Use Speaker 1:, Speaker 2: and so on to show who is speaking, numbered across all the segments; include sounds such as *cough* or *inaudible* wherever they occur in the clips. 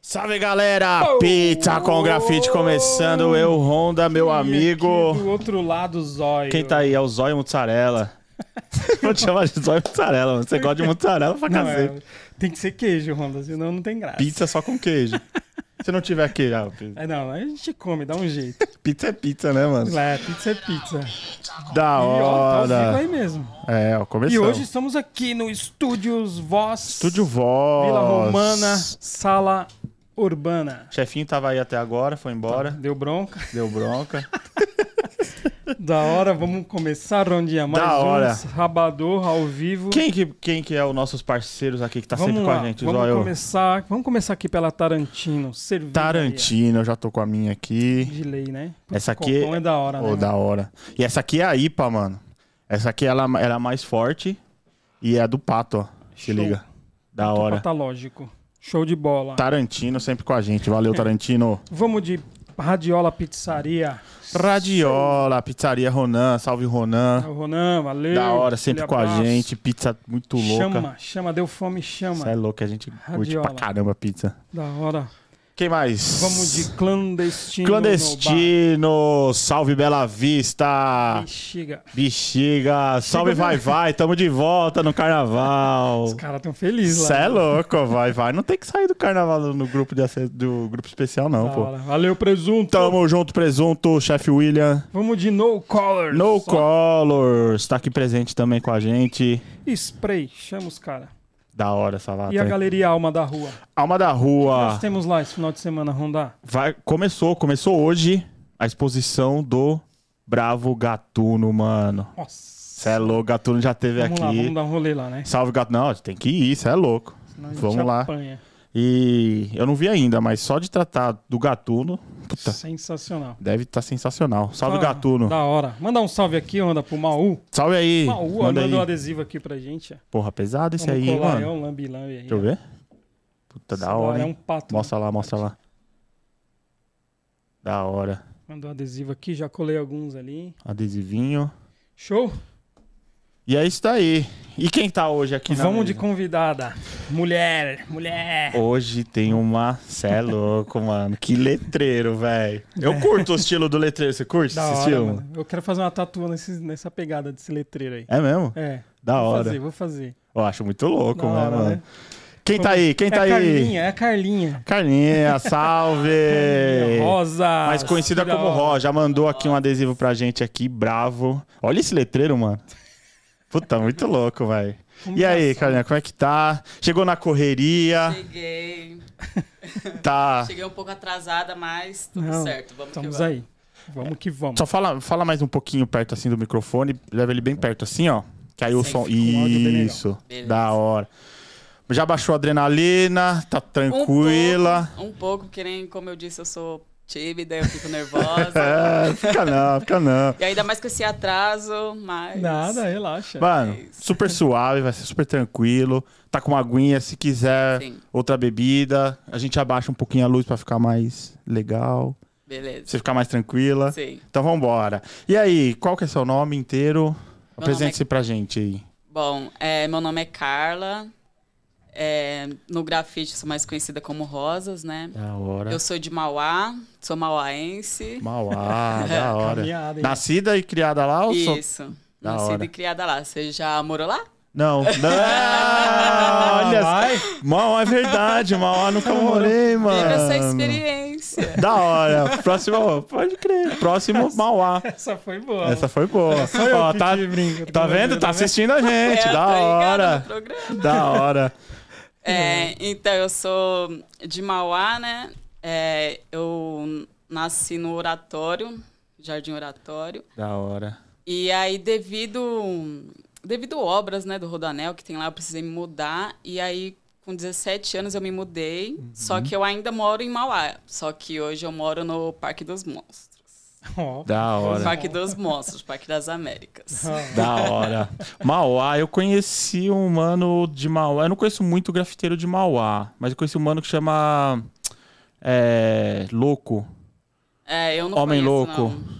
Speaker 1: Salve galera! Pizza com grafite começando. Eu, Honda, meu
Speaker 2: E aqui
Speaker 1: amigo.
Speaker 2: do outro lado, zóio.
Speaker 1: Quem tá aí é o Zóio
Speaker 2: *laughs*
Speaker 1: Mussarela. Vou te chamar de Zóio Mussarela, mano. Você gosta de mussarela pra
Speaker 2: Não,
Speaker 1: cacete.
Speaker 2: é, tem que ser queijo, Ronda, senão não tem graça.
Speaker 1: Pizza só com queijo. Se não tiver queijo, ah,
Speaker 2: É, não, a gente come, dá um jeito.
Speaker 1: *laughs* pizza é pizza, né, mano?
Speaker 2: Lá, pizza é pizza.
Speaker 1: Da
Speaker 2: E ó, tá o ciclo
Speaker 1: hora.
Speaker 2: aí mesmo.
Speaker 1: É, ó,
Speaker 2: E
Speaker 1: começou.
Speaker 2: hoje estamos aqui no Estúdios Voz,
Speaker 1: Estúdio Voz.
Speaker 2: Vila Romana, Sala Urbana.
Speaker 1: Chefinho tava aí até agora, foi embora,
Speaker 2: Deu bronca.
Speaker 1: *laughs* deu bronca.
Speaker 2: Da hora, vamos começar, Rondinha. Mais
Speaker 1: Da
Speaker 2: um
Speaker 1: hora.
Speaker 2: Rabador ao vivo.
Speaker 1: Quem que, quem que é os nossos parceiros aqui que tá
Speaker 2: vamos
Speaker 1: sempre
Speaker 2: lá,
Speaker 1: com a gente,
Speaker 2: vamos
Speaker 1: Zóio?
Speaker 2: começar. Vamos começar aqui pela Tarantino. Cerveja
Speaker 1: Tarantino, eu já tô com a minha aqui.
Speaker 2: De lei, né?
Speaker 1: Essa
Speaker 2: Esse
Speaker 1: aqui
Speaker 2: copão é da hora,
Speaker 1: Ô,
Speaker 2: né? mano?
Speaker 1: da hora. E essa aqui é a IPA, mano. Essa aqui ela, ela é mais forte e é a do Pato, ó. Se
Speaker 2: Show.
Speaker 1: liga. Da
Speaker 2: Muito
Speaker 1: hora. Tá.
Speaker 2: Patológico. Show de bola.
Speaker 1: Tarantino sempre com a gente.
Speaker 2: *laughs*
Speaker 1: Valeu, Tarantino.
Speaker 2: Vamos de Radiola Pizzaria.
Speaker 1: Radiola, Pizzaria Ronan, salve Ronan.
Speaker 2: O Ronan, valeu.
Speaker 1: Da hora, sempre
Speaker 2: Aquele
Speaker 1: com a
Speaker 2: abraço.
Speaker 1: gente. Pizza muito louca.
Speaker 2: Chama, chama, deu fome, chama.
Speaker 1: Você é louco, a gente curte
Speaker 2: Radiola.
Speaker 1: pra caramba a pizza.
Speaker 2: Da hora.
Speaker 1: Quem mais?
Speaker 2: Vamos de clandestino.
Speaker 1: Clandestino, salve Bela Vista.
Speaker 2: Chega.
Speaker 1: Bexiga, salve
Speaker 2: Bela-
Speaker 1: vai vai, tamo de volta no carnaval.
Speaker 2: Os caras tão felizes lá.
Speaker 1: Cê é louco, vai, vai. Não tem que sair do carnaval no grupo, de, ace- do grupo especial, não,
Speaker 2: Da
Speaker 1: pô. Então-
Speaker 2: hora. Valeu, presunto.
Speaker 1: Tamo junto, presunto, chefe William.
Speaker 2: Vamos de No Color.
Speaker 1: No Colors, tá aqui presente também com a gente.
Speaker 2: Spray, chama os caras.
Speaker 1: Da hora essa lata.
Speaker 2: E a
Speaker 1: hein?
Speaker 2: Galeria Alma da Rua.
Speaker 1: Alma da Rua.
Speaker 2: Nós temos lá esse final de semana, Rondá.
Speaker 1: Vai, começou, começou hoje a exposição do Bravo Gatuno, mano.
Speaker 2: Nossa.
Speaker 1: Cê é louco, Gatuno já teve
Speaker 2: Vamos lá,
Speaker 1: aqui.
Speaker 2: vamos dar um rolê lá, né?
Speaker 1: Salve, Gatuno. Não, tem que ir, cê é louco.
Speaker 2: Senão a gente
Speaker 1: Vamos lá.
Speaker 2: apanha.
Speaker 1: E eu não vi ainda, mas só de tratar do Gatuno, puta,
Speaker 2: Sensacional.
Speaker 1: deve estar sensacional. Salve,
Speaker 2: Ah,
Speaker 1: Gatuno.
Speaker 2: Da hora. Mandar um salve aqui, Onda, pro Maú.
Speaker 1: Salve aí.
Speaker 2: Maú, ó,
Speaker 1: Manda
Speaker 2: mandou um
Speaker 1: aí.
Speaker 2: adesivo aqui pra gente. ó.
Speaker 1: Porra, pesado esse
Speaker 2: Vamos
Speaker 1: aí, hein,
Speaker 2: colar,
Speaker 1: mano.
Speaker 2: É um lambi-lambi aí.
Speaker 1: Deixa eu
Speaker 2: ó.
Speaker 1: ver. Puta,
Speaker 2: Esse
Speaker 1: da hora,
Speaker 2: É um
Speaker 1: hein?
Speaker 2: pato.
Speaker 1: Mostra
Speaker 2: né?
Speaker 1: lá, mostra lá. Da hora.
Speaker 2: Mandou um adesivo aqui, já colei alguns ali.
Speaker 1: Adesivinho.
Speaker 2: Show?
Speaker 1: E é isso daí. E quem tá hoje aqui na
Speaker 2: Vamos de
Speaker 1: mesa?
Speaker 2: convidada. Mulher, mulher.
Speaker 1: Hoje tem uma... Cê é louco, mano. Que letreiro, velho. Eu curto o estilo do letreiro. Você curte
Speaker 2: É. da
Speaker 1: esse
Speaker 2: hora,
Speaker 1: estilo?
Speaker 2: mano. Eu quero fazer uma tatu nesse- nessa pegada desse letreiro aí.
Speaker 1: É mesmo?
Speaker 2: É.
Speaker 1: Da
Speaker 2: vou
Speaker 1: hora.
Speaker 2: fazer, vou fazer.
Speaker 1: Eu acho muito louco,
Speaker 2: Da
Speaker 1: né,
Speaker 2: hora,
Speaker 1: mano?
Speaker 2: né?
Speaker 1: Quem tá aí? Quem
Speaker 2: é
Speaker 1: tá
Speaker 2: a
Speaker 1: aí?
Speaker 2: Carlinha, é a Carlinha.
Speaker 1: Carlinha, salve!
Speaker 2: Rosa.
Speaker 1: É. Mais conhecida
Speaker 2: Ah, Que da
Speaker 1: como
Speaker 2: hora.
Speaker 1: Ró, já mandou aqui um adesivo pra gente aqui, bravo. Olha esse letreiro, mano. Puta, muito louco, velho.
Speaker 2: Como
Speaker 1: E
Speaker 2: tá
Speaker 1: aí,
Speaker 2: essa?
Speaker 1: Carlinha, como é que tá? Chegou na correria,
Speaker 3: Cheguei.
Speaker 1: tá...
Speaker 3: Cheguei um pouco atrasada, mas tudo
Speaker 2: Não,
Speaker 3: certo. Vamos que
Speaker 2: Estamos
Speaker 3: vamos.
Speaker 2: aí. Vamos que vamos.
Speaker 1: Só fala, fala mais um pouquinho perto assim do microfone, leva ele bem perto assim, ó. Que aí o
Speaker 3: Sim,
Speaker 1: som...
Speaker 2: fica um áudio bem legal.
Speaker 1: Isso,
Speaker 3: Beleza.
Speaker 1: da hora. Já baixou a adrenalina,
Speaker 2: Um
Speaker 1: tá tranquila.
Speaker 3: Um pouco, um pouco, porque nem como eu disse, eu sou tímida, eu fico nervosa.
Speaker 1: *laughs* É, fica não, fica
Speaker 2: *laughs*
Speaker 1: não.
Speaker 3: e ainda mais com esse atraso, mas.
Speaker 2: Nada, relaxa.
Speaker 1: Mano,
Speaker 3: É isso.
Speaker 1: super suave, vai ser super tranquilo. Tá com uma aguinha, se quiser,
Speaker 3: Sim.
Speaker 1: outra bebida. A gente abaixa um pouquinho a luz pra ficar mais legal, pra
Speaker 3: Beleza.
Speaker 1: você ficar mais tranquila.
Speaker 3: Sim.
Speaker 1: Então vambora. E aí, qual que é seu nome inteiro?
Speaker 3: é-
Speaker 1: Apresente-se pra gente aí.
Speaker 3: Bom, é, meu nome é Carla. É, no grafite eu sou mais conhecida como Rosas, né?
Speaker 1: Da hora.
Speaker 3: Eu sou de Mauá, sou mauaense.
Speaker 1: *laughs* Mauá,
Speaker 3: *laughs*
Speaker 1: da hora.
Speaker 2: Caminhada, hein?
Speaker 1: Nascida e criada lá ou só-
Speaker 3: Isso.
Speaker 1: Da
Speaker 3: Nascida
Speaker 1: hora.
Speaker 3: e criada lá. Você já morou lá? *laughs*
Speaker 1: Não. Não! Olha,
Speaker 2: vai.
Speaker 1: Mauá é verdade, Mauá nunca morei, mano.
Speaker 3: Teve essa experiência.
Speaker 1: Da hora. Próximo, pode crer. Próximo, Mauá.
Speaker 2: Essa foi boa.
Speaker 1: Essa foi boa.
Speaker 2: Foi eu
Speaker 1: Ó,
Speaker 2: que
Speaker 1: tá,
Speaker 2: te brinco,
Speaker 1: tá vendo? Tá assistindo a gente. da
Speaker 3: É, tá ligado no
Speaker 1: hora.
Speaker 3: programa.
Speaker 1: Da hora.
Speaker 3: É, então, eu sou de Mauá, né? É, eu nasci no oratório, Jardim Oratório.
Speaker 1: Da hora.
Speaker 3: E aí, devido, devido obras né, do Rodanel que tem lá, eu precisei me mudar. E aí, com 17 anos, eu me mudei.
Speaker 1: Uhum.
Speaker 3: Só que eu ainda moro em Mauá. Só que hoje eu moro no Parque dos Monstros.
Speaker 2: Ó,
Speaker 1: Da hora.
Speaker 3: Parque dos Monstros, Parque das Américas.
Speaker 2: ó.
Speaker 1: Da hora. Mauá, eu conheci um mano de Mauá. Eu não conheço muito grafiteiro de Mauá, mas eu conheci um mano que chama. É. Louco.
Speaker 3: É, eu não
Speaker 1: Homem
Speaker 3: conheço,
Speaker 1: louco.
Speaker 3: Não.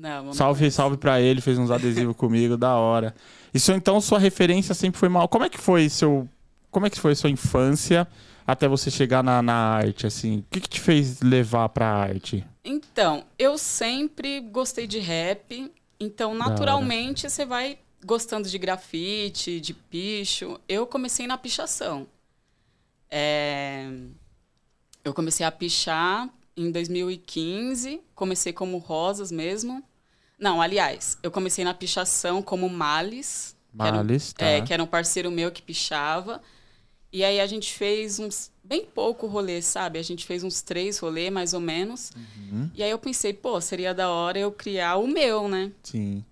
Speaker 3: Não, eu não
Speaker 1: Salve, salve pra ele, fez uns adesivos comigo, da hora. Isso então, sua referência sempre foi mal. Como é que foi seu. Como é que foi sua infância? até você chegar na, na arte, assim? O que, que te fez levar pra arte?
Speaker 3: Então, eu sempre gostei de rap, então
Speaker 1: hora.
Speaker 3: naturalmente você vai gostando de grafite, de picho. Eu comecei na pichação. É, Eu comecei a pichar em 2015, comecei como Rosas mesmo. Não, aliás, eu comecei na pichação como Males, que era um
Speaker 1: Males, tá?
Speaker 3: é, que era um parceiro meu que pichava. E aí a gente fez uns bem pouco rolê, sabe? A gente fez uns três rolê, mais ou menos.
Speaker 1: Uhum,
Speaker 3: E aí eu pensei, pô, seria da hora eu criar o meu, né?
Speaker 1: Sim.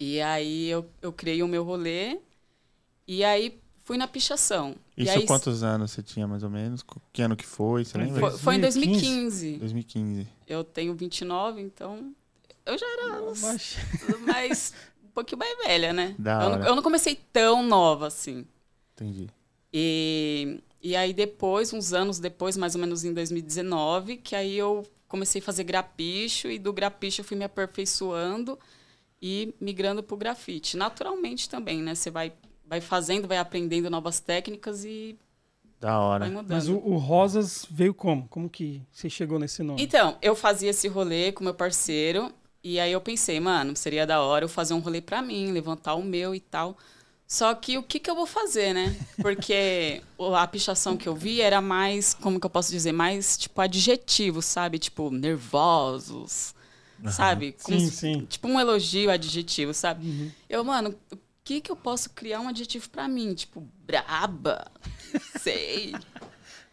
Speaker 3: E aí eu, eu criei o meu rolê. E aí fui na pichação. e
Speaker 1: Isso
Speaker 3: aí
Speaker 1: quantos anos você tinha, mais ou menos? Co- Que ano que foi? Você
Speaker 2: Foi-
Speaker 1: lembra?
Speaker 3: foi, foi em
Speaker 2: 2015?
Speaker 3: 2015.
Speaker 1: 2015.
Speaker 3: Eu tenho 29, então eu já era uns-
Speaker 2: Mas-
Speaker 3: mais um pouquinho mais velha, né?
Speaker 1: Da
Speaker 3: eu, não,
Speaker 1: hora.
Speaker 3: eu não comecei tão nova assim.
Speaker 1: Entendi.
Speaker 3: E, e aí depois, uns anos depois, mais ou menos em 2019, que aí eu comecei a fazer grapicho e do grapicho eu fui me aperfeiçoando e migrando pro grafite. Naturalmente também, né? Você vai, vai fazendo, vai aprendendo novas técnicas e
Speaker 1: Da hora.
Speaker 3: vai mudando.
Speaker 2: Mas o, o Rosas veio como? Como que você chegou nesse nome?
Speaker 3: Então, eu fazia esse rolê com meu parceiro e aí eu pensei, mano, seria da hora eu fazer um rolê pra mim, levantar o meu e tal. Só que o que, que eu vou fazer, né? Porque o- a pichação que eu vi era mais, como que eu posso dizer, mais tipo adjetivo, sabe? Tipo, nervosos, sabe? Como
Speaker 2: Sim,
Speaker 3: se-
Speaker 2: sim.
Speaker 3: Tipo um elogio adjetivo, sabe?
Speaker 2: Uhum.
Speaker 3: Eu, mano, o que que eu posso criar um adjetivo pra mim? Tipo, braba, *laughs* sei,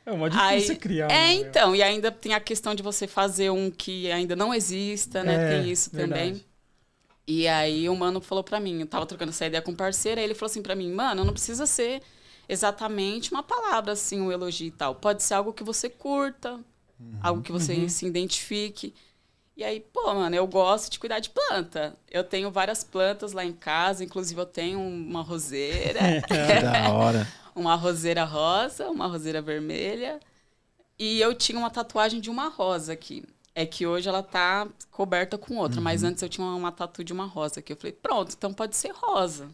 Speaker 2: É uma difícil
Speaker 3: Aí-
Speaker 2: criar.
Speaker 3: é,
Speaker 2: né?
Speaker 3: então, e ainda tem a questão de você fazer um que ainda não exista, né?
Speaker 2: É,
Speaker 3: tem isso também.
Speaker 2: verdade.
Speaker 3: E aí o mano falou pra mim, eu tava trocando essa ideia com um parceiro, aí ele falou assim pra mim, mano, não precisa ser exatamente uma palavra assim, um elogio e tal. Pode ser algo que você curta,
Speaker 2: Uhum.
Speaker 3: algo que você se identifique. E aí, pô, mano, eu gosto de cuidar de planta. Eu tenho várias plantas lá em casa, inclusive eu tenho uma roseira
Speaker 1: Que da hora.
Speaker 3: uma roseira rosa, uma roseira vermelha. E eu tinha uma tatuagem de uma rosa aqui. É que hoje ela tá coberta com outra, mas antes eu tinha uma, uma tatu de uma rosa aqui. Eu falei, pronto, então pode ser rosa.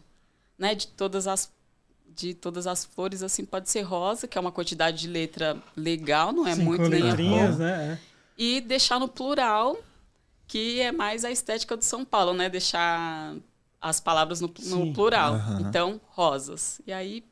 Speaker 3: Né? De todas as de todas as flores assim pode ser rosa, que é uma quantidade de letra legal, não é
Speaker 2: Cinco
Speaker 3: muito nem é
Speaker 2: letrinhas, né? É.
Speaker 3: e deixar no plural, que é mais a estética do São Paulo, né? Deixar as palavras no, no
Speaker 2: Sim.
Speaker 3: plural.
Speaker 1: Aham.
Speaker 3: Então, rosas. E aí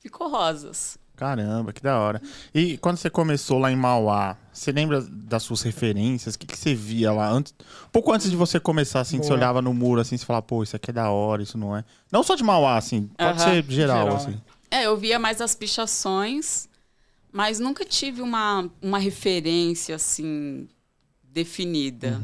Speaker 3: ficou rosas.
Speaker 1: Caramba, que da hora. E quando você começou lá em Mauá, você lembra das suas referências? O que, que você via lá? Antes, pouco antes de você começar, assim, que você
Speaker 2: Boa.
Speaker 1: olhava no muro, assim, você falava, pô, isso aqui é da hora, isso não é. Não só de Mauá, assim, pode
Speaker 3: Aham.
Speaker 1: ser geral,
Speaker 2: Geral,
Speaker 1: assim.
Speaker 2: né?
Speaker 3: É, eu via mais as pichações, mas nunca tive uma, uma referência assim definida.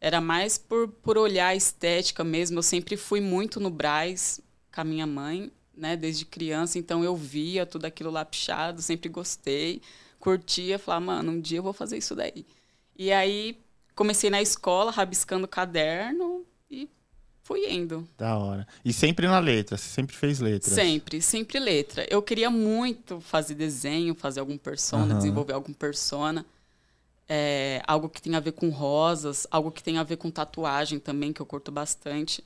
Speaker 3: Era mais por, por olhar a estética mesmo. Eu sempre fui muito no Brás com a minha mãe, né, desde criança, então eu via tudo aquilo lá pichado, sempre gostei, curtia, falava, mano, um dia eu vou fazer isso daí. E aí comecei na escola rabiscando caderno e fui indo.
Speaker 1: Da hora. E sempre na letra, você sempre fez letras.
Speaker 3: Sempre, sempre letra. Eu queria muito fazer desenho, fazer algum persona,
Speaker 1: Aham.
Speaker 3: desenvolver algum persona. É, algo que tenha a ver com rosas, algo que tenha a ver com tatuagem também, que eu curto bastante.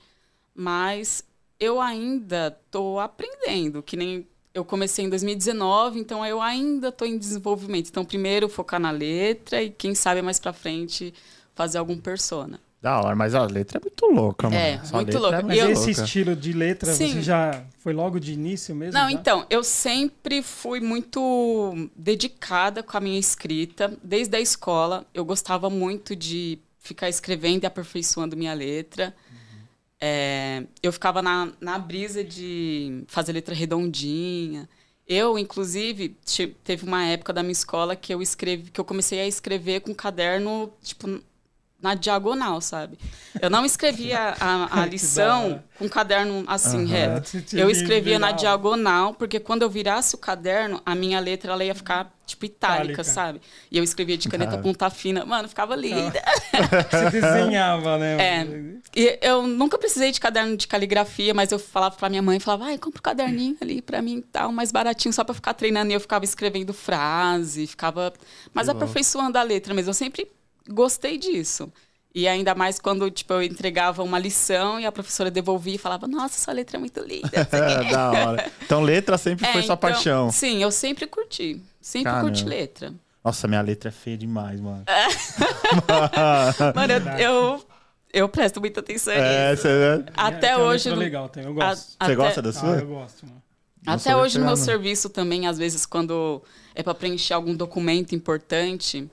Speaker 3: Mas eu ainda tô aprendendo, que nem eu comecei em 2019, então eu ainda tô em desenvolvimento. Então primeiro focar na letra e quem sabe mais pra frente fazer algum persona.
Speaker 1: Da hora, mas a letra é muito louca, mano.
Speaker 3: É,
Speaker 1: Essa
Speaker 3: muito
Speaker 1: letra
Speaker 3: louca.
Speaker 1: É
Speaker 2: Mas
Speaker 1: muito
Speaker 3: Eu-
Speaker 2: esse
Speaker 1: louca.
Speaker 2: estilo de letra,
Speaker 3: Sim.
Speaker 2: você já foi logo de início mesmo?
Speaker 3: Não,
Speaker 2: já?
Speaker 3: então, eu sempre fui muito dedicada com a minha escrita. Desde a escola, eu gostava muito de ficar escrevendo e aperfeiçoando minha letra.
Speaker 2: Uhum.
Speaker 3: É, eu ficava na, na brisa de fazer letra redondinha. Eu, inclusive, te- teve uma época da minha escola que eu escrevi, que eu comecei a escrever com caderno, tipo, na diagonal, sabe? Eu não escrevia a,
Speaker 2: *laughs*
Speaker 3: a
Speaker 2: Que da
Speaker 3: lição
Speaker 2: hora.
Speaker 3: com caderno assim,
Speaker 1: Aham.
Speaker 2: *laughs*
Speaker 3: reto.
Speaker 2: Você te
Speaker 3: Eu escrevia na
Speaker 2: virava.
Speaker 3: diagonal, porque quando eu virasse o caderno, a minha letra ela ia ficar, tipo, itálica,
Speaker 2: Itálica.
Speaker 3: sabe? E eu escrevia de caneta
Speaker 1: Ah.
Speaker 3: ponta fina. Mano, ficava linda.
Speaker 2: Você desenhava, né?
Speaker 3: *laughs* É. E eu nunca precisei de caderno de caligrafia, mas eu falava pra minha mãe, falava, ai, compra um caderninho ali pra mim e tal, mais baratinho, só pra ficar treinando. E eu ficava escrevendo frase, ficava mais
Speaker 1: Que bom.
Speaker 3: aperfeiçoando a letra, mas eu sempre gostei disso. E ainda mais quando, tipo, eu entregava uma lição e a professora devolvia e falava, nossa, essa letra é muito linda.
Speaker 1: da hora. Então letra sempre
Speaker 3: É,
Speaker 1: *laughs* foi sua
Speaker 3: então,
Speaker 1: paixão.
Speaker 3: Sim, eu sempre curti. Sempre
Speaker 1: Caramba. *laughs*
Speaker 3: curti letra.
Speaker 1: Nossa, minha letra é feia demais, mano.
Speaker 3: É Mano, eu, eu, eu presto muita atenção nisso.
Speaker 1: Ah. É, você,
Speaker 3: Até
Speaker 2: Tem uma
Speaker 3: hoje. É,
Speaker 2: letra
Speaker 3: no-
Speaker 2: legal também, eu
Speaker 3: a-
Speaker 2: gosto.
Speaker 1: você
Speaker 3: até-
Speaker 1: gosta da
Speaker 2: Ah, eu
Speaker 1: sua?
Speaker 2: gosto, mano.
Speaker 1: Nossa,
Speaker 3: Até
Speaker 1: vai
Speaker 3: hoje no meu
Speaker 1: pegar, né?
Speaker 3: serviço também, às vezes, quando é pra preencher algum documento importante,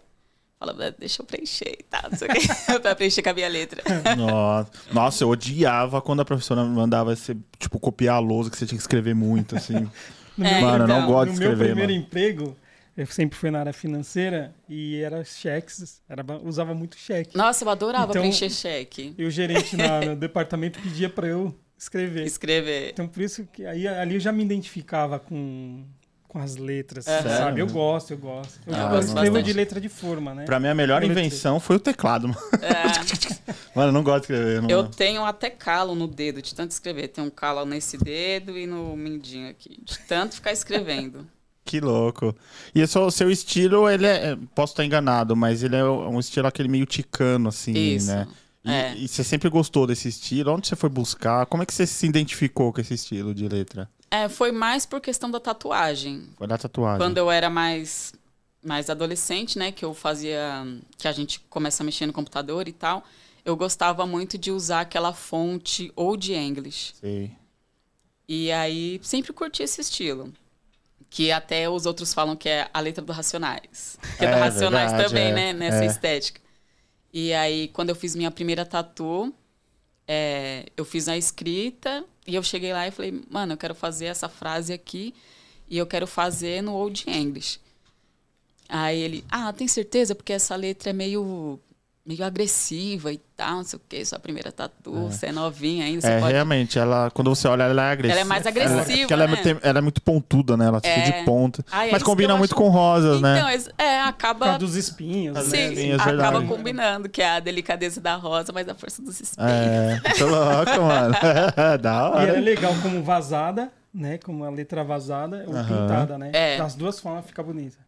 Speaker 3: fala, deixa eu preencher, e tá? Não sei o quê, *laughs* pra preencher com a minha letra.
Speaker 1: Nossa. Nossa, eu odiava quando a professora me mandava você, tipo, copiar a lousa que você tinha que escrever muito,
Speaker 3: *laughs*
Speaker 1: assim.
Speaker 2: No
Speaker 3: É,
Speaker 1: mano, eu não
Speaker 3: então.
Speaker 1: gosto de
Speaker 2: no meu
Speaker 1: escrever,
Speaker 2: primeiro
Speaker 1: mano.
Speaker 2: emprego, eu sempre fui na área financeira e era cheques, era, ba- usava muito cheque.
Speaker 3: Nossa, eu adorava
Speaker 2: Então-
Speaker 3: preencher cheque,
Speaker 2: E o gerente na-
Speaker 3: *laughs*
Speaker 2: no departamento pedia pra eu escrever.
Speaker 3: escrever.
Speaker 2: Então por isso que aí ali eu já me identificava com, com as letras,
Speaker 3: Aham.
Speaker 2: sabe? Eu
Speaker 1: Sério?
Speaker 2: gosto, eu gosto. Eu,
Speaker 3: Ah,
Speaker 2: eu
Speaker 3: eu gosto
Speaker 2: escrevo
Speaker 3: bastante.
Speaker 2: de letra de forma, né?
Speaker 1: Pra mim, a melhor
Speaker 2: Eu
Speaker 1: invenção foi o teclado, *laughs* mano.
Speaker 3: É,
Speaker 1: Mano, eu não gosto de escrever. Não...
Speaker 3: eu tenho até calo no dedo, de tanto escrever. Tem um calo nesse dedo e no mindinho aqui, de tanto ficar escrevendo.
Speaker 1: Que louco. E o seu, seu estilo, ele é. Posso estar enganado, mas ele é um estilo aquele meio ticano, assim,
Speaker 3: Isso.
Speaker 1: né? E,
Speaker 3: É.
Speaker 1: e você sempre gostou desse estilo? Onde você foi buscar? Como é que você se identificou com esse estilo de letra?
Speaker 3: É, foi mais por questão da tatuagem.
Speaker 1: Foi da tatuagem.
Speaker 3: Quando eu era mais, mais adolescente, né? Que eu fazia. Que a gente começa a mexer no computador e tal. Eu gostava muito de usar aquela fonte ou de English.
Speaker 1: Sei.
Speaker 3: E aí sempre curti esse estilo. Que até os outros falam que é a letra do Racionais. Que é, do
Speaker 1: É,
Speaker 3: Racionais
Speaker 1: verdade,
Speaker 3: também,
Speaker 1: é,
Speaker 3: né? Nessa
Speaker 1: é.
Speaker 3: estética. E aí, quando eu fiz minha primeira tatu, é, eu fiz a escrita e eu cheguei lá e falei, mano, eu quero fazer essa frase aqui e eu quero fazer no Old English. Aí ele, ah, tem certeza? Porque essa letra é meio, meio agressiva e tal, não sei o quê, sua primeira tatu, você é novinha ainda, você
Speaker 1: É,
Speaker 3: pode
Speaker 1: realmente, ela, quando você olha, ela é agressiva.
Speaker 3: Ela é mais
Speaker 1: Ela,
Speaker 3: agressiva,
Speaker 1: porque ela, é
Speaker 3: né?
Speaker 1: tem- ela é muito pontuda, né? Ela fica
Speaker 3: É.
Speaker 1: de ponta.
Speaker 3: Ah, é
Speaker 1: mas
Speaker 3: isso que
Speaker 1: combina
Speaker 3: eu
Speaker 1: muito
Speaker 3: acho-
Speaker 1: com rosas,
Speaker 3: Então,
Speaker 1: né?
Speaker 3: ex- é,
Speaker 2: Por causa
Speaker 3: acaba.
Speaker 2: dos espinhos, né?
Speaker 1: Sim, é
Speaker 3: acaba
Speaker 1: verdade.
Speaker 3: combinando, que é a delicadeza da rosa, mas a força dos espinhos.
Speaker 1: É, tô
Speaker 3: *laughs*
Speaker 1: louco, mano. *laughs* da
Speaker 2: E era
Speaker 3: é
Speaker 1: hora.
Speaker 2: legal como vazada, né? Como a letra vazada ou
Speaker 1: Aham.
Speaker 2: pintada, né?
Speaker 3: É.
Speaker 2: Das duas formas fica bonita.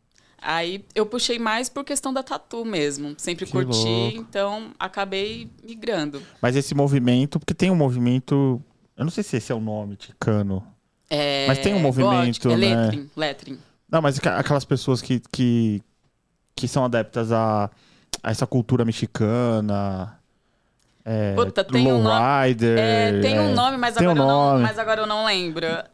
Speaker 3: Aí eu puxei mais por questão da tatu mesmo. Sempre
Speaker 1: Que
Speaker 3: curti,
Speaker 1: louco.
Speaker 3: então acabei migrando.
Speaker 1: Mas esse movimento, porque tem um movimento. Eu não sei se esse é o nome, Ticano.
Speaker 3: É,
Speaker 1: Mas tem um movimento,
Speaker 3: gótico,
Speaker 1: né?
Speaker 3: é lettering, lettering.
Speaker 1: Não, mas aqua- aquelas pessoas que, que, que são adeptas a, a essa cultura mexicana. É,
Speaker 3: Puta, tem um nome-
Speaker 1: Lowrider.
Speaker 3: É, tem
Speaker 1: é.
Speaker 3: um nome, mas
Speaker 1: tem
Speaker 3: agora,
Speaker 1: um
Speaker 3: Eu não,
Speaker 1: nome.
Speaker 3: mas agora eu não lembro.
Speaker 1: É,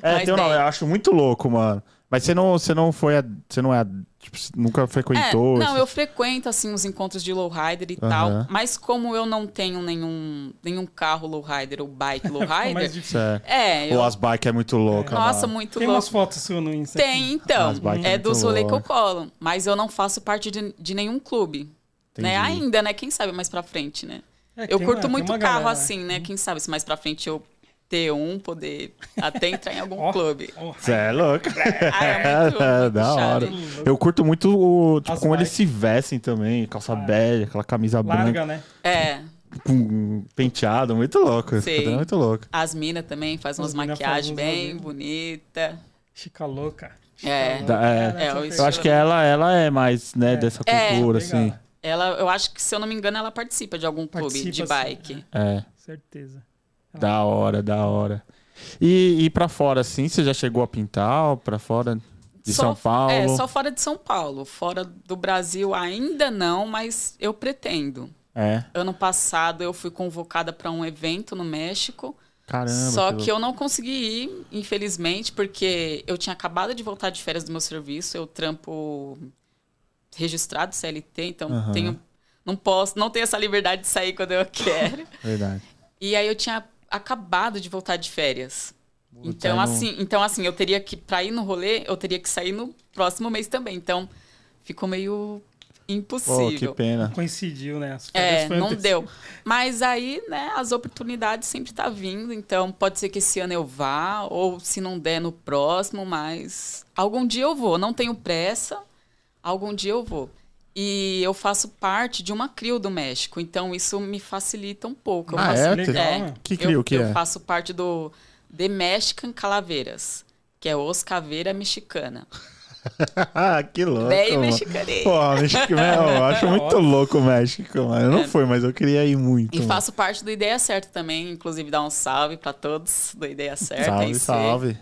Speaker 3: mas
Speaker 1: tem um nome,
Speaker 3: tem.
Speaker 1: eu acho muito louco, mano. Mas você não, você não foi. a- Você não é. a- Tipo, você nunca
Speaker 3: É,
Speaker 1: frequentou. tipo,
Speaker 3: não,
Speaker 1: esses-
Speaker 3: eu frequento assim os encontros de lowrider e
Speaker 1: Aham.
Speaker 3: tal, mas como eu não tenho nenhum, nenhum carro lowrider
Speaker 1: *laughs*
Speaker 3: ou bike
Speaker 2: Fica mais
Speaker 3: lowrider,
Speaker 2: difícil.
Speaker 1: Certo.
Speaker 3: é, eu
Speaker 1: Ou as bikes é muito louca.
Speaker 3: Nossa,
Speaker 1: mano.
Speaker 3: muito
Speaker 2: Tem
Speaker 3: louco.
Speaker 2: umas fotos suas no Insta. aqui.
Speaker 3: Tem, então.
Speaker 1: As bikes
Speaker 3: É
Speaker 1: muito
Speaker 3: dos rolês que eu
Speaker 1: loucas.
Speaker 3: colo. Mas eu não faço parte de, de nenhum clube. Né?
Speaker 1: Entendi.
Speaker 3: Ainda, né? Quem sabe mais pra frente, né?
Speaker 2: É,
Speaker 3: eu
Speaker 2: tem uma-
Speaker 3: curto
Speaker 2: tem
Speaker 3: muito
Speaker 2: uma
Speaker 3: carro
Speaker 2: galera, né?
Speaker 3: assim, né? Quem sabe se mais pra frente eu ter um, poder até
Speaker 2: *laughs*
Speaker 3: entrar em algum
Speaker 2: Ó.
Speaker 3: clube.
Speaker 2: Ó,
Speaker 1: Você é louco.
Speaker 3: Ah,
Speaker 1: *laughs*
Speaker 3: é muito, muito
Speaker 1: da hora.
Speaker 3: chave.
Speaker 1: Eu curto muito o, tipo,
Speaker 2: As
Speaker 1: como eles
Speaker 2: bikes. Ah,
Speaker 1: se vestem também. Calça bege, aquela camisa branca
Speaker 2: Larga, né?
Speaker 3: É.
Speaker 1: com penteado. Muito louco.
Speaker 3: Sim.
Speaker 1: Esse padrão É muito louco.
Speaker 3: As minas também
Speaker 2: As
Speaker 3: faz umas
Speaker 2: mina faz
Speaker 3: maquiagens
Speaker 2: uns
Speaker 3: bem
Speaker 2: bagulho.
Speaker 3: bonita.
Speaker 2: Chica louca. Chica
Speaker 3: É.
Speaker 2: louca.
Speaker 1: Da- é.
Speaker 2: Cara,
Speaker 3: É,
Speaker 2: essa
Speaker 3: o
Speaker 2: pegada.
Speaker 1: Eu acho que ela, ela é mais, né,
Speaker 2: É.
Speaker 1: dessa
Speaker 3: É.
Speaker 1: cultura,
Speaker 2: Pegada,
Speaker 1: assim.
Speaker 3: Ela, eu acho que, se eu não me engano, ela participa de algum clube de
Speaker 2: Participa,
Speaker 3: bike.
Speaker 2: sim.
Speaker 1: É.
Speaker 2: Certeza.
Speaker 3: Tá.
Speaker 1: Da hora, da hora. E, e pra fora, assim, você já chegou a pintar? ou Pra fora de
Speaker 3: Só-
Speaker 1: São Paulo?
Speaker 3: É, só fora de São Paulo. Fora do Brasil ainda não, mas eu pretendo.
Speaker 1: É.
Speaker 3: Ano passado eu fui convocada para um evento no México,
Speaker 1: Caramba.
Speaker 3: só
Speaker 1: louco.
Speaker 3: que eu não consegui ir, infelizmente, porque eu tinha acabado de voltar de férias do meu serviço, eu trampo registrado CLT, então
Speaker 1: Aham.
Speaker 3: tenho não posso, não tenho essa liberdade de sair quando
Speaker 1: *laughs*
Speaker 3: eu quero.
Speaker 1: Verdade.
Speaker 3: e aí eu tinha acabado de voltar de férias.
Speaker 1: Puta, eu
Speaker 3: Então
Speaker 1: não-
Speaker 3: assim, então assim, eu teria que para ir no rolê, eu teria que sair no próximo mês também. Então ficou meio
Speaker 1: Pô,
Speaker 3: impossível.
Speaker 1: que pena.
Speaker 2: Coincidiu, né? As férias
Speaker 3: É,
Speaker 2: foi
Speaker 3: não
Speaker 2: anteci-
Speaker 3: deu. Mas aí, né, as oportunidades sempre tá vindo, então pode ser que esse ano eu vá, ou se não der no próximo, mas algum dia eu vou, não tenho pressa, algum dia eu vou. E eu faço parte de uma CRIO do México, então isso me facilita um pouco. Eu
Speaker 1: Ah,
Speaker 3: faço,
Speaker 1: é?
Speaker 2: Legal, né?
Speaker 1: Que crio
Speaker 3: eu,
Speaker 1: que
Speaker 3: eu
Speaker 1: é?
Speaker 3: faço parte do The Mexican Calaveras, que é os Caveira Mexicana.
Speaker 1: Ah, *laughs* que louco.
Speaker 3: Bem
Speaker 1: mano.
Speaker 3: mexicanês.
Speaker 1: Pô, México, meu,
Speaker 3: *laughs*
Speaker 1: eu acho muito louco o México, mano. Eu
Speaker 3: É.
Speaker 1: não fui, mas eu queria ir muito.
Speaker 3: E
Speaker 1: mano.
Speaker 3: faço parte do Ideia Certa também, inclusive dar um salve para todos do Ideia Certa.
Speaker 1: Salve,
Speaker 3: IC.
Speaker 1: salve.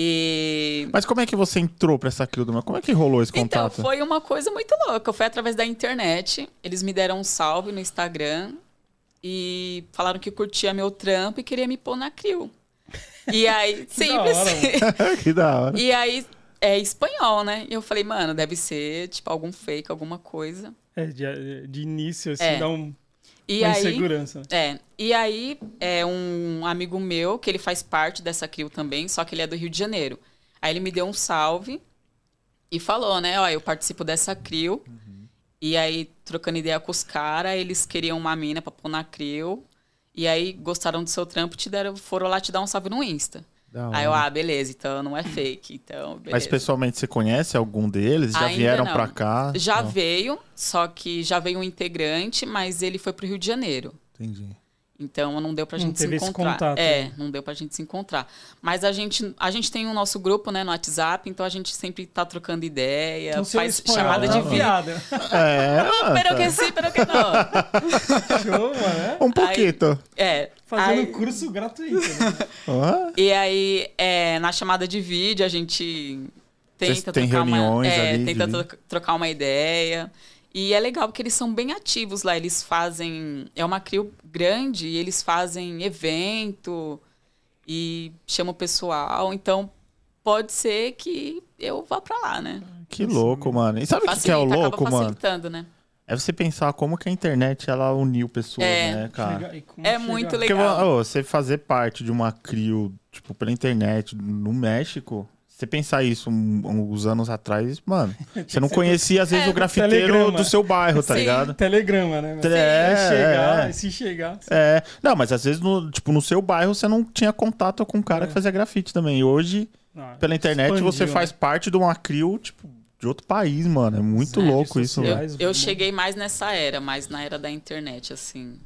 Speaker 3: E
Speaker 1: Mas como é que você entrou pra essa Crilduma? Como é que rolou esse
Speaker 3: então,
Speaker 1: contato?
Speaker 3: foi uma coisa muito louca. Foi através da internet. Eles me deram um salve no Instagram e falaram que curtia meu trampo e queria me pôr na Crio. E aí,
Speaker 2: hora,
Speaker 1: *laughs*
Speaker 3: simples.
Speaker 1: que da hora.
Speaker 3: *laughs* e aí, é espanhol, né? E eu falei, mano, deve ser, tipo, algum fake, alguma coisa.
Speaker 2: É, de, de início, assim,
Speaker 3: É.
Speaker 2: dá um,
Speaker 3: E
Speaker 2: uma
Speaker 3: aí,
Speaker 2: insegurança. né?
Speaker 3: É, e aí é um amigo meu, que ele faz parte dessa CRIO também, só que ele é do Rio de Janeiro. Aí ele me deu um salve e falou, né, ó, eu participo dessa CRIO.
Speaker 1: Uhum.
Speaker 3: E aí, trocando ideia com os caras, eles queriam uma mina pra pôr na CRIO. E aí, gostaram do seu trampo, te deram, foram lá te dar um salve no Insta.
Speaker 1: Da
Speaker 3: Aí
Speaker 1: hora.
Speaker 3: eu, ah, beleza, então não é fake, então beleza.
Speaker 1: Mas pessoalmente você conhece algum deles? Já
Speaker 3: Ainda
Speaker 1: vieram
Speaker 3: não.
Speaker 1: pra cá?
Speaker 3: Já
Speaker 1: Não,
Speaker 3: veio, só que já veio um integrante, mas ele foi pro Rio de Janeiro.
Speaker 1: Entendi.
Speaker 3: Então não deu pra
Speaker 2: Não
Speaker 3: gente
Speaker 2: teve
Speaker 3: se
Speaker 2: esse
Speaker 3: encontrar.
Speaker 2: contato, né?
Speaker 3: É, não deu pra gente se encontrar. Mas a gente, a gente tem o nosso grupo, né, no WhatsApp, então a gente sempre tá trocando ideia,
Speaker 2: Então, seu
Speaker 3: É, faz
Speaker 2: espanhol
Speaker 3: chamada
Speaker 2: tá
Speaker 3: de
Speaker 2: uma
Speaker 3: vídeo.
Speaker 2: *laughs* piada.
Speaker 1: É.
Speaker 3: Pero que sim, pero que não.
Speaker 2: Show, mano.
Speaker 1: Um pouquinho.
Speaker 3: É.
Speaker 2: né? Fazendo
Speaker 3: aí-
Speaker 2: curso gratuito. Né?
Speaker 1: Hã?
Speaker 3: E aí, é, na chamada de vídeo, a gente
Speaker 1: Vocês
Speaker 3: tenta
Speaker 1: têm
Speaker 3: trocar uma,
Speaker 1: reuniões
Speaker 3: é,
Speaker 1: ali de
Speaker 3: tenta
Speaker 1: vídeo?
Speaker 3: tro- trocar uma ideia. E é legal porque eles são bem ativos lá, eles fazem, é uma crio grande e eles fazem evento e chamam o pessoal, então pode ser que eu vá pra lá, né?
Speaker 1: Que louco, mano. E sabe o que, que é o
Speaker 3: Facilita,
Speaker 1: louco,
Speaker 3: acaba
Speaker 1: mano?
Speaker 3: facilitando, né?
Speaker 1: É você pensar como que a internet ela uniu pessoas,
Speaker 3: É.
Speaker 1: né, *laughs* cara?
Speaker 2: Chegar- e como
Speaker 3: É
Speaker 2: chegar?
Speaker 3: muito
Speaker 1: Porque
Speaker 3: legal.
Speaker 1: ô, você fazer parte de uma crio, tipo, pela internet no México, você pensar isso um- uns anos atrás,
Speaker 3: *laughs*
Speaker 1: mano, você não conhecia, às vezes,
Speaker 3: É,
Speaker 1: o grafiteiro
Speaker 2: telegrama.
Speaker 1: do seu bairro, tá
Speaker 3: Sim.
Speaker 1: ligado?
Speaker 2: *laughs* Telegrama, né? mano?
Speaker 1: Tele-
Speaker 2: Se
Speaker 1: é,
Speaker 2: chegar,
Speaker 1: é.
Speaker 2: se chegar.
Speaker 1: É. Não, mas às vezes, no, tipo, no seu bairro você não tinha contato com um cara
Speaker 3: É.
Speaker 1: que fazia grafite também. E hoje,
Speaker 2: Não,
Speaker 1: pela internet,
Speaker 2: expandiu,
Speaker 1: você
Speaker 2: né?
Speaker 1: faz parte de uma crio, tipo, de outro país, mano. É muito
Speaker 2: Sim,
Speaker 1: louco
Speaker 2: redes
Speaker 1: isso,
Speaker 2: sociais.
Speaker 1: velho.
Speaker 2: Mas
Speaker 3: Eu
Speaker 2: vamos-
Speaker 3: cheguei mais nessa era, mais na era da internet, assim.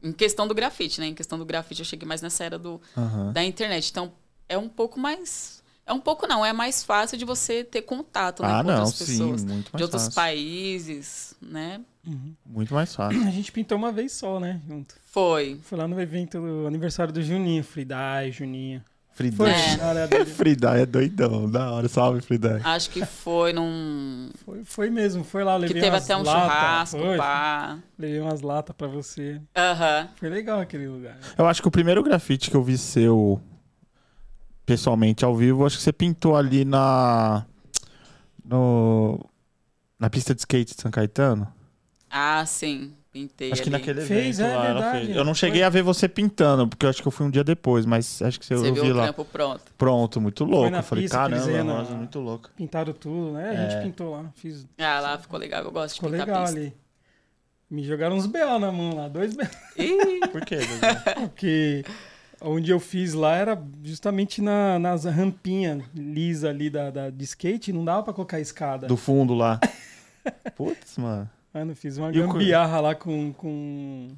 Speaker 3: Em questão do grafite, né? Em questão do grafite, eu cheguei mais nessa era do,
Speaker 1: Aham.
Speaker 3: da internet. Então, é um pouco mais. É um pouco não, é mais fácil de você ter contato né,
Speaker 1: Ah,
Speaker 3: com
Speaker 1: não,
Speaker 3: outras
Speaker 1: sim,
Speaker 3: pessoas.
Speaker 1: muito mais
Speaker 3: De outros
Speaker 1: fácil.
Speaker 3: países, né?
Speaker 2: Uhum.
Speaker 1: Muito mais fácil.
Speaker 2: A gente pintou uma vez só, né? Junto.
Speaker 3: Foi.
Speaker 2: Foi lá no evento do aniversário do Juninho. Falei, dai, Juninho. Foi.
Speaker 1: Fridai.
Speaker 3: É.
Speaker 2: cara dele.
Speaker 1: Fridai é doidão, da hora. Salve, Fridai.
Speaker 3: Acho que
Speaker 2: *laughs*
Speaker 3: foi num.
Speaker 2: Foi, foi mesmo, foi lá.
Speaker 3: Que
Speaker 2: Levei
Speaker 3: teve
Speaker 2: umas
Speaker 3: até um
Speaker 2: lata,
Speaker 3: churrasco,
Speaker 2: foi.
Speaker 3: pá.
Speaker 2: Levei umas latas pra você.
Speaker 3: Aham.
Speaker 2: Foi legal aquele lugar.
Speaker 1: Eu acho que o primeiro grafite que eu vi seu pessoalmente ao vivo, acho que você pintou ali na. No. Na pista de skate de São Caetano?
Speaker 3: Ah, sim. Pintei.
Speaker 1: acho que
Speaker 3: ali.
Speaker 1: naquele evento
Speaker 2: Fez, é
Speaker 1: lá, ela
Speaker 2: verdade.
Speaker 1: fez. Eu não cheguei a ver você pintando, porque eu acho que eu fui um dia depois, mas acho que você,
Speaker 3: Você
Speaker 1: eu
Speaker 3: viu
Speaker 1: vi
Speaker 3: o
Speaker 1: lá.
Speaker 3: trampo pronto.
Speaker 1: Pronto, muito louco.
Speaker 2: na
Speaker 1: Eu falei,
Speaker 2: pista que eles
Speaker 1: caramba,
Speaker 2: iam né?"
Speaker 1: é
Speaker 2: na-
Speaker 1: uma muito louca.
Speaker 2: Pintaram tudo, né? A
Speaker 1: É.
Speaker 2: gente pintou lá. Fiz...
Speaker 3: Ah, lá ficou legal. Eu gosto
Speaker 2: Ficou
Speaker 3: de pintar
Speaker 2: legal
Speaker 3: pista.
Speaker 2: ali. Me jogaram uns B.O. na mão lá. Dois B.O.
Speaker 3: Ih,
Speaker 1: Por quê?
Speaker 2: *laughs* Porque onde eu fiz lá era justamente na, nas rampinhas lisa ali da, da- de skate, não dava pra colocar escada.
Speaker 1: Do fundo
Speaker 2: *laughs*
Speaker 1: lá. Putz, mano.
Speaker 2: Aí eu fiz uma
Speaker 1: E o cu-
Speaker 2: gambiarra lá com, com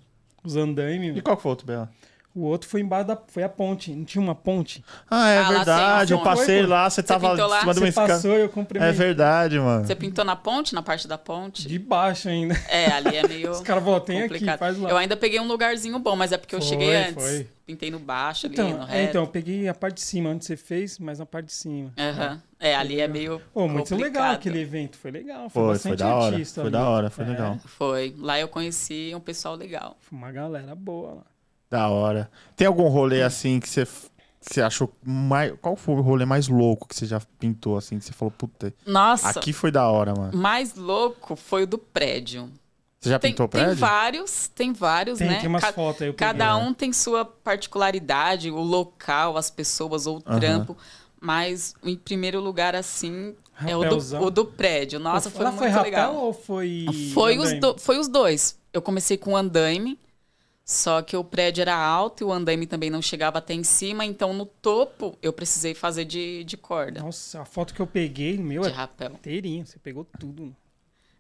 Speaker 2: os andaime.
Speaker 1: E qual que foi o outro, Bela?
Speaker 2: O outro foi embaixo da. Foi a ponte. Não tinha uma ponte?
Speaker 1: Ah, é
Speaker 3: Ah, lá sem
Speaker 1: verdade.
Speaker 3: a
Speaker 1: Eu
Speaker 3: fonte.
Speaker 1: passei lá, você tava
Speaker 3: pintou lá?
Speaker 1: em cima de uma
Speaker 2: Você
Speaker 1: escada.
Speaker 2: passou e eu comprei
Speaker 1: É verdade, mano.
Speaker 3: você pintou na ponte, na parte da ponte?
Speaker 2: de baixo ainda.
Speaker 3: É, ali é meio.
Speaker 2: Os caras falaram, *laughs* tem aqui,
Speaker 3: complicado.
Speaker 2: faz lá.
Speaker 3: Eu ainda peguei um lugarzinho bom, mas é porque eu
Speaker 2: Foi,
Speaker 3: cheguei antes.
Speaker 2: foi.
Speaker 3: Pintei no baixo, ali no
Speaker 2: Então, é,
Speaker 3: reto.
Speaker 2: então, eu peguei a parte de cima, onde você fez, mas na parte de cima.
Speaker 3: Aham. É, ali é meio.
Speaker 2: Pô, muito legal
Speaker 3: complicado.
Speaker 2: aquele evento, foi legal. Foi,
Speaker 1: Foi,
Speaker 2: bastante
Speaker 1: foi da hora.
Speaker 2: artista
Speaker 1: Foi
Speaker 2: ali.
Speaker 1: da hora, foi
Speaker 2: É,
Speaker 1: legal.
Speaker 3: Foi. Lá eu conheci um pessoal legal.
Speaker 2: Foi uma galera boa lá.
Speaker 1: Da hora. Tem algum rolê assim que você, f- que você achou mais. Qual foi o rolê mais louco que você já pintou assim? Que você falou, puta,
Speaker 3: Nossa,
Speaker 1: aqui foi da hora, mano.
Speaker 3: mais louco foi o do prédio.
Speaker 1: Você já
Speaker 3: Tem,
Speaker 1: pintou
Speaker 3: tem
Speaker 1: prédio?
Speaker 3: vários, tem vários,
Speaker 2: Tem,
Speaker 3: né?
Speaker 2: tem umas
Speaker 3: Ca-
Speaker 2: fotos aí. eu peguei.
Speaker 3: Cada um tem sua particularidade, o local, as pessoas, ou o
Speaker 1: Aham.
Speaker 3: trampo. Mas em primeiro lugar, assim, é o do,
Speaker 2: Rapelzão.
Speaker 3: o do prédio. Nossa, foi
Speaker 2: Ela
Speaker 3: muito
Speaker 2: foi rapel
Speaker 3: legal.
Speaker 2: ou foi.
Speaker 3: Ah, Foi os,
Speaker 2: andaime?
Speaker 3: do- foi os dois. Eu comecei com o andaime, só que o prédio era alto e o andaime também não chegava até em cima, então no topo eu precisei fazer de, de corda,
Speaker 2: Nossa, a foto que eu peguei, meu,
Speaker 3: de
Speaker 2: é
Speaker 3: rapel.
Speaker 2: inteirinho. Você pegou tudo. né?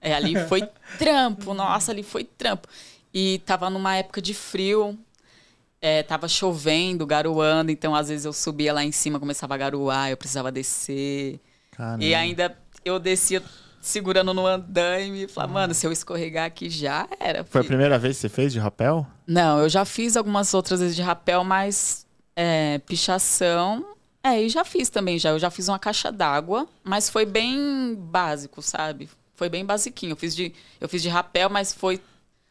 Speaker 3: É, ali foi trampo, nossa, ali foi trampo. E tava numa época de frio, é, tava chovendo, garoando, então às vezes eu subia lá em cima, começava a garoar, eu precisava descer.
Speaker 1: Caramba.
Speaker 3: E ainda eu descia segurando no andaime e falava, mano, se eu escorregar aqui já era.
Speaker 1: Foi a
Speaker 3: filho."
Speaker 1: primeira vez que você fez de rapel?
Speaker 3: Não, eu já fiz algumas outras vezes de rapel, mas é, pichação É, e já fiz também já. Eu já fiz uma caixa d'água, mas foi bem básico, sabe? Foi bem basiquinho. Eu fiz de, eu fiz de rapel, mas foi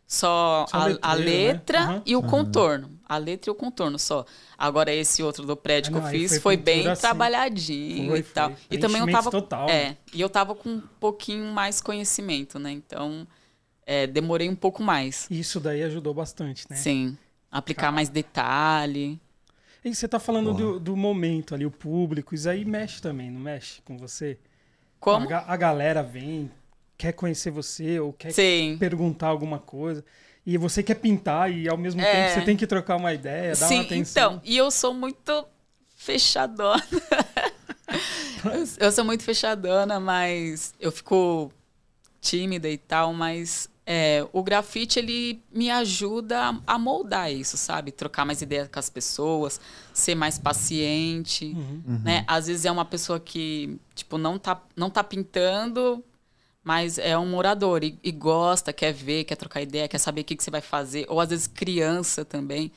Speaker 3: só
Speaker 2: Só
Speaker 3: a,
Speaker 2: letreiro,
Speaker 3: a
Speaker 2: né?
Speaker 3: letra
Speaker 2: Aham.
Speaker 3: e o contorno. A letra e o contorno só. Agora esse outro do prédio
Speaker 2: Ah,
Speaker 3: que
Speaker 2: não,
Speaker 3: eu
Speaker 2: aí
Speaker 3: fiz
Speaker 2: foi
Speaker 3: foi,
Speaker 2: pintura
Speaker 3: bem
Speaker 2: assim.
Speaker 3: trabalhadinho
Speaker 2: Foi,
Speaker 3: e tal.
Speaker 2: foi.
Speaker 3: E também eu tava
Speaker 2: Preenchimento total,
Speaker 3: é,
Speaker 2: né?
Speaker 3: e eu tava com um pouquinho mais conhecimento, né? Então, é, demorei um pouco mais.
Speaker 2: Isso daí ajudou bastante, né?
Speaker 3: Sim, aplicar mais detalhe.
Speaker 2: E você tá falando
Speaker 1: Porra.
Speaker 2: do, do momento ali, o público, isso aí mexe também, não mexe com você? A,
Speaker 3: Como?
Speaker 2: ga- a galera vem, quer conhecer você ou quer
Speaker 3: Sim.
Speaker 2: perguntar alguma coisa. E você quer pintar e ao mesmo
Speaker 3: É.
Speaker 2: tempo você tem que trocar uma ideia, dar
Speaker 3: Sim,
Speaker 2: É, uma atenção.
Speaker 3: então, e eu sou muito
Speaker 2: *laughs*
Speaker 3: fechadona. Eu- eu sou muito fechadona, mas eu fico tímida e tal, mas é, o grafite ele me ajuda a- a moldar isso, sabe? Trocar mais ideia com as pessoas, ser mais paciente,
Speaker 2: Uhum.
Speaker 3: né? Às vezes é uma pessoa que, tipo, não tá, não tá pintando, mas é um morador e, e gosta, quer ver, quer trocar ideia, quer saber o que, que você vai fazer. Ou às vezes criança também.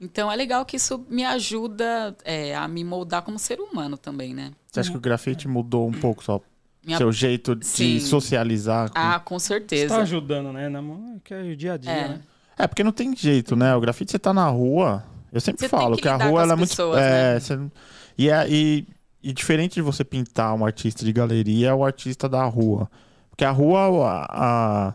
Speaker 3: Então é legal que isso me ajuda é, a me moldar como ser humano também, né?
Speaker 1: Você acha que o grafite mudou um pouco só?
Speaker 3: Minha-
Speaker 1: Seu jeito de
Speaker 3: Sim.
Speaker 1: socializar? com-
Speaker 3: Ah, com
Speaker 2: Você tá
Speaker 3: certeza.
Speaker 2: ajudando, né? Na mão, que é o dia a dia,
Speaker 3: É.
Speaker 2: né?
Speaker 1: É, porque não tem jeito, né? O grafite você tá na rua. Eu sempre
Speaker 3: Você tem
Speaker 1: falo
Speaker 3: que
Speaker 1: que, a
Speaker 3: lidar com
Speaker 1: rua
Speaker 3: as
Speaker 1: ela é muito.
Speaker 3: pessoas,
Speaker 1: é,
Speaker 3: né?
Speaker 1: você não- e, é- e- e diferente de você pintar um artista de galeria, é o artista da rua. Porque a rua, a, a,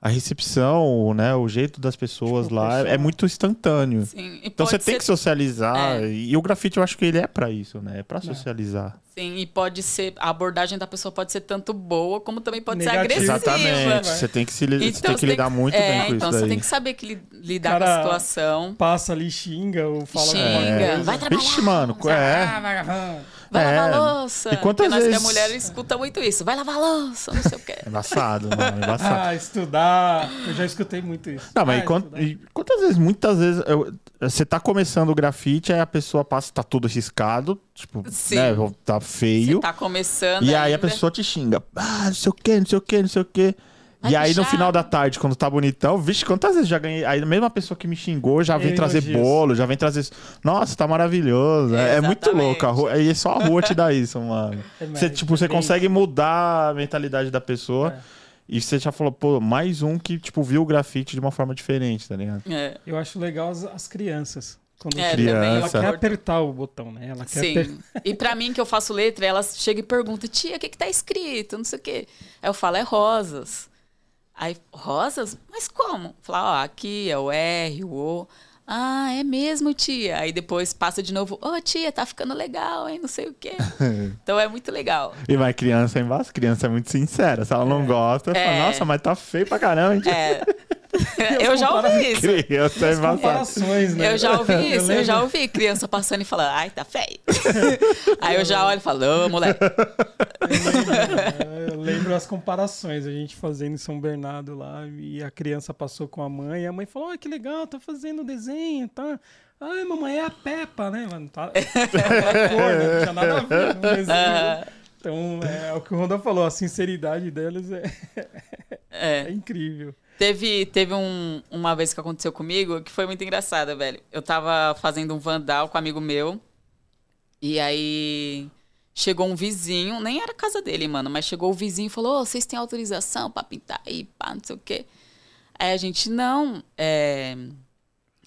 Speaker 1: a recepção, né? O jeito das pessoas
Speaker 2: Tipo,
Speaker 1: lá é,
Speaker 2: pessoa.
Speaker 1: é muito instantâneo.
Speaker 3: Sim, e
Speaker 1: Então
Speaker 3: pode
Speaker 1: você tem
Speaker 3: ser-
Speaker 1: que socializar.
Speaker 3: É.
Speaker 1: E o grafite eu acho que ele é pra isso, né? É pra socializar.
Speaker 3: Sim, e pode ser. A abordagem da pessoa pode ser tanto boa, como também pode
Speaker 2: Negativa.
Speaker 3: ser
Speaker 1: Exatamente.
Speaker 3: agressiva.
Speaker 1: Você tem que, se li-
Speaker 3: né, Então,
Speaker 1: você tem que lidar muito
Speaker 3: é,
Speaker 1: bem com
Speaker 3: então
Speaker 1: isso
Speaker 3: você
Speaker 1: daí.
Speaker 3: tem que saber que li- lidar com
Speaker 2: Cara,
Speaker 3: a situação.
Speaker 2: Passa ali, xinga ou fala alguma
Speaker 3: Xinga,
Speaker 2: coisa.
Speaker 3: vai trabalhar.
Speaker 1: É. Vixe, mano, é.
Speaker 2: Ah, vagabundo.
Speaker 3: Vai
Speaker 1: É.
Speaker 3: lavar louça.
Speaker 1: E quantas
Speaker 3: Porque nós que
Speaker 1: vezes-
Speaker 3: a mulher escuta muito isso. Vai lavar louça, não sei o quê.
Speaker 1: *laughs* Embaçado, mano. Embaçado.
Speaker 2: Ah, estudar. Eu já escutei muito isso.
Speaker 1: Não, mas
Speaker 2: ah,
Speaker 1: e quan-
Speaker 2: estudar.
Speaker 1: e quantas vezes, muitas vezes, eu- você tá começando o grafite, aí a pessoa passa, tá tudo riscado, tipo,
Speaker 3: Sim.
Speaker 1: né, tá feio.
Speaker 3: Você tá começando.
Speaker 1: E aí a
Speaker 3: ainda.
Speaker 1: pessoa te xinga. Ah, não sei o que, não sei o que, não sei o que.
Speaker 3: Vai
Speaker 1: e aí no
Speaker 3: deixar.
Speaker 1: final da tarde, quando tá bonitão, vixe, quantas vezes já ganhei. Aí a mesma pessoa que me xingou já vem
Speaker 2: Eu
Speaker 1: trazer
Speaker 2: elogio.
Speaker 1: bolo, já vem trazer. isso. Nossa, tá maravilhoso. É, é muito
Speaker 3: Exatamente.
Speaker 1: louco. A rua, e só a rua te dá isso, mano.
Speaker 2: É, mas
Speaker 1: Você, tipo, você
Speaker 2: bem-
Speaker 1: consegue mudar a mentalidade da pessoa.
Speaker 2: É.
Speaker 1: E você já falou, pô, mais um que, tipo, viu o grafite de uma forma diferente, tá ligado?
Speaker 3: É.
Speaker 2: Eu acho legal as, as crianças. Quando
Speaker 3: É,
Speaker 2: criança.
Speaker 1: também, eu
Speaker 2: ela quer
Speaker 1: concordo.
Speaker 2: apertar o botão, né? Ela quer apertar.
Speaker 3: Sim. E pra mim, que eu faço letra, elas chegam e perguntam, tia, o que que tá escrito? Não sei o quê. Aí eu falo, é rosas. Aí, rosas? Mas como? Falar, ó, aqui é o R, o O. Ah, é mesmo, tia. Aí depois passa de novo, ô, tia, tá ficando legal, hein? Não sei o
Speaker 2: *laughs*
Speaker 3: quê. Então é muito legal.
Speaker 1: E vai criança é embaixo, criança é muito sincera. Se ela não gosta,
Speaker 3: É.
Speaker 1: fala, nossa, mas tá feio pra caramba, gente.
Speaker 2: *laughs*
Speaker 3: É. eu já ouvi isso.
Speaker 1: Criança é embaçada.
Speaker 2: Comparações, né?
Speaker 3: Eu já ouvi isso, eu
Speaker 2: lembro.
Speaker 3: já ouvi criança passando e falando, ai, tá feio.
Speaker 2: *laughs*
Speaker 3: Aí eu já olho e falo, ô, moleque.
Speaker 2: É, Eu lembro as comparações, a gente fazendo em São Bernardo lá, e a criança passou com a mãe, e a mãe falou, olha que legal, tá fazendo desenho, tá... Ai, mamãe, é a Peppa, né, mano? Tá... tá na cor, né? Não tinha nada a ver com o desenho.
Speaker 3: Aham.
Speaker 2: Então, é o que o Ronda falou, a sinceridade delas é,
Speaker 3: É.
Speaker 2: é incrível.
Speaker 3: Teve, teve um- uma vez que aconteceu comigo que foi muito engraçada, velho. Eu tava fazendo um vandal com um amigo meu. E aí chegou um vizinho, nem era a casa dele, mano, mas chegou o vizinho e falou: Ô, vocês têm autorização pra pintar aí, pá, não sei o quê. Aí a gente, não, é,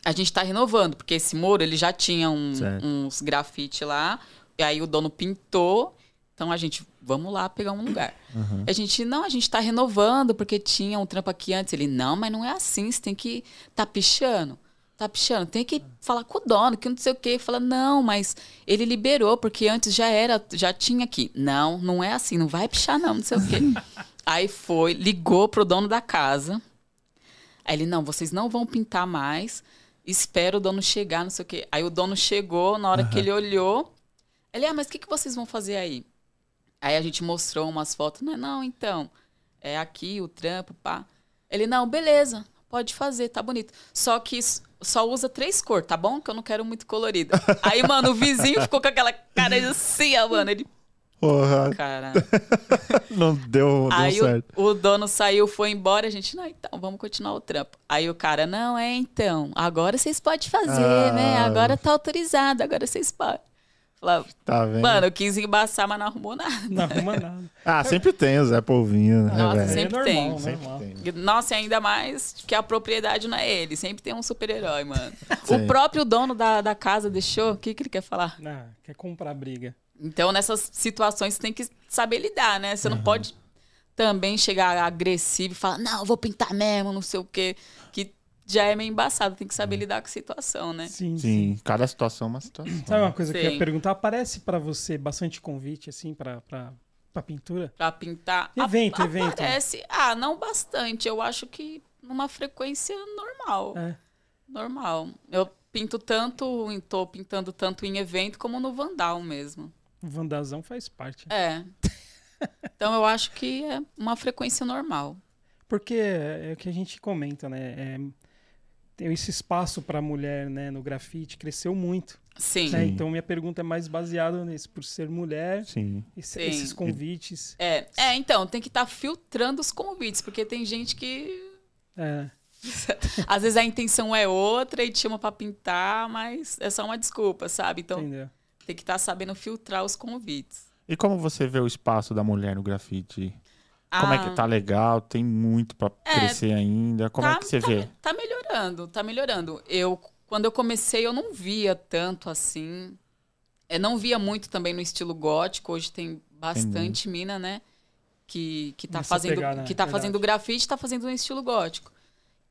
Speaker 3: a gente tá renovando, porque esse muro ele já tinha um-
Speaker 1: Certo.
Speaker 3: uns grafite lá. E aí o dono pintou. Então a gente, vamos lá pegar um lugar. A gente, não, a gente tá renovando, porque tinha um trampo aqui antes. Ele, não, mas não é assim, você tem que tá pichando. Tá pichando, tem que falar com o dono, que não sei o quê. Fala, não, mas ele liberou, porque antes já era, já tinha aqui. Não, não é assim, não vai pichar, não, não sei o quê. Aí foi, ligou pro dono da casa. Aí ele, não, vocês não vão pintar mais. Espera o dono chegar, não sei o quê. Aí o dono chegou, na hora que ele olhou, ele, ah, mas o que, que vocês vão fazer aí? Aí a gente mostrou umas fotos. Não, não, então, é aqui o trampo, pá. Ele, não, beleza, pode fazer, tá bonito. Só que s- só usa três cores, tá bom? Que eu não quero
Speaker 1: *laughs*
Speaker 3: muito colorido. Aí, mano, o vizinho ficou com aquela cara de assim, ó, mano. Ele,
Speaker 1: Porra,
Speaker 3: cara.
Speaker 1: não deu, deu
Speaker 3: Aí
Speaker 1: certo.
Speaker 3: o, o dono saiu, foi embora, a gente, não, então, vamos continuar o trampo. Aí o cara, não, é então, agora vocês podem fazer,
Speaker 1: Ah.
Speaker 3: né? Agora tá autorizado, agora vocês podem. Falava,
Speaker 1: Tá vendo?
Speaker 3: mano, eu quis embaçar, mas não arrumou nada.
Speaker 2: Não arruma nada. É
Speaker 1: Ah, sempre tem o Zé Polvinho, né,
Speaker 3: Nossa,
Speaker 1: velho?
Speaker 3: sempre tem. né?
Speaker 2: normal,
Speaker 1: Sempre
Speaker 2: normal.
Speaker 1: tem.
Speaker 3: E, Nossa, e ainda mais que a propriedade não é ele. Sempre tem um super-herói, mano.
Speaker 1: Sim.
Speaker 3: O próprio dono da, da casa deixou. O que, que ele quer falar?
Speaker 2: Ah, quer comprar briga.
Speaker 3: Então, nessas situações, você tem que saber lidar, né? Você não pode também chegar agressivo e falar, não, eu vou pintar mesmo, não sei o quê. Que já é meio embaçado. Tem que saber lidar com a situação, né?
Speaker 2: Sim, sim.
Speaker 1: Sim, cada situação é uma situação.
Speaker 2: Sabe uma coisa que eu ia
Speaker 3: Sim.
Speaker 2: perguntar? Aparece pra você bastante convite, assim, pra, pra, pra pintura?
Speaker 3: Pra pintar. a-
Speaker 2: Evento, evento.
Speaker 3: Aparece. Ah, não bastante. Eu acho que numa frequência normal.
Speaker 2: É.
Speaker 3: Normal. Eu pinto tanto, em- tô pintando tanto em evento como no Vandal mesmo.
Speaker 2: O Vandazão faz parte. *laughs*
Speaker 3: É. Então eu acho que é uma frequência normal.
Speaker 2: Porque é o que a gente comenta, né? É, tem esse espaço pra mulher, né, no grafite, cresceu muito.
Speaker 3: Sim.
Speaker 2: né?
Speaker 1: Sim.
Speaker 2: Então minha pergunta é mais baseada nesse, por ser mulher,
Speaker 1: Sim.
Speaker 2: esse-
Speaker 3: Sim.
Speaker 2: esses convites.
Speaker 3: É. É, então, tem que estar filtrando os convites, porque tem gente que.
Speaker 2: É,
Speaker 3: Às vezes a intenção é outra e te chama pra pintar, mas é só uma desculpa, sabe? Então
Speaker 2: entendeu?
Speaker 3: tem que estar sabendo filtrar os convites.
Speaker 1: E como você vê o espaço da mulher no grafite? Como é
Speaker 3: Ah.
Speaker 1: que tá legal? Tem muito pra
Speaker 3: É,
Speaker 1: crescer ainda. Como
Speaker 3: tá,
Speaker 1: é que você
Speaker 3: tá-
Speaker 1: vê?
Speaker 3: Tá melhorando, tá melhorando. Eu, quando eu comecei, eu não via tanto assim. Eu não via muito também no estilo gótico. Hoje tem bastante mina, né? Que, que tá
Speaker 2: Nessa
Speaker 3: fazendo
Speaker 2: pegada, né?
Speaker 3: que tá
Speaker 2: Verdade.
Speaker 3: fazendo grafite, tá fazendo no estilo gótico.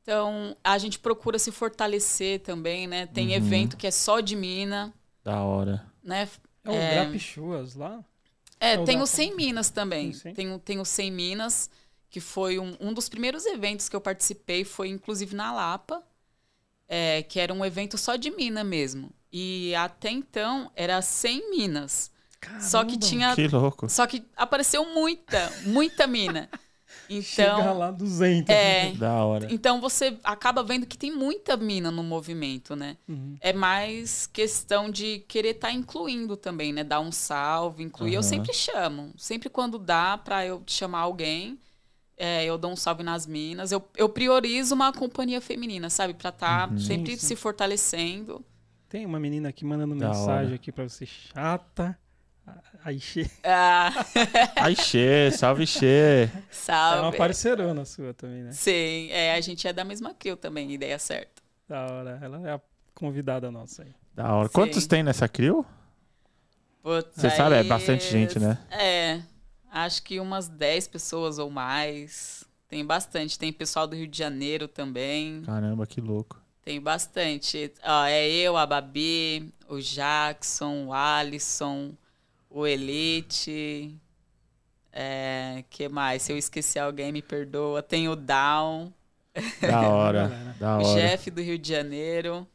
Speaker 3: Então, a gente procura se fortalecer também, né? Tem
Speaker 1: Uhum.
Speaker 3: evento que é só de mina,
Speaker 1: Da hora.
Speaker 3: né?
Speaker 2: É o
Speaker 3: É.
Speaker 2: Grapichuas lá?
Speaker 3: É,
Speaker 2: É o
Speaker 3: tem
Speaker 2: da-
Speaker 3: o 100 Minas também.
Speaker 2: Sim, sim.
Speaker 3: Tem, o- tem o 100 Minas, que foi um, um dos primeiros eventos que eu participei, foi inclusive na Lapa, é, que era um evento só de mina mesmo. E até então era 100 minas. só que
Speaker 2: Caramba,
Speaker 3: tinha.
Speaker 1: Que louco.
Speaker 3: Só que apareceu muita, muita mina.
Speaker 2: *laughs* Chega
Speaker 3: Então.
Speaker 2: lá 200.
Speaker 3: É,
Speaker 1: Da hora.
Speaker 3: então você acaba vendo que tem muita mina no movimento, né?
Speaker 2: Uhum.
Speaker 3: É mais questão de querer estar incluindo também, né? Dar um salve, incluir. Eu
Speaker 1: Aham.
Speaker 3: sempre chamo. Sempre quando dá pra eu chamar alguém, é, eu dou um salve nas minas. Eu, eu priorizo uma companhia feminina, sabe? Pra estar
Speaker 1: Uhum.
Speaker 3: sempre
Speaker 2: Sim, sim.
Speaker 3: se fortalecendo.
Speaker 2: Tem uma menina aqui mandando
Speaker 1: Da
Speaker 2: mensagem
Speaker 1: hora.
Speaker 2: aqui pra você, chata. Aí chega.
Speaker 3: Ah,
Speaker 1: Ai, Xê, salve Xê.
Speaker 2: É uma
Speaker 3: salve.
Speaker 2: parceirona sua também, né?
Speaker 3: Sim, é, a gente é da mesma crew também, ideia certa.
Speaker 2: Da hora. Ela é a convidada nossa aí.
Speaker 1: Da hora.
Speaker 3: Sim.
Speaker 1: Quantos tem nessa crew?
Speaker 3: Putz,
Speaker 1: Você sabe, é
Speaker 3: aí-
Speaker 1: bastante gente, né?
Speaker 3: É, acho que umas 10 pessoas ou mais. Tem bastante. Tem pessoal do Rio de Janeiro também.
Speaker 1: Caramba, que louco.
Speaker 3: Tem bastante. Ó, é eu, a Babi, o Jackson, o Alisson, o Elite. É, que mais? Se eu esqueci alguém, me perdoa. Tem o Down,
Speaker 1: Da hora.
Speaker 2: galera.
Speaker 1: da
Speaker 3: o
Speaker 1: hora.
Speaker 3: Jeff do Rio de Janeiro.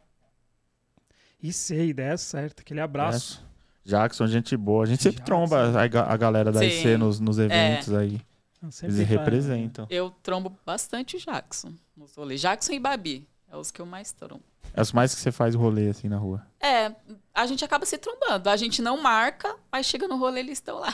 Speaker 2: E sei, ideia certa. Aquele abraço.
Speaker 1: É. Jackson, gente boa. A gente sempre
Speaker 2: Jackson.
Speaker 1: tromba a, ga- a galera da
Speaker 3: Sim. É.
Speaker 1: IC nos, nos eventos aí.
Speaker 2: Não, sempre
Speaker 1: Eles
Speaker 2: tá, né?
Speaker 1: representam.
Speaker 3: Eu trombo bastante o Jackson. nos rolês. Jackson e Babi. É os que eu mais trombo.
Speaker 1: É os mais que você faz rolê assim na rua. *laughs*
Speaker 3: É, a gente acaba se trombando. A gente não marca, mas chega no rolê eles estão lá.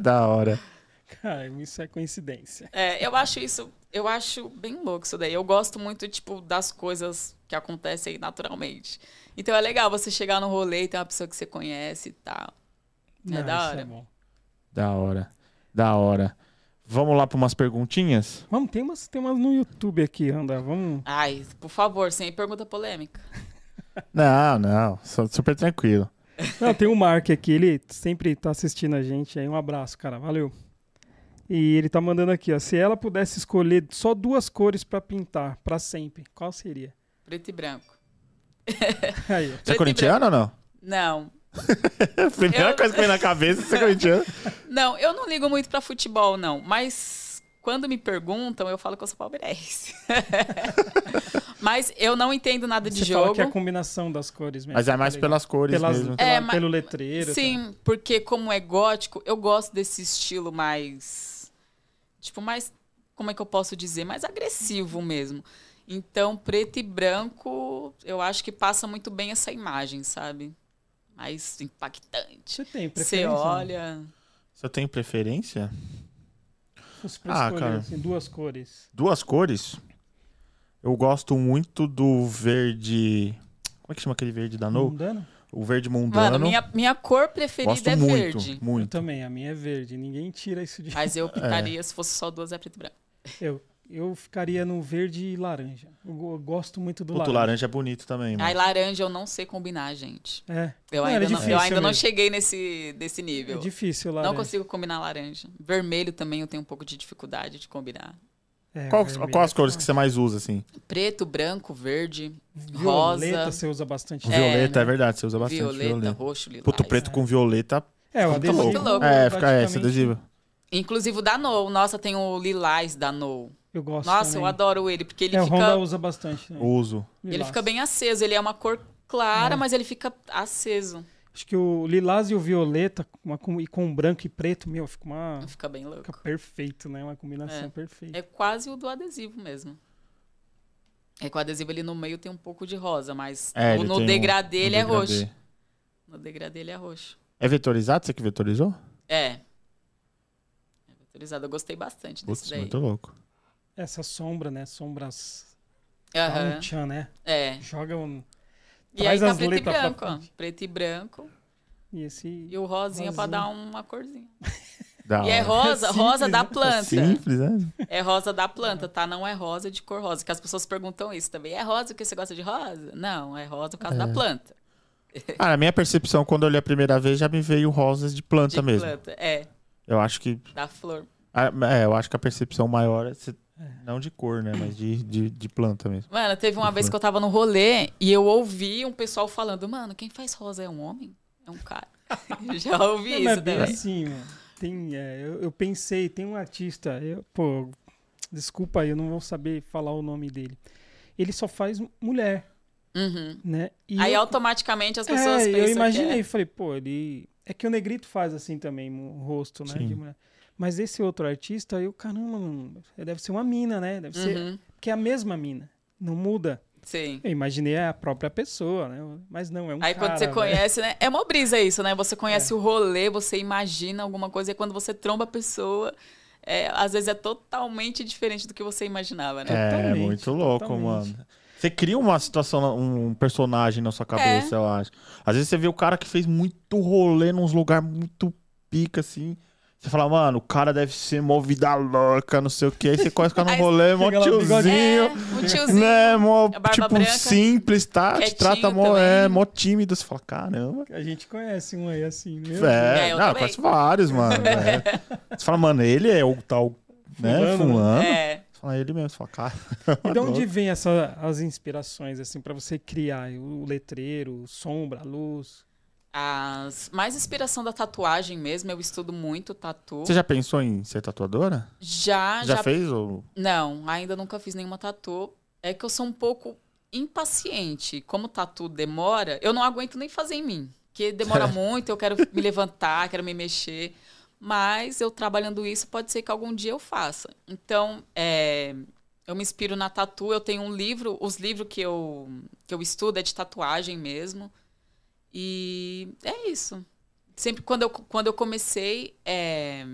Speaker 1: da hora.
Speaker 2: *laughs* Cara, isso é coincidência.
Speaker 3: É, eu acho isso, eu acho bem louco isso daí. Eu gosto muito, tipo, das coisas que acontecem naturalmente. Então é legal você chegar no rolê e ter uma pessoa que você conhece e tal.
Speaker 2: Não,
Speaker 3: É da
Speaker 2: isso é
Speaker 3: hora.
Speaker 2: bom.
Speaker 1: Da hora. Da hora. Vamos lá para umas perguntinhas?
Speaker 2: Vamos, tem umas, tem umas no YouTube aqui, André. Vamos.
Speaker 3: Ai, por favor, sem pergunta polêmica.
Speaker 1: Não, não. Sou super tranquilo.
Speaker 2: Não, tem o Mark aqui, ele sempre tá assistindo a gente aí. Um abraço, cara. Valeu. E ele tá mandando aqui, ó. Se ela pudesse escolher só duas cores pra pintar, pra sempre, qual seria? *laughs*
Speaker 3: Preto e branco.
Speaker 2: Aí, ó.
Speaker 1: Você é
Speaker 3: e
Speaker 1: corintiano ou não?
Speaker 3: Não.
Speaker 1: A *laughs* primeira
Speaker 3: Eu-
Speaker 1: coisa que vem na cabeça é ser
Speaker 3: *laughs*
Speaker 1: corintiano.
Speaker 3: Não, eu não ligo muito pra futebol, não. Mas quando me perguntam, eu falo que eu sou palmeirense. *laughs* mas eu não entendo nada de
Speaker 2: Você
Speaker 3: jogo.
Speaker 2: fala que é a combinação das cores mesmo.
Speaker 1: Mas é mais
Speaker 2: tá ligado?
Speaker 1: pelas cores
Speaker 2: Pelas- *laughs*
Speaker 1: mesmo.
Speaker 2: pela-
Speaker 3: É, mas-
Speaker 2: pelo letreiro. tá?
Speaker 3: Sim, porque como é gótico, eu gosto desse estilo mais. Tipo, mais. Como é que eu posso dizer? Mais agressivo mesmo. Então, preto e branco, eu acho que passa muito bem essa imagem, sabe? Mais impactante.
Speaker 2: Você tem
Speaker 3: Você
Speaker 2: preferência? né?
Speaker 3: olha.
Speaker 1: Você tem preferência?
Speaker 2: Os pra
Speaker 1: Ah,
Speaker 2: escolher,
Speaker 1: cara.
Speaker 2: assim, duas cores.
Speaker 1: Duas cores? Eu gosto muito do verde. Como é que chama aquele verde da No?
Speaker 2: Mundano?
Speaker 1: O verde mundano.
Speaker 3: Hum. Mano, minha, minha cor preferida
Speaker 1: gosto
Speaker 3: é
Speaker 1: muito,
Speaker 3: verde.
Speaker 2: Eu
Speaker 1: muito.
Speaker 2: também, a minha é verde. Ninguém tira isso de.
Speaker 1: *laughs*
Speaker 3: Mas eu
Speaker 1: É.
Speaker 3: optaria se fosse só duas, é preto e branco.
Speaker 2: Eu, eu ficaria no verde e laranja. Eu, go- eu gosto muito do
Speaker 1: Puto, laranja.
Speaker 2: laranja.
Speaker 1: é bonito também, mano.
Speaker 3: Aí laranja eu não sei combinar, gente.
Speaker 2: É.
Speaker 3: Eu
Speaker 2: Não, era
Speaker 3: ainda, não,
Speaker 2: difícil
Speaker 3: eu ainda não
Speaker 2: mesmo.
Speaker 3: cheguei nesse desse nível.
Speaker 2: É difícil o laranja.
Speaker 3: não consigo combinar laranja. Vermelho também eu tenho um pouco de dificuldade de combinar.
Speaker 2: É,
Speaker 1: Qual,
Speaker 2: vermelho
Speaker 1: qual as
Speaker 2: é
Speaker 1: cores que
Speaker 2: fácil.
Speaker 1: você mais usa, assim?
Speaker 3: Preto, branco, verde,
Speaker 2: Violeta
Speaker 3: rosa.
Speaker 2: você usa bastante.
Speaker 3: É,
Speaker 1: violeta,
Speaker 3: né?
Speaker 1: é verdade, você usa bastante
Speaker 3: violeta,
Speaker 1: violeta.
Speaker 3: roxo, lilás.
Speaker 1: Puto, preto com violeta.
Speaker 2: É, o
Speaker 1: fica
Speaker 2: adesivo.
Speaker 1: louco.
Speaker 3: louco.
Speaker 1: É, fica é, esse
Speaker 2: praticamente,
Speaker 1: adesivo.
Speaker 3: Inclusive o da No. Nossa, tem o lilás da No.
Speaker 2: Eu gosto
Speaker 3: Nossa,
Speaker 2: também.
Speaker 3: eu adoro ele, porque ele
Speaker 2: é, o Honda
Speaker 3: fica
Speaker 2: usa bastante. né?
Speaker 1: Uso.
Speaker 3: ele
Speaker 2: Lilás.
Speaker 3: fica bem aceso. Ele é uma cor
Speaker 1: É.
Speaker 3: clara, mas ele fica aceso.
Speaker 2: Acho que o lilás e o violeta, uma com- e com branco e preto, meu, fica uma.
Speaker 3: Fica bem louco.
Speaker 2: Fica perfeito, né? Uma combinação
Speaker 3: É.
Speaker 2: perfeita.
Speaker 3: É quase o do adesivo mesmo. É que o adesivo ali no meio tem um pouco de rosa, mas
Speaker 1: É,
Speaker 3: o-
Speaker 1: ele
Speaker 3: no
Speaker 1: tem um-
Speaker 3: degradê
Speaker 1: um
Speaker 3: ele é
Speaker 1: degradê.
Speaker 3: roxo. No degradê ele é roxo.
Speaker 1: É vetorizado? Você que vetorizou?
Speaker 3: É. É vetorizado. Eu gostei bastante desse
Speaker 1: Putz,
Speaker 3: daí.
Speaker 2: então
Speaker 1: muito louco.
Speaker 2: Essa sombra, né? Sombras. Dá
Speaker 3: Aham.
Speaker 2: um tchan, né?
Speaker 3: É.
Speaker 2: Joga um.
Speaker 3: E aí
Speaker 2: Traz
Speaker 3: tá
Speaker 2: as
Speaker 3: preto e
Speaker 2: letras pra
Speaker 3: branco, ó.
Speaker 2: frente.
Speaker 3: Preto e branco.
Speaker 2: E esse.
Speaker 3: E o rosinha pra
Speaker 2: Rosinha.
Speaker 3: dar uma corzinha.
Speaker 1: Da
Speaker 3: E é
Speaker 1: hora. É
Speaker 3: rosa,
Speaker 2: Simples,
Speaker 3: rosa da
Speaker 2: Ah, né?
Speaker 3: planta.
Speaker 1: Simples,
Speaker 3: *laughs*
Speaker 1: né?
Speaker 3: É rosa da planta, tá? Não é rosa de cor rosa. Que as pessoas perguntam isso também. É rosa porque você gosta de rosa? Não, é rosa por causa da planta.
Speaker 1: Ah, na minha percepção, quando eu li a primeira vez, já me veio rosas de planta
Speaker 3: De
Speaker 1: mesmo.
Speaker 3: planta. É,
Speaker 1: Eu acho que.
Speaker 3: da flor.
Speaker 1: ah, É, eu acho que a percepção maior é. se- Não de cor, né? Mas de, de, de planta mesmo.
Speaker 3: Mano, teve uma vez que eu tava no rolê e eu ouvi um pessoal falando, mano, quem faz rosa é um homem? É um cara. *laughs* Já ouvi
Speaker 2: Não, mas
Speaker 3: isso
Speaker 2: é bem
Speaker 3: também.
Speaker 2: assim, mano. Tem, é, eu, eu pensei, tem um artista, eu- pô, desculpa aí, eu não vou saber falar o nome dele. Ele só faz mulher,
Speaker 3: Uhum.
Speaker 2: né? E
Speaker 3: Aí
Speaker 2: eu,
Speaker 3: automaticamente as pessoas
Speaker 2: é,
Speaker 3: pensam.
Speaker 2: eu imaginei,
Speaker 3: Que
Speaker 2: falei, pô, ele. É que o Negrito faz assim também, o rosto, né?
Speaker 1: Sim.
Speaker 2: De mulher. Mas esse outro artista, eu, caramba, mano, deve ser uma mina, né? Deve
Speaker 3: é.
Speaker 2: ser.
Speaker 3: Uhum,
Speaker 2: Que é a mesma mina. Não muda.
Speaker 3: Sim.
Speaker 2: Eu imaginei a própria pessoa, né? Mas não, é um cara.
Speaker 3: Aí quando você
Speaker 2: velho.
Speaker 3: conhece, né? É uma brisa isso, né? Você conhece
Speaker 2: É.
Speaker 3: o rolê, você imagina alguma coisa, e quando você tromba a pessoa, é, às vezes é totalmente diferente do que você imaginava, né?
Speaker 1: É,
Speaker 2: Totalmente,
Speaker 1: muito louco,
Speaker 2: totalmente.
Speaker 1: mano. Você cria uma situação, um personagem
Speaker 3: É.
Speaker 1: na sua cabeça, eu acho. Às vezes você vê o cara que fez muito rolê nos lugares muito pica, assim. Você fala, mano, o cara deve ser mó vida louca, não sei o quê. Aí você conhece o cara no
Speaker 3: Aí-
Speaker 1: rolê, mó
Speaker 2: Chega lá,
Speaker 3: É,
Speaker 1: tiozinho.
Speaker 3: um tiozinho.
Speaker 1: Né, mó,
Speaker 3: a barba
Speaker 1: tipo,
Speaker 3: branca,
Speaker 1: simples, tá? Te
Speaker 3: quietinho
Speaker 1: trata mó, é,
Speaker 3: também.
Speaker 1: mó tímido. Você fala, caramba.
Speaker 2: A gente conhece um aí assim, né?
Speaker 1: É,
Speaker 3: É, eu
Speaker 1: não,
Speaker 3: também.
Speaker 1: conhece vários,
Speaker 3: *laughs*
Speaker 1: mano. é. Você fala, mano, ele é o tal, né,
Speaker 2: Fulano, né?
Speaker 1: fulano.
Speaker 3: É.
Speaker 1: Você fala, ele mesmo. Você fala, cara.
Speaker 2: E de onde vem essa, as inspirações, assim, pra você criar o letreiro, sombra, luz?
Speaker 3: As... Mais inspiração da tatuagem mesmo, eu estudo muito tatu.
Speaker 1: Você já pensou em ser tatuadora?
Speaker 3: Já,
Speaker 1: Já,
Speaker 3: Ah, já
Speaker 1: fez ou *laughs*
Speaker 3: Não, ainda nunca fiz nenhuma tatu. É que eu sou um pouco impaciente. Como tatu demora, eu não aguento nem fazer em mim. Porque demora muito, eu quero me levantar, quero me mexer. Mas eu trabalhando isso, pode ser que algum dia eu faça. Então, é, eu me inspiro na tatu. Eu tenho um livro, os livros que eu, que eu estudo é de tatuagem mesmo. E é isso. Sempre quando eu, quando eu comecei, é,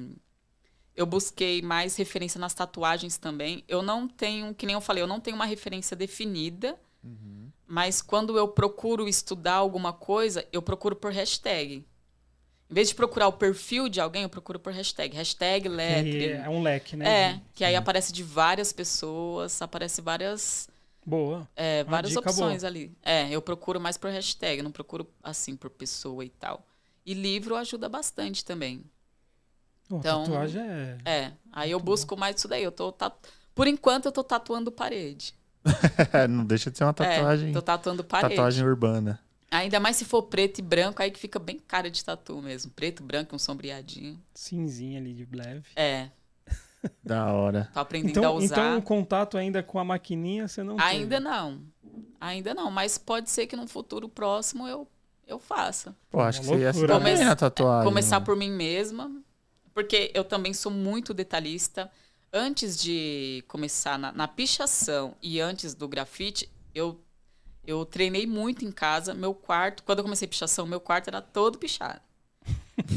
Speaker 3: eu busquei mais referência nas tatuagens também. Eu não tenho, que nem eu falei, eu não tenho uma referência definida, mas quando eu procuro estudar alguma coisa, eu procuro por hashtag. Em vez de procurar o perfil de alguém, eu procuro por hashtag. Hashtag
Speaker 2: Que
Speaker 3: letra.
Speaker 2: é um leque, né?
Speaker 3: É, que aí aparece de várias pessoas, aparece várias,
Speaker 2: Boa.
Speaker 3: é,
Speaker 2: Uma
Speaker 3: várias
Speaker 2: Ah, dica
Speaker 3: opções ali. É, eu procuro mais por hashtag, eu não procuro assim por pessoa e tal. E livro ajuda bastante também.
Speaker 2: Pô,
Speaker 3: Então-
Speaker 2: tatuagem é...
Speaker 3: É, aí eu busco mais isso daí. Eu tô tatu... Por enquanto, eu tô tatuando parede.
Speaker 1: É, não deixa de ser uma tatuagem,
Speaker 3: É, tô tatuando parede.
Speaker 1: tatuagem urbana.
Speaker 3: Ainda mais se for preto e branco, aí que fica bem cara de tatu mesmo. Preto, branco, um sombreadinho.
Speaker 2: cinzinha ali de leve.
Speaker 3: É,
Speaker 1: Da hora.
Speaker 3: tô aprendendo a
Speaker 2: Então, então
Speaker 3: usar.
Speaker 2: o contato ainda com a maquininha você não
Speaker 3: Ainda não. Ainda não, mas pode ser que num futuro próximo eu, eu faça.
Speaker 1: Pô, acho que
Speaker 2: É Uma
Speaker 1: você ia se
Speaker 2: loucura,
Speaker 1: dar bem
Speaker 3: né?
Speaker 1: na tatuagem.
Speaker 3: Começar
Speaker 1: mano.
Speaker 3: por mim mesma, porque eu também sou muito detalhista. Antes de começar na, na pichação e antes do grafite, eu,
Speaker 1: *laughs*
Speaker 3: eu treinei muito em casa. Meu quarto, quando eu comecei pichação, meu quarto era todo pichado.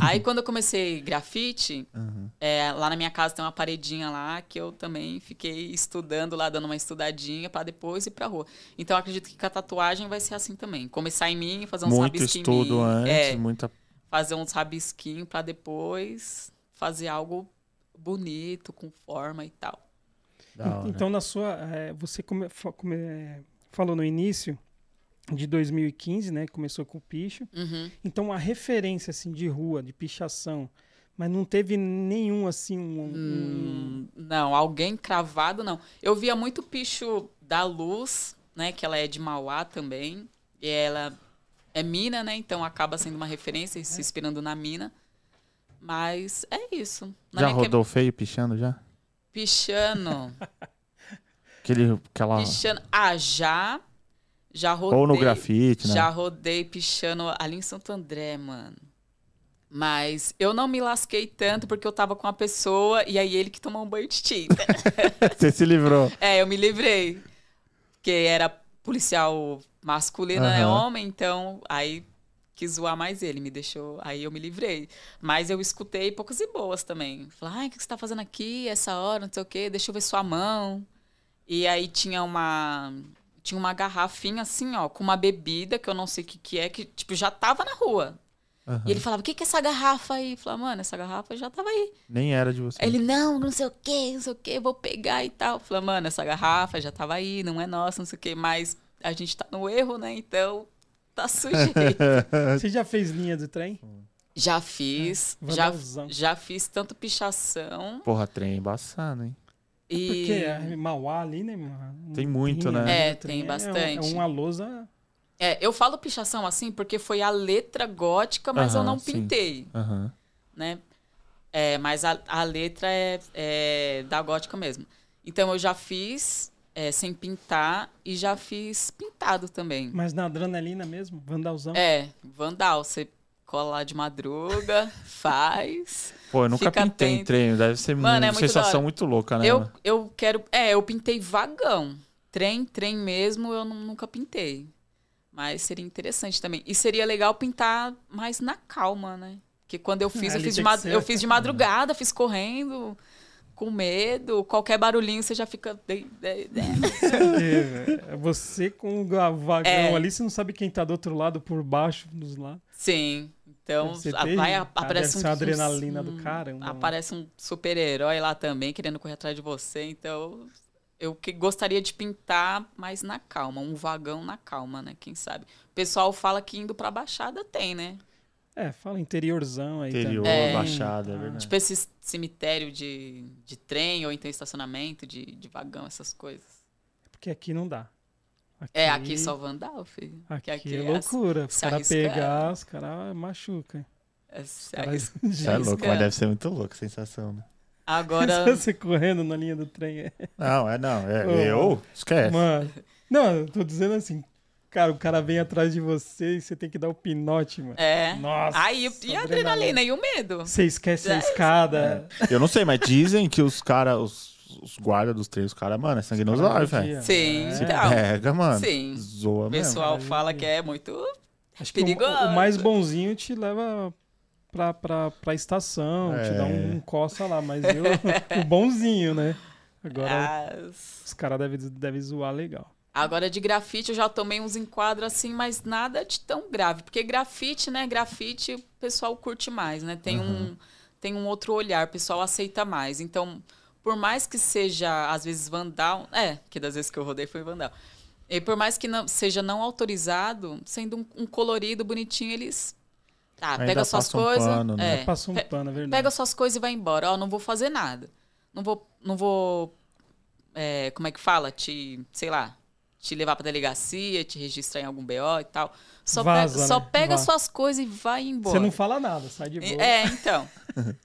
Speaker 3: Aí quando eu comecei grafite,
Speaker 1: Uhum.
Speaker 3: é, lá na minha casa tem uma paredinha lá que eu também fiquei estudando lá, dando uma estudadinha pra depois ir pra rua. Então eu acredito que com a tatuagem vai ser assim também. Começar em mim, fazer uns
Speaker 1: Muito
Speaker 3: rabisquinhos. em
Speaker 1: estudo
Speaker 3: mim.
Speaker 1: antes,
Speaker 3: um É,
Speaker 1: muita.
Speaker 3: fazer uns rabisquinhos pra depois fazer algo bonito, com forma e tal.
Speaker 1: Da hora.
Speaker 2: Então, na sua. eh, você come- fa- come- eh, falou no início de 2015, né? que Começou com o picho.
Speaker 3: Uhum.
Speaker 2: Então, a referência, assim, de rua, de pichação. Mas não teve nenhum, assim, um. um-
Speaker 3: Hum, Não, alguém cravado, não. Eu via muito picho da Luz, né? Que ela é de Mauá também. E ela é mina, né? Então acaba sendo uma referência, e se inspirando na mina. Mas é isso. Na
Speaker 1: Já
Speaker 3: minha que-
Speaker 1: rodou feio pichando já?
Speaker 3: Pichano.
Speaker 1: Aquele, aquela.
Speaker 3: Pichano. Ah, já. Já rodei.
Speaker 1: Ou no grafite, né?
Speaker 3: Já rodei pichando ali em Santo André, mano. Mas eu não me lasquei tanto porque eu tava com uma pessoa e aí ele que tomou um banho de tinta.
Speaker 1: *laughs* Você se livrou.
Speaker 3: é, eu me livrei. Porque era policial masculino, né?
Speaker 1: Aham.
Speaker 3: Homem, então aí quis zoar mais ele, me deixou. Aí eu me livrei. Mas eu escutei poucas e boas também. Falei, ai, o que você tá fazendo aqui, essa hora, não sei o quê, deixa eu ver sua mão. E aí tinha uma. Tinha uma garrafinha assim, ó, com uma bebida que eu não sei o que, que é, que, tipo, já tava na rua.
Speaker 1: Aham.
Speaker 3: *laughs* E ele falava, o que, que é essa garrafa aí? Eu falava, mano, essa garrafa já tava aí.
Speaker 1: Nem era de você.
Speaker 3: Aí ele, não, não sei o que, não sei o que, vou pegar e tal. Eu falei, mano, essa garrafa já tava aí, não é nossa, não sei o que, mas a gente tá no erro, né? Então tá *laughs* sujeito.
Speaker 2: Você já fez linha do trem?
Speaker 3: já fiz, já,
Speaker 2: É, Vandalzão.
Speaker 3: já fiz tanto pichação
Speaker 1: Porra, trem embaçado, hein?
Speaker 3: e.
Speaker 2: Porque é Mauá ali, né? mano?
Speaker 1: Tem muito,
Speaker 2: Linha,
Speaker 1: né?
Speaker 2: linha
Speaker 3: É,
Speaker 2: do trem
Speaker 3: tem bastante.
Speaker 2: É uma lousa.
Speaker 3: É, eu falo pichação assim porque foi a letra gótica, mas eu
Speaker 1: Aham,
Speaker 3: não
Speaker 1: sim.
Speaker 3: pintei,
Speaker 1: Aham.
Speaker 3: né? É, mas a, a letra é, é da gótica mesmo. Então eu já fiz é, sem pintar e já fiz pintado também.
Speaker 2: Mas na adrenalina mesmo, vandalzão.
Speaker 3: É, Vandal, você cola lá de madruga, *laughs* faz.
Speaker 1: Pô, eu nunca
Speaker 3: Fica
Speaker 1: pintei em
Speaker 3: atento.
Speaker 1: trem. Deve ser uma
Speaker 3: Mano, é muito da
Speaker 1: sensação
Speaker 3: hora.
Speaker 1: muito louca, né?
Speaker 3: Eu,
Speaker 1: mano?
Speaker 3: eu quero. É, eu pintei vagão. Trem, trem mesmo, eu nu- nunca pintei. Mas seria interessante também. E seria legal pintar mais na calma, né? Porque quando eu
Speaker 2: É, Ali
Speaker 3: fiz, eu fiz,
Speaker 2: tem
Speaker 3: de
Speaker 2: que
Speaker 3: mad-
Speaker 2: ser.
Speaker 3: eu fiz de madrugada, fiz correndo, com medo. Qualquer barulhinho você já fica. de-
Speaker 2: *laughs*
Speaker 3: de- de-
Speaker 2: Porque você com o ga- vagão
Speaker 3: É.
Speaker 2: ali, você não sabe quem tá do outro lado, por baixo, dos lados.
Speaker 3: Sim. Então,
Speaker 2: Deve ser
Speaker 3: a- vai,
Speaker 2: terrível.
Speaker 3: a- aparece
Speaker 2: Deve
Speaker 3: um.
Speaker 2: ser a adrenalina do
Speaker 3: um-
Speaker 2: caramba, mano.
Speaker 3: Aparece um super-herói lá também, querendo correr atrás de você. Então, eu que gostaria de pintar, mas na calma. Um vagão na calma, né? Quem sabe? O pessoal fala que indo pra Baixada tem, né?
Speaker 2: É, fala interiorzão aí
Speaker 1: Interior,
Speaker 2: também.
Speaker 1: baixada, é
Speaker 2: Ah,
Speaker 1: verdade.
Speaker 3: Tipo esse cemitério de, de trem, ou então estacionamento de, de vagão, essas coisas.
Speaker 2: Porque aqui não dá.
Speaker 3: É, aqui só Vandal, filho.
Speaker 2: Aqui,
Speaker 3: Porque
Speaker 2: é
Speaker 3: as-
Speaker 2: loucura. Os
Speaker 3: se
Speaker 2: caras
Speaker 3: arrisca.
Speaker 2: pegar, os caras machucam.
Speaker 3: as- se arrisca.
Speaker 2: Caras... *laughs*
Speaker 1: Isso é
Speaker 3: isso
Speaker 1: louco,
Speaker 3: que
Speaker 1: mas
Speaker 3: é.
Speaker 1: deve ser muito louco a sensação, né?
Speaker 2: *laughs*
Speaker 3: Agora.
Speaker 2: Você correndo na linha do trem. é.
Speaker 1: Não, é não. É,
Speaker 2: Ô,
Speaker 1: eu?
Speaker 2: mano.
Speaker 1: Esquece.
Speaker 2: Mano. Não, eu tô dizendo assim. Cara, o cara vem atrás de você e você tem que dar o pinote, mano.
Speaker 3: É.
Speaker 2: Nossa,
Speaker 3: Aí, e a adrenalina É. e o medo?
Speaker 2: Você esquece a escada.
Speaker 1: Eu não sei, mas dizem que os caras, os, os guardas dos três, os caras, mano, é sangue nos olhos, velho.
Speaker 2: Dia.
Speaker 3: Sim,
Speaker 2: É.
Speaker 1: Se
Speaker 3: então.
Speaker 1: pega, mano.
Speaker 3: Sim.
Speaker 1: Zoa
Speaker 3: O
Speaker 1: mesmo.
Speaker 3: pessoal fala que é muito.
Speaker 2: Acho que o-
Speaker 3: Perigoso.
Speaker 2: O, mais bonzinho te leva pra, pra, pra estação,
Speaker 1: É.
Speaker 2: te dá um, um coça lá, mas eu, o bonzinho, né?
Speaker 3: Ah.
Speaker 2: Agora
Speaker 3: As-
Speaker 2: os caras devem deve zoar legal.
Speaker 3: Agora de grafite eu já tomei uns enquadros assim, mas nada de tão grave. Porque grafite, né? Grafite o pessoal curte mais, né? Tem,
Speaker 1: Uhum.
Speaker 3: um, tem um outro olhar, o pessoal aceita mais. Então, por mais que seja, às vezes, vandal. É, que das vezes que eu rodei foi vandal. E por mais que não, seja não autorizado, sendo um, um colorido bonitinho, eles. Tá,
Speaker 1: Ainda
Speaker 3: pega suas
Speaker 1: passa um
Speaker 3: coisas.
Speaker 1: pano, né?
Speaker 3: é,
Speaker 2: Passa um
Speaker 3: pe-
Speaker 2: pano, é verdade.
Speaker 3: pega suas coisas e vai embora. Ó, não vou fazer nada. Não vou. Não vou. é, como é que fala? Te. Sei lá. Te levar pra delegacia, te registrar em algum BO e tal. Só
Speaker 2: Vaza,
Speaker 3: pega, só
Speaker 2: né?
Speaker 3: pega
Speaker 2: Vaza.
Speaker 3: suas coisas e vai embora.
Speaker 2: Você não fala nada, sai de boa.
Speaker 3: É, então. *laughs*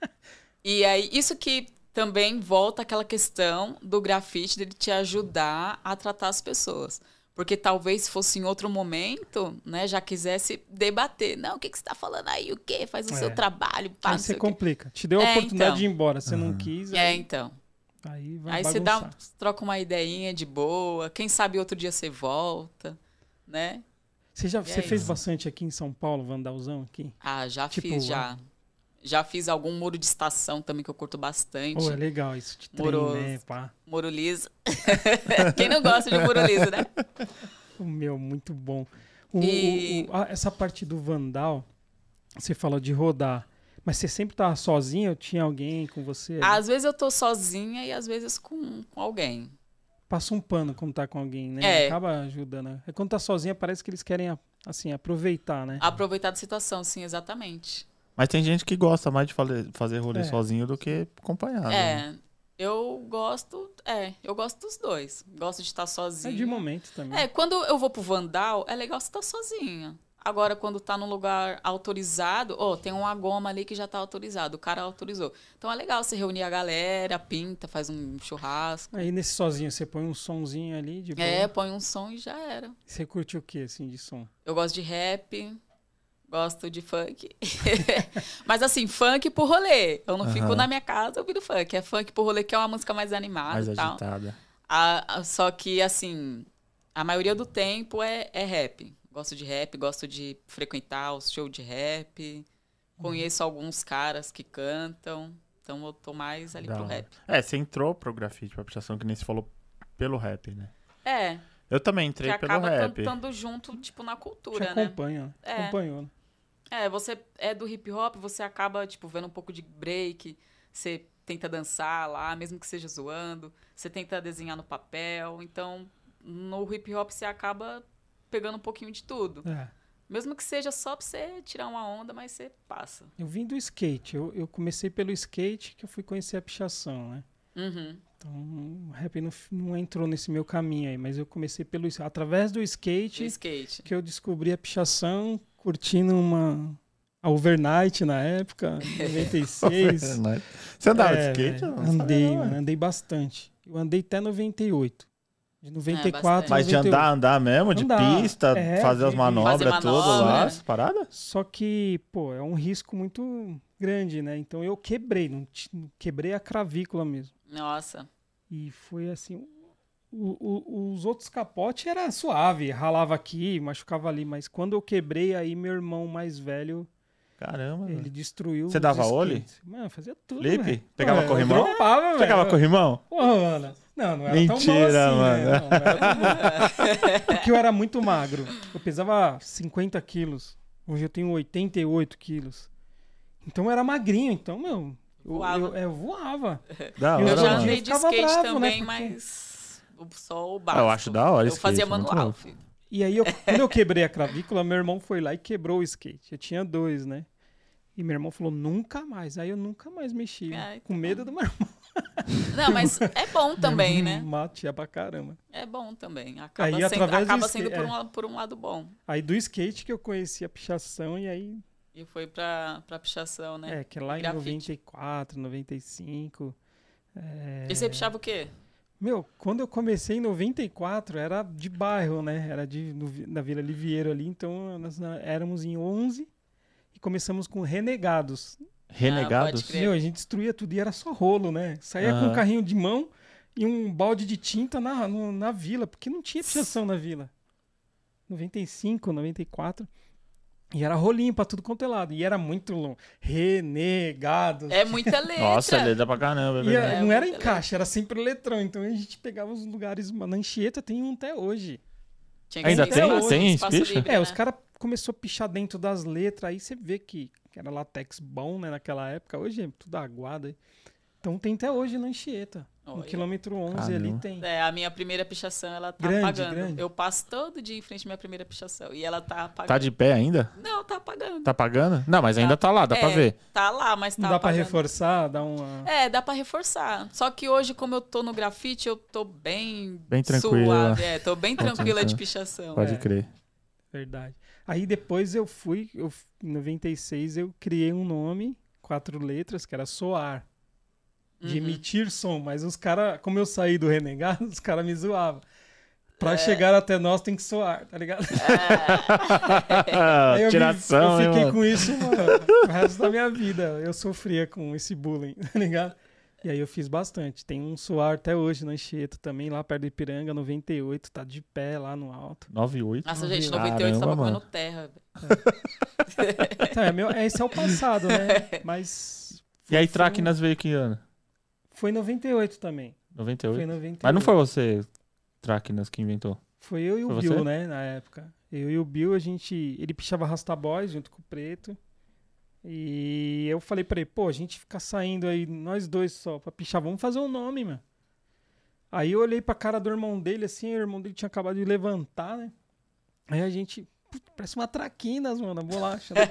Speaker 3: e aí, isso que também volta àquela questão do grafite, dele te ajudar a tratar as pessoas. Porque talvez se fosse em outro momento, né, já quisesse debater. Não, o que, que você tá falando aí? O quê? Faz o
Speaker 2: É.
Speaker 3: seu trabalho, pá,
Speaker 2: Aí
Speaker 3: não
Speaker 2: você
Speaker 3: sei o quê.
Speaker 2: complica. Te deu a
Speaker 3: É,
Speaker 2: oportunidade
Speaker 3: então.
Speaker 2: de ir embora, você não quis,
Speaker 3: É,
Speaker 2: aí,
Speaker 3: então.
Speaker 2: aí vai
Speaker 3: Aí você
Speaker 2: bagunçar.
Speaker 3: dá, um troca uma ideinha de boa, quem sabe outro dia você volta, né?
Speaker 2: Você já
Speaker 3: E
Speaker 2: você
Speaker 3: é
Speaker 2: fez
Speaker 3: isso.
Speaker 2: bastante aqui em São Paulo, Vandalzão, aqui?
Speaker 3: Ah, já
Speaker 2: Tipo,
Speaker 3: fiz, já. Já fiz algum muro de estação também que eu curto bastante.
Speaker 2: Pô, é legal isso de trem,
Speaker 3: Moro-
Speaker 2: né, pá?
Speaker 3: Muro liso. *laughs* Quem não gosta de muro liso,
Speaker 2: *laughs*
Speaker 3: né?
Speaker 2: O meu, muito bom. O-
Speaker 3: E-
Speaker 2: o- o- a- essa parte do Vandal, você fala de rodar, mas você sempre tava sozinho ou tinha alguém com você?
Speaker 3: Às vezes eu tô sozinha e às vezes com, com alguém.
Speaker 2: Passa um pano quando tá com alguém, né?
Speaker 3: É.
Speaker 2: Acaba ajudando. né? É quando tá sozinha, parece que eles querem, a- assim, aproveitar, né?
Speaker 3: Aproveitar da situação, sim, exatamente.
Speaker 1: Mas tem gente que gosta mais de fale- fazer rolê
Speaker 2: É.
Speaker 1: sozinho do que
Speaker 2: Tá
Speaker 1: acompanhado. né?
Speaker 3: é. Eu gosto. É, eu gosto dos dois. Gosto de estar
Speaker 2: É
Speaker 3: sozinha.
Speaker 2: de momento também.
Speaker 3: É, quando eu vou pro Vandal, é legal você estar sozinha. Agora, quando tá num lugar autorizado, ó, tem uma goma ali que já tá autorizado, o cara autorizou. Então é legal você reunir a galera, pinta, faz um churrasco.
Speaker 2: Aí nesse sozinho, você põe um sonzinho ali de boa.
Speaker 3: É, põe um som e já era.
Speaker 2: Você curte o que, assim, de som?
Speaker 3: Eu gosto de rap, gosto de funk. *laughs* Mas assim, funk pro rolê. Eu não fico
Speaker 1: Aham.
Speaker 3: na minha casa ouvindo funk. É funk pro rolê, que é uma música mais animada
Speaker 1: Mais
Speaker 3: e tal.
Speaker 1: agitada.
Speaker 3: A- a- só que, assim, a maioria do tempo é, é rap. Gosto de rap, gosto de frequentar os shows de rap. Conheço
Speaker 1: Uhum.
Speaker 3: alguns caras que cantam. Então eu tô mais ali
Speaker 1: Da
Speaker 3: pro
Speaker 1: hora.
Speaker 3: rap.
Speaker 1: É, você entrou pro grafite, pra pichação, que nem se falou pelo rap, né?
Speaker 3: É,
Speaker 1: Eu também
Speaker 3: que
Speaker 1: entrei pelo
Speaker 3: acaba
Speaker 1: rap. *laughs*
Speaker 3: cantando junto, tipo, na
Speaker 2: Te
Speaker 3: cultura, né?
Speaker 2: acompanha, né?
Speaker 3: É.
Speaker 2: Acompanhou, né?
Speaker 3: É, você é do hip hop, você acaba, tipo, vendo um pouco de break, você tenta dançar lá, mesmo que seja zoando, você tenta desenhar no papel. Então, no hip hop você acaba pegando um pouquinho de tudo.
Speaker 2: É.
Speaker 3: Mesmo que seja só pra você tirar uma onda, mas você passa.
Speaker 2: Eu vim do skate. Eu, eu comecei pelo skate que eu fui conhecer a pichação, né?
Speaker 3: Uhum.
Speaker 2: Então, o rap não, f- não entrou nesse meu caminho aí, mas eu comecei pelo is- através do
Speaker 3: De
Speaker 2: skate
Speaker 3: skate.
Speaker 2: que eu descobri a pichação curtindo uma a overnight na época, 96.
Speaker 1: né? Você andava de
Speaker 2: É,
Speaker 1: skate?
Speaker 2: velho,
Speaker 1: ou não? né?
Speaker 2: Andei, né? mano, andei bastante. Eu andei até 98. De 94
Speaker 3: bastante.
Speaker 1: Mas de
Speaker 2: 98.
Speaker 1: andar, andar mesmo, de
Speaker 2: Andar.
Speaker 1: pista,
Speaker 2: um. É,
Speaker 1: fazer as
Speaker 2: de-
Speaker 1: manobras,
Speaker 3: Fazer
Speaker 1: tudo
Speaker 3: manobra,
Speaker 1: lá,
Speaker 3: né?
Speaker 1: essas paradas?
Speaker 2: Só que, pô, é um risco muito grande, né? Então eu quebrei, não ti- quebrei a cravícula mesmo.
Speaker 3: Nossa.
Speaker 2: E foi assim. o- o- os outros capotes era suave, ralava aqui, machucava ali, mas quando eu quebrei, aí meu irmão mais velho,
Speaker 1: Caramba,
Speaker 2: ele
Speaker 1: velho.
Speaker 2: destruiu.
Speaker 1: Você
Speaker 2: os
Speaker 1: dava
Speaker 2: skates.
Speaker 1: olho?
Speaker 2: Mano, fazia tudo. velho. É,
Speaker 1: Felipe, pegava
Speaker 2: eu
Speaker 1: corrimão?
Speaker 2: Dropava, velho.
Speaker 1: Pegava corrimão?
Speaker 2: Porra, mano. Não, não era tão bom
Speaker 1: Mentira,
Speaker 2: assim,
Speaker 1: mano.
Speaker 2: né? Não, não era tão bom. *laughs* Porque eu era muito magro. Eu pesava 50 quilos. Hoje eu tenho 88 quilos. Então eu era magrinho, então, meu. Eu
Speaker 3: Voava.
Speaker 2: Eu, eu voava.
Speaker 1: Da
Speaker 2: Eu
Speaker 1: hora,
Speaker 3: eu já
Speaker 2: não,
Speaker 1: mano.
Speaker 3: andei
Speaker 2: eu
Speaker 3: de
Speaker 2: ficava
Speaker 3: skate
Speaker 2: bravo,
Speaker 3: também,
Speaker 2: né, porque-
Speaker 3: mas o- só o
Speaker 1: Ah,
Speaker 3: básico.
Speaker 1: eu acho da hora
Speaker 3: Eu
Speaker 1: skate, é
Speaker 3: fazia
Speaker 1: muito
Speaker 3: manual,
Speaker 1: louco.
Speaker 3: filho.
Speaker 2: E aí, eu, quando eu quebrei a clavícula, meu irmão foi lá e quebrou o skate. Eu tinha dois, né? E meu irmão falou, nunca mais. Aí eu nunca mais mexi. né?
Speaker 3: Ai,
Speaker 2: com
Speaker 3: tá
Speaker 2: medo do meu irmão.
Speaker 1: *laughs*
Speaker 3: Não, mas é bom também,
Speaker 2: Meu irmão
Speaker 3: né?
Speaker 2: Matia pra caramba.
Speaker 3: É bom também. Acaba
Speaker 2: Aí,
Speaker 3: sendo,
Speaker 2: através do
Speaker 3: acaba
Speaker 2: skate,
Speaker 3: sendo por,
Speaker 2: é.
Speaker 3: um, la- por um lado bom.
Speaker 2: Aí do skate que eu conheci a pichação e aí
Speaker 3: E foi pra, pra pichação, né?
Speaker 2: É, que lá em
Speaker 3: Grafite.
Speaker 2: 94, 95. é,
Speaker 3: E você pichava o quê?
Speaker 2: Meu, quando eu comecei em 94, era de bairro, né? Era de, no, vi- na Vila Liviero ali, então nós na- éramos em 11 e começamos com renegados.
Speaker 1: Renegados?
Speaker 3: crer.
Speaker 2: Meu, a gente destruía tudo e era só rolo, né? Saía com um
Speaker 1: Aham.
Speaker 2: carrinho de mão e um balde de tinta na, no- na vila, porque não tinha pichação na vila. 95, 94. E era rolinho pra tudo quanto é lado. E era muito longo. Renegados.
Speaker 3: É muita letra.
Speaker 1: Nossa, letra pra caramba, é
Speaker 2: E
Speaker 1: verdade.
Speaker 2: a-
Speaker 3: É,
Speaker 2: não era em
Speaker 3: muito
Speaker 2: caixa, era sempre letrão. Então a gente pegava os lugares. mano, Na Anchieta tem um até hoje.
Speaker 3: Tinha que
Speaker 1: Ainda
Speaker 3: ser
Speaker 2: tem?
Speaker 3: espaço-
Speaker 1: Tem
Speaker 3: espaço
Speaker 1: picha?
Speaker 3: livre,
Speaker 2: É,
Speaker 3: né?
Speaker 2: os caras começou a pichar dentro das letras. Aí você vê que que era latex bom, né? Naquela época. Hoje é tudo aguada. aí. Então tem até hoje na Anchieta. No
Speaker 3: Olha.
Speaker 2: um quilômetro 11 ali
Speaker 1: Caramba.
Speaker 2: tem.
Speaker 3: É, a minha primeira pichação, ela tá
Speaker 2: Grande,
Speaker 3: apagando.
Speaker 2: grande.
Speaker 3: Eu passo todo dia em frente à minha primeira pichação. E ela tá apagando.
Speaker 1: Tá de pé ainda?
Speaker 3: Não, tá apagando.
Speaker 1: Tá pagando? Não, mas ainda tá lá, dá pra
Speaker 3: É,
Speaker 1: ver.
Speaker 3: Tá lá, mas tá
Speaker 2: Não dá pra
Speaker 3: apagando.
Speaker 2: reforçar, dar uma.
Speaker 3: É, dá pra reforçar. Só que hoje, como eu tô no grafite, eu tô bem,
Speaker 1: Bem tranquila.
Speaker 3: suave. É, tô bem
Speaker 1: Tá
Speaker 3: tranquila de
Speaker 1: tranquila.
Speaker 3: pichação.
Speaker 1: Pode
Speaker 2: É.
Speaker 1: crer.
Speaker 2: Verdade. Aí depois eu fui. Eu, f- em 96 eu criei um nome, quatro letras, que era Soar. de
Speaker 3: Uhum.
Speaker 2: emitir som, mas os caras, como eu saí do renegado, *laughs* os caras me zoavam. Pra chegar até nós tem que soar, tá ligado? *laughs* Aí eu, vi-
Speaker 1: Tiração,
Speaker 2: eu
Speaker 1: hein,
Speaker 2: fiquei
Speaker 1: mano?
Speaker 2: com isso, mano, o resto da minha vida. Eu sofria com esse bullying, *laughs* tá ligado? E aí eu fiz bastante. Tem um suar até hoje no Anchieta também, lá perto do Ipiranga, 98, tá de pé lá no alto.
Speaker 1: 98.
Speaker 2: Ah,
Speaker 3: Nossa, gente,
Speaker 1: Caramba,
Speaker 3: 98 tava
Speaker 1: mano.
Speaker 3: comendo tá terra.
Speaker 2: Então, é meu, esse é o
Speaker 1: *laughs*
Speaker 2: passado, né? Mas.
Speaker 1: E aí,
Speaker 2: foi-
Speaker 1: Traquinas veio que ano?
Speaker 2: Foi em 98 também. Foi um. em
Speaker 1: 98.
Speaker 2: 98.
Speaker 1: Mas não foi você, Traquinas, que
Speaker 2: *laughs*
Speaker 1: inventou.
Speaker 2: Foi eu e o
Speaker 1: Foi
Speaker 2: Bill,
Speaker 1: você?
Speaker 2: né, na época. Eu e o Bill, a gente. Ele pichava Rastaboys junto com o Preto. E eu falei pra ele, pô, a gente fica saindo aí, nós dois só, pra pichar, vamos fazer um nome, mano. Aí eu olhei pra cara do irmão dele, assim, o irmão dele tinha acabado de levantar, né? Aí a gente. "Puta, Parece uma traquinas, mano, a bolacha. né?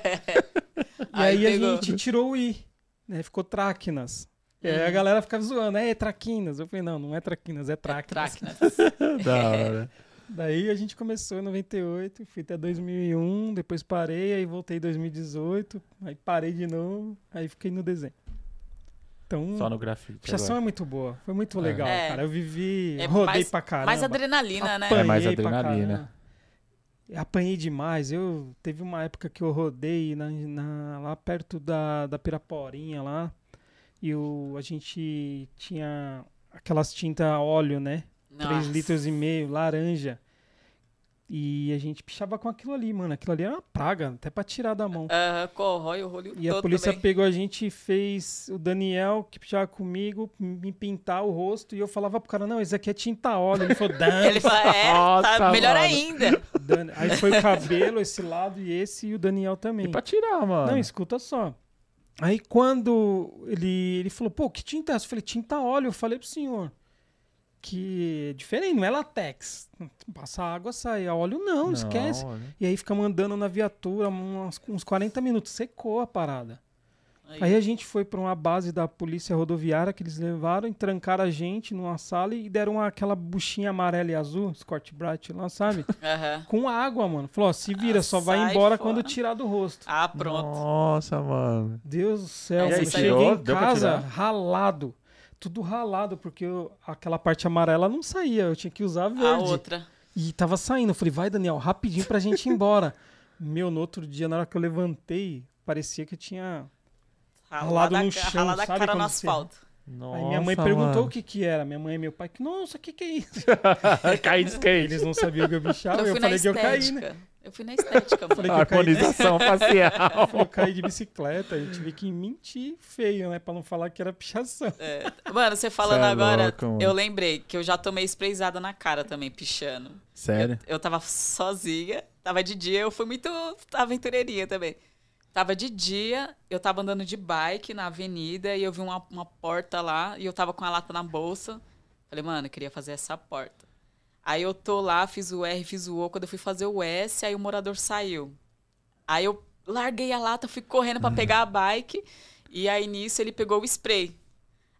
Speaker 2: e aí,
Speaker 3: Aí
Speaker 2: a
Speaker 3: pegou.
Speaker 2: gente tirou o I, né? Ficou traquinas. E aí a galera ficava zoando, é traquinas. Eu falei, não, não é traquinas, é traquinas.
Speaker 3: Traque, né?
Speaker 1: Da hora.
Speaker 2: Daí a gente começou em 98, fui até 2001, depois parei, aí voltei em 2018, aí parei de novo, aí fiquei no desenho. Então,
Speaker 1: Só
Speaker 2: a
Speaker 1: no grafite.
Speaker 2: pichação
Speaker 1: agora.
Speaker 2: é muito boa, foi muito legal,
Speaker 3: É.
Speaker 2: cara. Eu vivi,
Speaker 3: É
Speaker 2: rodei
Speaker 3: mais-
Speaker 2: pra caramba.
Speaker 3: Mais adrenalina, né?
Speaker 1: É, mais
Speaker 2: Apanhei pra
Speaker 1: adrenalina.
Speaker 2: caramba. Apanhei demais. Eu teve uma época que eu rodei na, na- lá perto da, da Piraporinha lá. E o, a gente tinha aquelas tintas a óleo, né? três
Speaker 3: Nossa.
Speaker 2: litros e meio, laranja. E a gente pichava com aquilo ali, mano. Aquilo ali era uma praga, até pra tirar da
Speaker 3: *laughs*
Speaker 2: mão.
Speaker 3: Aham, corrói o rolho
Speaker 2: E
Speaker 3: todo
Speaker 2: a polícia
Speaker 3: também.
Speaker 2: pegou a gente e fez o Daniel, que pichava comigo, me pintar o rosto. E eu falava pro cara, não, isso aqui é tinta a óleo. Ele falou, dane
Speaker 3: Ele fala, é, tá
Speaker 1: Nossa,
Speaker 3: melhor
Speaker 1: mano.
Speaker 3: ainda.
Speaker 2: Dan- Aí foi o cabelo, esse lado e esse, e o Daniel também.
Speaker 1: E pra tirar, mano.
Speaker 2: Não, escuta só. Aí quando ele, ele falou, pô, que tinta é essa? Eu falei, tinta óleo. Eu falei pro senhor que é diferente, não é latex. Passar água, sai. Óleo não, esquece.
Speaker 1: olha.
Speaker 2: E aí fica mandando na viatura uns, uns 40 minutos. Secou a parada.
Speaker 3: Aí.
Speaker 2: Aí a gente foi pra uma base da polícia rodoviária que eles levaram, e trancaram a gente numa sala e deram aquela buchinha amarela e azul, Scott Bright lá,
Speaker 3: *laughs*
Speaker 2: sabe?
Speaker 3: Aham.
Speaker 2: com água, mano. Falou, ó, se vira,
Speaker 3: Ah,
Speaker 2: só vai
Speaker 3: sai
Speaker 2: embora
Speaker 3: fora.
Speaker 2: quando tirar do rosto.
Speaker 3: Ah, pronto.
Speaker 1: Nossa, mano.
Speaker 2: Deus do céu,
Speaker 3: Aí
Speaker 2: mano.
Speaker 3: você
Speaker 2: eu cheguei
Speaker 1: tirou?
Speaker 2: em
Speaker 1: Deu pra
Speaker 2: casa
Speaker 1: tirar?
Speaker 2: ralado. Tudo ralado, porque eu- aquela parte amarela não saía, eu tinha que usar a
Speaker 3: A
Speaker 2: verde.
Speaker 3: outra.
Speaker 2: e tava saindo. Eu falei, vai, Daniel, rapidinho pra gente ir embora. *laughs* Meu, no outro dia, na hora que eu levantei, parecia que eu tinha. Ralado
Speaker 3: Ralada,
Speaker 2: no
Speaker 3: a ca-
Speaker 2: chão,
Speaker 3: ralada a
Speaker 2: sabe
Speaker 3: cara no
Speaker 2: quando você-
Speaker 3: asfalto.
Speaker 1: Nossa,
Speaker 2: Aí minha mãe perguntou o
Speaker 1: mano.
Speaker 2: que que era. Minha mãe e meu pai, que, nossa, o que que é isso?
Speaker 1: Caí de skate.
Speaker 2: Eles não sabiam
Speaker 3: *laughs*
Speaker 2: que eu bichava,
Speaker 3: eu
Speaker 2: eu,
Speaker 3: fui na
Speaker 2: falei que eu caí, né?
Speaker 3: estética. Eu fui na estética, mano.
Speaker 2: Falei que eu caí.
Speaker 1: Harmonização
Speaker 2: *laughs*
Speaker 1: facial.
Speaker 2: Eu caí de bicicleta, eu tive que mentir feio, né? Pra não falar que era pichação.
Speaker 3: É. Mano, você falando
Speaker 1: Cê é
Speaker 3: agora,
Speaker 1: louco, mano.
Speaker 3: eu lembrei que eu já tomei sprayzada na cara também, pichando.
Speaker 1: Sério?
Speaker 3: Eu tava sozinha, tava de dia, eu fui muito aventureirinha também. Tava de dia, eu tava andando de bike na avenida e eu vi uma, uma porta lá e eu tava com a lata na bolsa. Falei, mano, eu queria fazer essa porta. Aí eu tô lá, fiz o R, fiz o O. Quando eu fui fazer o S, aí o morador saiu. Aí eu larguei a lata, fui correndo pra pegar a bike. E aí nisso ele pegou o spray.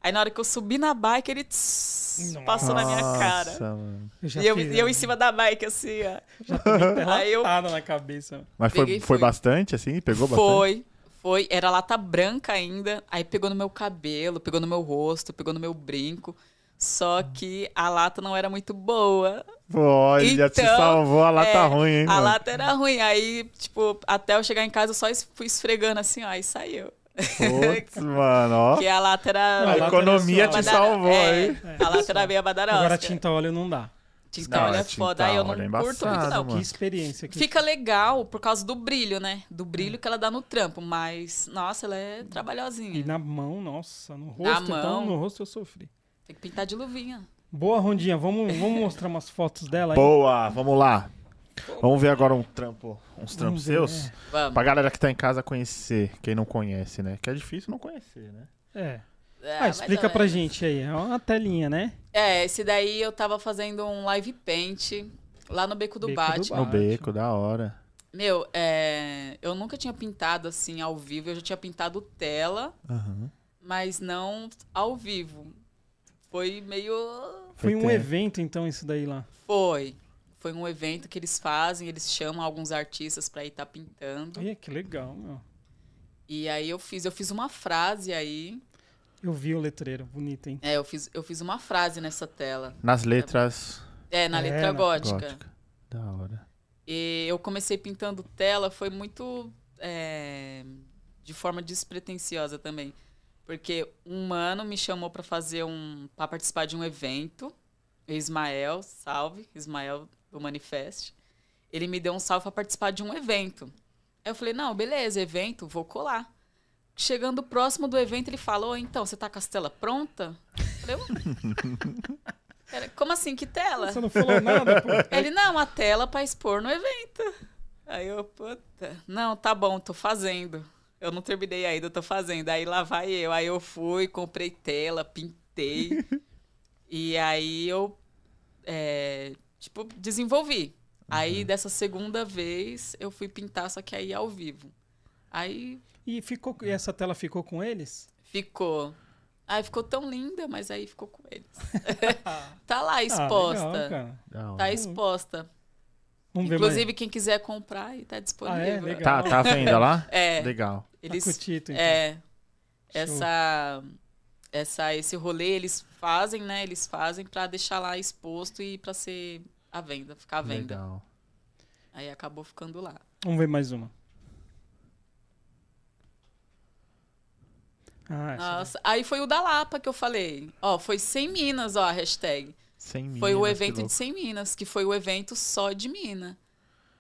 Speaker 3: Aí na hora que eu subi na bike, ele tss, passou na minha cara.
Speaker 1: Nossa, mano.
Speaker 2: já
Speaker 3: E eu,
Speaker 2: fiz,
Speaker 3: e eu em cima da bike, assim, ó.
Speaker 2: Já tomei
Speaker 3: *laughs* Aí eu-
Speaker 2: latada Tá na cabeça.
Speaker 1: Mas
Speaker 3: Peguei
Speaker 1: foi,
Speaker 3: e
Speaker 1: foi
Speaker 3: fui.
Speaker 1: bastante, assim? Pegou bastante?
Speaker 3: Foi, foi. Era lata branca ainda. Aí pegou no meu cabelo, pegou no meu rosto, pegou no meu brinco. Só
Speaker 1: Hum.
Speaker 3: que a lata não era muito boa.
Speaker 1: Foi. Olha, se
Speaker 3: Então,
Speaker 1: salvou, a lata tá
Speaker 3: é,
Speaker 1: ruim, hein,
Speaker 3: A
Speaker 1: mano?
Speaker 3: lata era ruim. Aí, tipo, até eu chegar em casa, eu só es- fui esfregando assim, ó, e saiu.
Speaker 1: Putz, mano, ó.
Speaker 3: Porque a lata
Speaker 2: Não,
Speaker 3: era.
Speaker 1: A
Speaker 2: a lata era
Speaker 1: economia
Speaker 2: sua.
Speaker 1: te
Speaker 3: badara-
Speaker 1: salvou,
Speaker 3: é,
Speaker 1: hein?
Speaker 3: A lata era meio badarosca.
Speaker 2: Agora tinta óleo não dá.
Speaker 3: Tinta
Speaker 1: Não,
Speaker 3: olha
Speaker 1: é
Speaker 3: é
Speaker 1: tinta
Speaker 3: foda. Aí eu não
Speaker 1: óleo, é
Speaker 3: curto muito,
Speaker 1: embaçado,
Speaker 3: não.
Speaker 1: mano.
Speaker 2: Que experiência. Que...
Speaker 3: Fica legal por causa do brilho, né? Do brilho que ela dá no trampo. Mas, nossa, ela é trabalhosinha.
Speaker 2: E na mão, nossa, no rosto, então,
Speaker 3: mão.
Speaker 2: no rosto eu sofri.
Speaker 3: Tem que pintar de luvinha.
Speaker 2: Boa, Rondinha, vamos, vamos mostrar umas fotos dela aí?
Speaker 1: Boa, vamos lá. Vamos ver agora um trampo, uns trampos
Speaker 2: Vamos ver,
Speaker 1: seus.
Speaker 3: Vamos.
Speaker 1: Pra galera que tá em casa conhecer, quem não conhece, né? Que é difícil não conhecer, né?
Speaker 2: É.
Speaker 3: É,
Speaker 2: Ah,
Speaker 3: mais
Speaker 2: explica
Speaker 3: ou
Speaker 2: pra
Speaker 3: menos.
Speaker 2: gente aí. É uma telinha, né?
Speaker 3: É, esse daí eu tava fazendo um live paint lá no Beco do
Speaker 2: Beco do
Speaker 3: Bate.
Speaker 2: Bate.
Speaker 1: No beco, da hora.
Speaker 3: Meu, é, eu nunca tinha pintado assim ao vivo. Eu já tinha pintado tela,
Speaker 1: Aham.
Speaker 3: mas não ao vivo. Foi meio.
Speaker 2: Foi um
Speaker 1: tempo.
Speaker 2: evento, então, isso daí lá.
Speaker 3: Foi. Foi um evento que eles fazem, eles chamam alguns artistas pra ir tá pintando.
Speaker 2: Olha, que legal, meu.
Speaker 3: E aí eu fiz, eu fiz uma frase aí.
Speaker 2: Eu vi o letreiro, bonito, hein?
Speaker 3: É, eu fiz, eu fiz uma frase nessa tela.
Speaker 1: Nas letras
Speaker 3: É, na
Speaker 2: É,
Speaker 3: letra
Speaker 2: na-
Speaker 3: gótica.
Speaker 1: góticas. Da hora.
Speaker 3: E eu comecei pintando tela, foi muito é, de forma despretensiosa também. Porque um mano me chamou para fazer um. para participar de um evento. Ismael, salve, Ismael do Manifest. Ele me deu um salve para participar de um evento. Aí eu falei, não, beleza, evento, vou colar. Chegando próximo do evento, ele falou, então, você tá com a tela pronta? Eu falei, Pera, como assim, que tela?
Speaker 2: Você não falou nada,
Speaker 3: *laughs*
Speaker 2: pô.
Speaker 3: Ele, não, a tela para expor no evento. Aí eu, puta, não, tá bom, tô fazendo. Eu não terminei ainda, tô fazendo. Aí lá vai eu. Aí eu fui, comprei tela, pintei. e aí eu, é, tipo, desenvolvi.
Speaker 2: Uhum.
Speaker 3: Aí dessa segunda vez eu fui pintar, só que aí ao vivo. Aí
Speaker 2: E ficou, e essa tela ficou com eles? Ah,
Speaker 3: ficou. Aí ficou tão linda, mas aí ficou com
Speaker 2: *laughs*
Speaker 3: eles. tá lá exposta.
Speaker 2: Ah, legal, cara.
Speaker 1: Não.
Speaker 3: Tá exposta.
Speaker 2: Vamos ver mais.
Speaker 3: Inclusive, quem quiser comprar, aí tá disponível.
Speaker 2: Ah, é? Legal.
Speaker 1: Tá, tá à venda lá?
Speaker 3: É.
Speaker 1: Legal.
Speaker 3: Eles,
Speaker 2: Tá curtido, então.
Speaker 3: é,
Speaker 2: Show.
Speaker 3: essa, essa, esse rolê eles fazem, né? Eles fazem pra deixar lá exposto e pra ser à venda, ficar à venda.
Speaker 1: Legal.
Speaker 3: Aí acabou ficando lá.
Speaker 2: Vamos ver mais uma. Ah, essa
Speaker 3: Nossa, aí foi o da Lapa que eu falei. Ó, foi 100 Minas, ó, a hashtag.
Speaker 1: 100 mil.
Speaker 3: foi o evento de 100 Minas, que foi o evento só de Mina.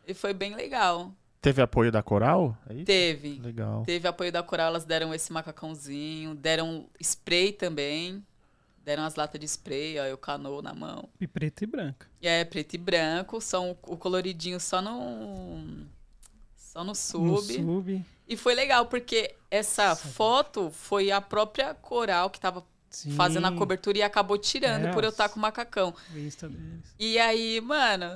Speaker 3: E foi bem legal.
Speaker 1: Teve apoio da Coral? É isso?
Speaker 3: Teve.
Speaker 1: Legal.
Speaker 3: Teve apoio da Coral, elas deram esse macacãozinho, deram spray também. Deram as latas de spray, ó, eu canô na mão.
Speaker 2: E preta e branca.
Speaker 3: É, preto e branco, são o coloridinho só no. Só no sub.
Speaker 2: No sub.
Speaker 3: E foi legal, porque essa
Speaker 2: Nossa.
Speaker 3: foto foi a própria coral que tava
Speaker 2: Sim,
Speaker 3: fazendo a cobertura e acabou tirando
Speaker 2: É,
Speaker 3: por eu estar
Speaker 2: as-
Speaker 3: com o macacão.
Speaker 2: o Insta
Speaker 3: *laughs*
Speaker 2: deles.
Speaker 3: E aí, mano,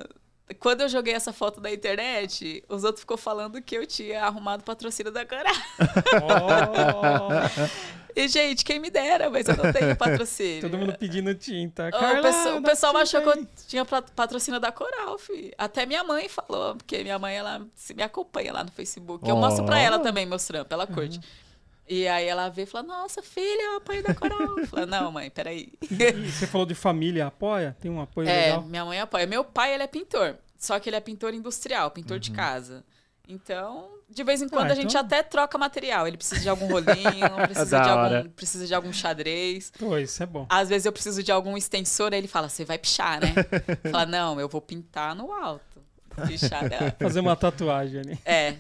Speaker 3: quando eu joguei essa foto na internet, os outros ficou falando que eu tinha arrumado patrocínio da coral.
Speaker 2: Oh,
Speaker 3: E, gente, quem me dera, mas eu
Speaker 2: *laughs*
Speaker 3: não tenho patrocínio.
Speaker 2: todo mundo pedindo tinta.
Speaker 3: Ô,
Speaker 2: Carla,
Speaker 3: o pessoal, o
Speaker 2: dá
Speaker 3: pessoal
Speaker 2: tinta
Speaker 3: achou que
Speaker 2: aí.
Speaker 3: eu tinha pra- patrocínio da Coral, fi. Até minha mãe falou, porque minha mãe, ela se- me acompanha lá no Facebook. Eu
Speaker 1: Ó.
Speaker 3: mostro pra
Speaker 2: Oh.
Speaker 3: ela também meus trampos, ela
Speaker 2: Uhum.
Speaker 3: curte. E aí ela vê e fala, nossa, filha, eu apoio da Coral. Eu falo, não, mãe, peraí.
Speaker 2: E Você falou de família, apoia? Tem um apoio
Speaker 3: é,
Speaker 2: legal?
Speaker 3: minha mãe apoia. Meu pai, ele é pintor, só que ele é pintor industrial, pintor de casa. Então, de vez em quando a gente
Speaker 2: Uhum. então-
Speaker 3: até troca material. Ele precisa de algum
Speaker 2: *laughs*
Speaker 3: rolinho, precisa,
Speaker 1: Da
Speaker 3: de
Speaker 1: hora.
Speaker 3: algum, precisa de algum xadrez.
Speaker 2: Pô, isso é bom.
Speaker 3: Às vezes eu preciso de algum extensor, aí ele fala, você vai pichar, né? fala, não, eu vou pintar no alto. Pichar, né?
Speaker 2: Fazer uma tatuagem ali.
Speaker 3: É.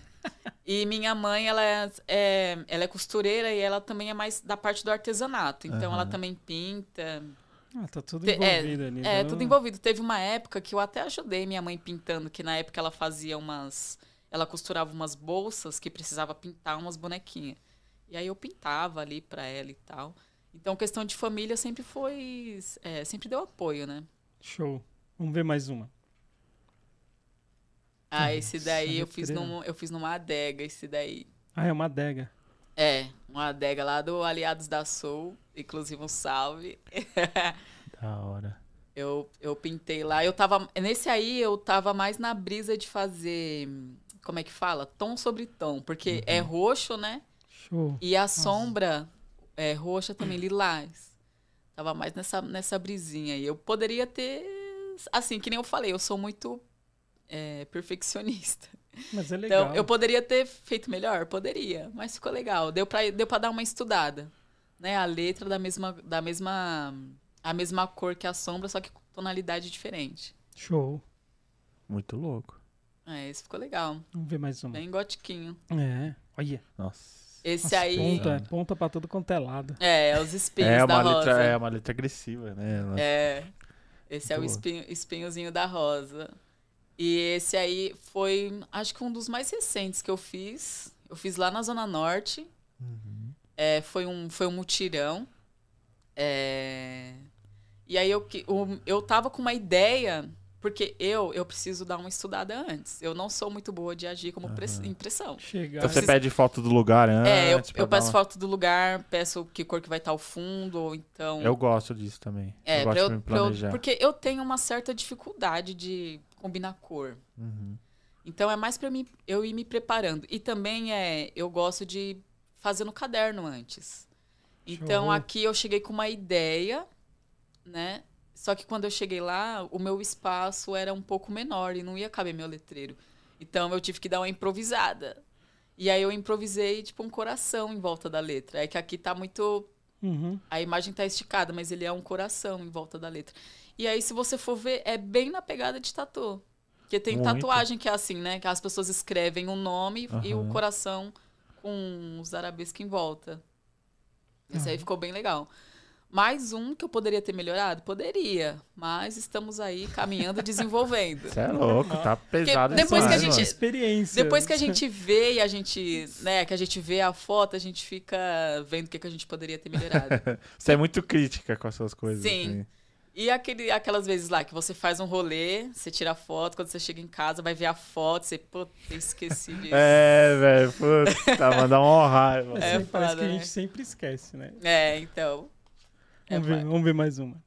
Speaker 3: E minha mãe, ela é, é- ela é costureira e ela também é mais da parte do artesanato. Então ela também pinta.
Speaker 2: Ah, tá tudo
Speaker 3: Te- é,
Speaker 2: envolvido ali.
Speaker 3: É,
Speaker 2: tá?
Speaker 3: tudo envolvido. Teve uma época que eu até ajudei minha mãe pintando, que na época ela fazia umas. Ela costurava umas bolsas que precisava pintar umas bonequinhas. E aí eu pintava ali pra ela e tal. Então, questão de família sempre foi. é, sempre deu apoio, né?
Speaker 2: Show. Vamos ver mais uma.
Speaker 3: Ah, esse daí
Speaker 2: Nossa,
Speaker 3: eu fiz,
Speaker 2: letreira.
Speaker 3: num, eu fiz numa adega, esse daí.
Speaker 2: Ah, é uma adega.
Speaker 3: É, uma adega lá do Aliados da Sul, inclusive um salve.
Speaker 1: Da hora.
Speaker 3: Eu, eu pintei lá, eu tava. Nesse aí eu tava mais na brisa de fazer. Como é que fala? Tom sobre tom, porque é roxo, né?
Speaker 2: Show.
Speaker 3: E a sombra é roxa também, lilás. Tava mais nessa, nessa brisinha aí. Eu poderia ter. Assim, que nem eu falei, eu sou muito é, perfeccionista.
Speaker 2: Mas é legal.
Speaker 3: Então, eu poderia ter feito melhor? Poderia, mas ficou legal. Deu pra, deu pra dar uma estudada. Né? A letra da mesma, da mesma. A mesma cor que a sombra, só que com tonalidade diferente.
Speaker 2: Show.
Speaker 1: Muito louco.
Speaker 3: É, esse ficou legal.
Speaker 2: Vamos ver mais uma.
Speaker 3: Bem gotiquinho.
Speaker 2: É. Olha.
Speaker 1: Nossa. um-
Speaker 3: Esse
Speaker 2: as
Speaker 3: aí.
Speaker 2: Ponta, ponta pra todo quanto é lado.
Speaker 3: É, é os espinhos
Speaker 1: É
Speaker 3: da
Speaker 1: uma,
Speaker 3: rosa.
Speaker 1: letra, é uma letra agressiva, né? Ela-
Speaker 3: É. Esse é o
Speaker 1: Muito boa.
Speaker 3: espinho- espinhozinho da rosa. E esse aí foi, acho que um dos mais recentes que eu fiz. Eu fiz lá na Zona Norte.
Speaker 1: Uhum.
Speaker 3: É, foi, um, foi um mutirão. É, E aí eu, que- o- eu tava com uma ideia, porque eu, eu preciso dar uma estudada antes. Eu não sou muito boa de agir como pres- impressão.
Speaker 2: Chegar.
Speaker 1: Então você
Speaker 3: preciso-
Speaker 1: pede foto do lugar antes.
Speaker 3: É, eu,
Speaker 1: pra
Speaker 3: eu
Speaker 1: dar Ah,
Speaker 3: peço
Speaker 1: tipo, uma-
Speaker 3: foto do lugar, peço que cor que vai estar o fundo, ou então.
Speaker 1: Eu gosto disso também.
Speaker 3: É,
Speaker 1: eu
Speaker 3: pra
Speaker 1: gosto
Speaker 3: eu,
Speaker 1: de me
Speaker 3: pra eu-
Speaker 1: planejar.
Speaker 3: porque eu tenho uma certa dificuldade de combinar cor.
Speaker 1: Uhum.
Speaker 3: Então é mais pra mim eu ir me preparando. E também é, eu gosto de fazer no caderno antes. Então
Speaker 2: Show.
Speaker 3: aqui eu cheguei com uma ideia, né? Só que quando eu cheguei lá, o meu espaço era um pouco menor e não ia caber meu letreiro. Então eu tive que dar uma improvisada. E aí eu improvisei, tipo, um coração em volta da letra. É que aqui tá muito.
Speaker 2: Uhum.
Speaker 3: A imagem tá esticada, mas ele é um coração em volta da letra. E aí, se você for ver, é bem na pegada de tatu. Porque tem
Speaker 1: Muito.
Speaker 3: tatuagem que é assim, né? Que as pessoas escrevem o nome e o
Speaker 1: Aham.
Speaker 3: coração com os arabescos em volta. Esse aí ficou bem legal. Mais um que eu poderia ter melhorado? Poderia. Mas estamos aí caminhando
Speaker 1: *laughs*
Speaker 3: e desenvolvendo.
Speaker 1: Você é louco, tá pesado
Speaker 3: Porque depois que a
Speaker 1: demais,
Speaker 3: gente-
Speaker 2: Experiência.
Speaker 3: Depois que a gente vê e a gente, né, que a gente vê a foto, a gente fica vendo o que, que a gente poderia ter melhorado.
Speaker 1: mano. Você é muito crítica com essas coisas.
Speaker 3: Sim.
Speaker 1: assim.
Speaker 3: E aquele, aquelas vezes lá que você faz um rolê, você tira a foto, quando você chega em casa, vai ver a foto, você, pô, eu esqueci disso.
Speaker 1: É, velho,
Speaker 3: *laughs*
Speaker 1: puta, mandar uma raiva.
Speaker 2: Mas
Speaker 3: É
Speaker 2: sempre parece
Speaker 3: foda,
Speaker 2: que a
Speaker 3: né?
Speaker 2: gente sempre esquece, né?
Speaker 3: É, então.
Speaker 1: Um
Speaker 3: É,
Speaker 2: Vamos, ver,
Speaker 3: vai.
Speaker 2: vamos ver mais uma.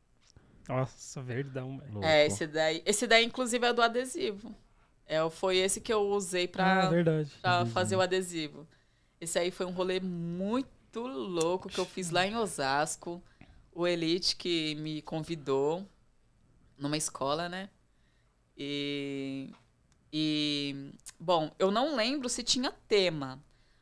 Speaker 2: Nossa, verdão, velho.
Speaker 1: Louco.
Speaker 3: É, esse daí. Esse daí, inclusive, é do adesivo. É, foi esse que eu usei
Speaker 2: Ah,
Speaker 3: pra,
Speaker 2: verdade.
Speaker 3: pra fazer o adesivo. Esse aí foi um rolê muito louco que eu fiz lá em Osasco. O Elite que me convidou numa escola, né? E, e bom, eu não lembro se tinha tema,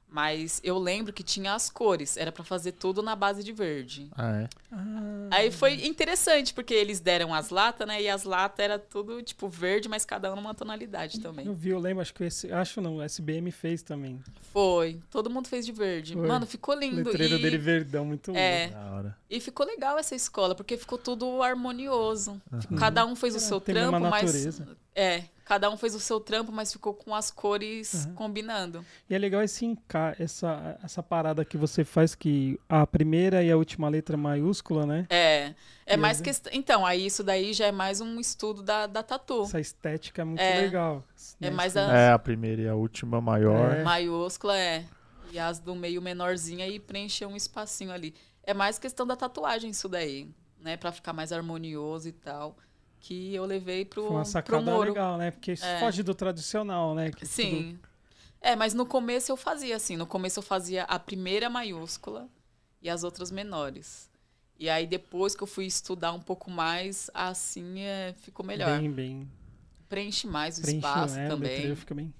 Speaker 3: mas eu lembro que tinha as cores. Era pra fazer tudo na base de verde.
Speaker 1: Ah, é.
Speaker 2: Ah,
Speaker 3: Aí foi interessante, porque eles deram as latas, né? E as latas era tudo, tipo, verde, mas cada um numa tonalidade também.
Speaker 2: eu vi, eu lembro, acho que esse, acho não, o SBM fez também.
Speaker 3: Foi. Todo mundo fez de verde.
Speaker 2: Foi.
Speaker 3: Mano, ficou
Speaker 2: O
Speaker 3: lindo.
Speaker 2: letreiro
Speaker 3: e,
Speaker 2: dele verdão, muito
Speaker 3: é,
Speaker 1: Da hora.
Speaker 3: e ficou legal essa escola, porque ficou tudo harmonioso. Tipo, Cada um fez o
Speaker 2: É,
Speaker 3: seu
Speaker 2: tem mesma
Speaker 3: trampo, mas.
Speaker 2: natureza.
Speaker 3: É, cada um fez o seu trampo, mas ficou com as cores combinando.
Speaker 2: E é legal esse enca essa, essa parada que você faz que a primeira e a última letra é maiúscula, né?
Speaker 3: É. É
Speaker 2: E
Speaker 3: mais
Speaker 2: aí?
Speaker 3: questão. Então, aí isso daí já é mais um estudo da, da tatu.
Speaker 2: Essa estética é muito
Speaker 3: É.
Speaker 2: legal. Né? Tipo,
Speaker 3: É mais
Speaker 2: a...
Speaker 3: a-
Speaker 1: É, a primeira e a última maior.
Speaker 2: É.
Speaker 3: Maiúscula é. E as do meio menorzinha e preencher um espacinho ali. É mais questão da tatuagem isso daí, né? Pra ficar mais harmonioso e tal. Que eu levei pro,
Speaker 2: Foi uma
Speaker 3: pro
Speaker 2: sacada
Speaker 3: muro. É.
Speaker 2: legal, né? Porque isso foge do tradicional, né? Que tudo-
Speaker 3: Sim. É, mas no começo eu fazia assim. No começo eu fazia a primeira maiúscula e as outras menores. E aí depois que eu fui estudar um pouco mais, assim é, ficou melhor.
Speaker 2: Bem, bem.
Speaker 3: Preenche mais o
Speaker 2: Preenche,
Speaker 3: espaço
Speaker 2: né? O
Speaker 3: também.
Speaker 2: letreiro fica bem.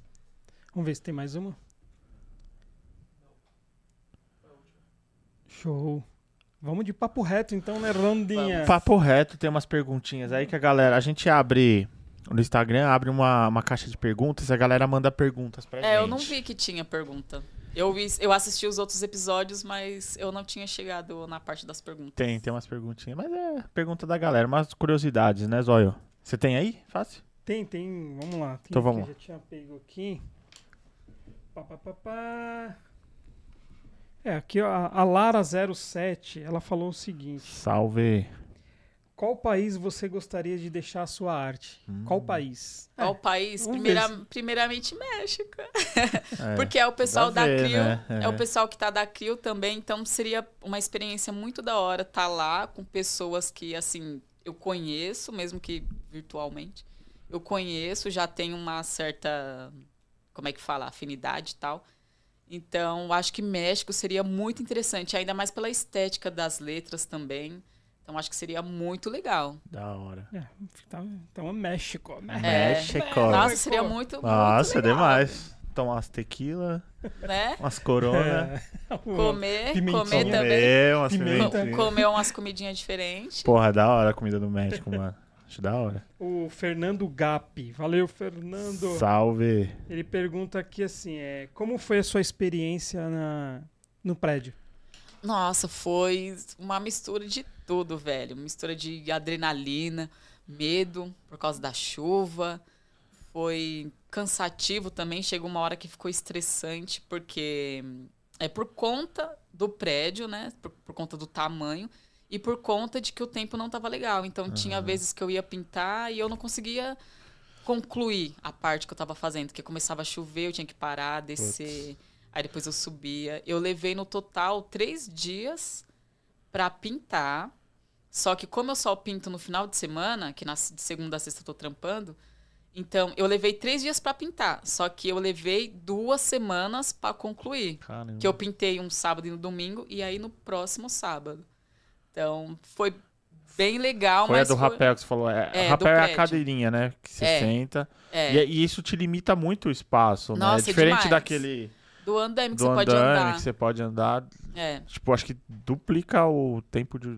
Speaker 2: Vamos ver se tem mais uma. Show. Vamos de papo reto então, né, Rondinha?
Speaker 1: Papo reto, tem umas perguntinhas aí que a galera. A gente abre no Instagram, abre uma, uma caixa de perguntas e a galera manda perguntas pra gente.
Speaker 3: É, eu não vi que tinha pergunta. Eu, vi- eu assisti os outros episódios, mas eu não tinha chegado na parte das perguntas.
Speaker 1: Tem, um- tem umas perguntinhas, mas é pergunta da galera, umas curiosidades, né, Zóio? Você tem aí? Fácil?
Speaker 2: Tem, tem. Vamos lá. Tem
Speaker 1: Então vamos
Speaker 2: aqui, Já tinha pego aqui. Pá, pá, pá, pá. É, aqui ó, a Lara07, ela falou o seguinte.
Speaker 1: Salve.
Speaker 2: Qual país você gostaria de deixar a sua arte?
Speaker 1: Hum.
Speaker 2: Qual país?
Speaker 3: Qual país?
Speaker 2: vamos
Speaker 3: Primeira-
Speaker 2: ver
Speaker 3: primeiramente México.
Speaker 1: É.
Speaker 3: Porque é o pessoal
Speaker 1: dá a
Speaker 3: da
Speaker 1: ver,
Speaker 3: Crio,
Speaker 1: né?
Speaker 3: é.
Speaker 1: É.
Speaker 3: o pessoal que tá da Crio também, então seria uma experiência muito da hora estar lá com pessoas que, assim, eu conheço, mesmo que virtualmente. Eu conheço, já tenho uma certa, como é que fala, afinidade e tal. Então, acho que México seria muito interessante, ainda mais pela estética das letras também. Então, acho que seria muito legal.
Speaker 1: Da hora.
Speaker 2: É, tá- então é México. ó, México.
Speaker 1: México.
Speaker 3: Nossa, seria muito,
Speaker 1: Nossa, é
Speaker 3: muito legal,
Speaker 1: demais. Tomar umas tequila,
Speaker 3: né?
Speaker 1: umas corona.
Speaker 2: *laughs*
Speaker 3: É. Comer,
Speaker 2: Pimentinha.
Speaker 3: comer
Speaker 1: comer,
Speaker 3: também.
Speaker 1: umas
Speaker 2: Pimenta.
Speaker 1: pimentinhas.
Speaker 3: Então, comer umas comidinhas diferentes.
Speaker 1: Porra, é da hora a comida do México, mano. Acho da hora.
Speaker 2: O Fernando Gap. Valeu, Fernando.
Speaker 1: Salve.
Speaker 2: Ele pergunta aqui assim, é, como foi a sua experiência na, no prédio?
Speaker 3: Nossa, foi uma mistura de tudo, velho. Mistura de adrenalina, medo por causa da chuva. Foi cansativo também. Chegou uma hora que ficou estressante, porque é por conta do prédio, né? Por, por conta do tamanho. E por conta de que o tempo não estava legal. Então, tinha vezes que eu ia pintar e eu não conseguia concluir a parte que eu estava fazendo. Porque começava a chover, eu tinha que parar, descer. Aí depois eu subia. Eu levei no total três dias pra pintar. Só que como eu só pinto no final de semana, que na se- de segunda a sexta eu tô trampando, então eu levei três dias pra pintar. Só que eu levei duas semanas pra concluir.
Speaker 1: Caramba.
Speaker 3: Que eu pintei um sábado e no domingo, e aí no próximo sábado. Então foi bem legal,
Speaker 1: Foi a
Speaker 3: mas.
Speaker 1: do
Speaker 3: foi-
Speaker 1: rapel que você falou. É,
Speaker 3: É, do
Speaker 1: rapel é a
Speaker 3: prédio.
Speaker 1: cadeirinha, né? Que você
Speaker 3: É.
Speaker 1: senta.
Speaker 3: É.
Speaker 1: E, e isso te limita muito o espaço, né?
Speaker 3: Nossa,
Speaker 1: É diferente
Speaker 3: demais.
Speaker 1: daquele.
Speaker 3: Do andame que
Speaker 1: do
Speaker 3: você pode
Speaker 1: andame
Speaker 3: andar.
Speaker 1: que você pode andar.
Speaker 3: É.
Speaker 1: Tipo, acho que duplica o tempo de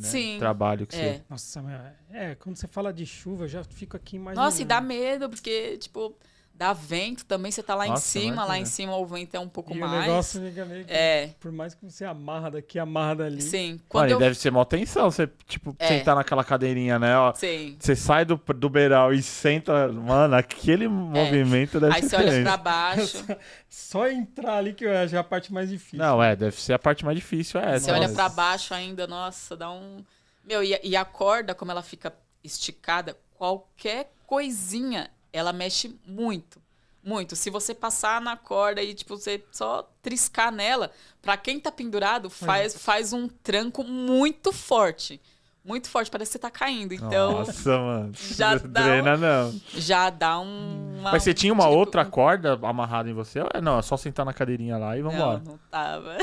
Speaker 1: né,
Speaker 3: Sim,
Speaker 1: trabalho que
Speaker 3: É.
Speaker 1: você.
Speaker 2: Nossa, mas é, quando você fala de chuva, eu já fico aqui um- imaginando.
Speaker 3: Nossa, e dá medo, porque, tipo, dá vento também, você tá lá
Speaker 1: Nossa,
Speaker 3: em cima, lá
Speaker 1: imagina.
Speaker 3: em cima o vento é um pouco
Speaker 2: E o
Speaker 3: mais.
Speaker 2: negócio fica meio que-
Speaker 3: É,
Speaker 2: Por mais que você amarra daqui, amarra dali.
Speaker 3: sim. Quando
Speaker 1: Mano, e
Speaker 3: eu.
Speaker 1: deve ser mó tensão você, tipo,
Speaker 3: É.
Speaker 1: sentar naquela cadeirinha, né? Ó,
Speaker 3: Sim.
Speaker 1: você sai do, do beiral e senta. Mano, aquele movimento deve
Speaker 3: É. Aí
Speaker 1: ser.
Speaker 3: você olha
Speaker 1: tenso.
Speaker 3: pra baixo,
Speaker 2: Só entrar ali que eu acho a parte mais difícil.
Speaker 1: Não, é, deve ser a parte mais difícil, *laughs* é.
Speaker 3: você
Speaker 1: essa,
Speaker 3: olha
Speaker 1: né?
Speaker 3: pra baixo ainda, nossa, dá um. Meu, e, a- e a corda, como ela fica esticada, qualquer coisinha, ela mexe muito. Muito. Se você passar na corda e, tipo, você só triscar nela, pra quem tá pendurado, faz,
Speaker 1: é.
Speaker 3: faz um tranco muito forte. Muito forte, parece que você tá caindo. Então,
Speaker 1: Nossa, mano.
Speaker 3: já dá um
Speaker 1: Drena, não.
Speaker 3: já dá um. uma-
Speaker 1: Mas você tinha uma
Speaker 3: tipo,
Speaker 1: outra
Speaker 3: um-
Speaker 1: corda amarrada em você? Ou é, não, é só sentar na cadeirinha lá e vambora. Ah, É.
Speaker 3: Não, não tava.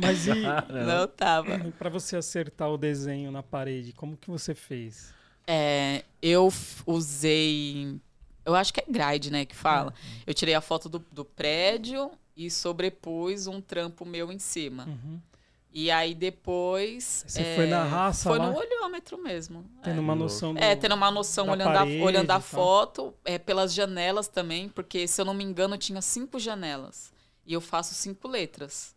Speaker 2: Mas e
Speaker 1: *laughs*
Speaker 3: Não tava.
Speaker 2: pra você acertar o desenho na parede, como que você fez?
Speaker 3: É, eu f- usei. Eu acho que é grade, né? Que fala.
Speaker 2: Uhum.
Speaker 3: Eu tirei a foto do, do prédio e sobrepus um trampo meu em cima.
Speaker 2: Uhum.
Speaker 3: E aí depois. é,
Speaker 2: Você foi na raça
Speaker 3: Foi
Speaker 2: lá?
Speaker 3: no olhômetro mesmo. é.
Speaker 2: Tendo uma noção do...
Speaker 3: É, tendo uma noção
Speaker 2: da
Speaker 3: olhando, a-
Speaker 2: parede
Speaker 3: olhando a,
Speaker 2: e tal.
Speaker 3: foto, é, pelas janelas também, porque se eu não me engano, tinha cinco janelas. E eu faço cinco letras.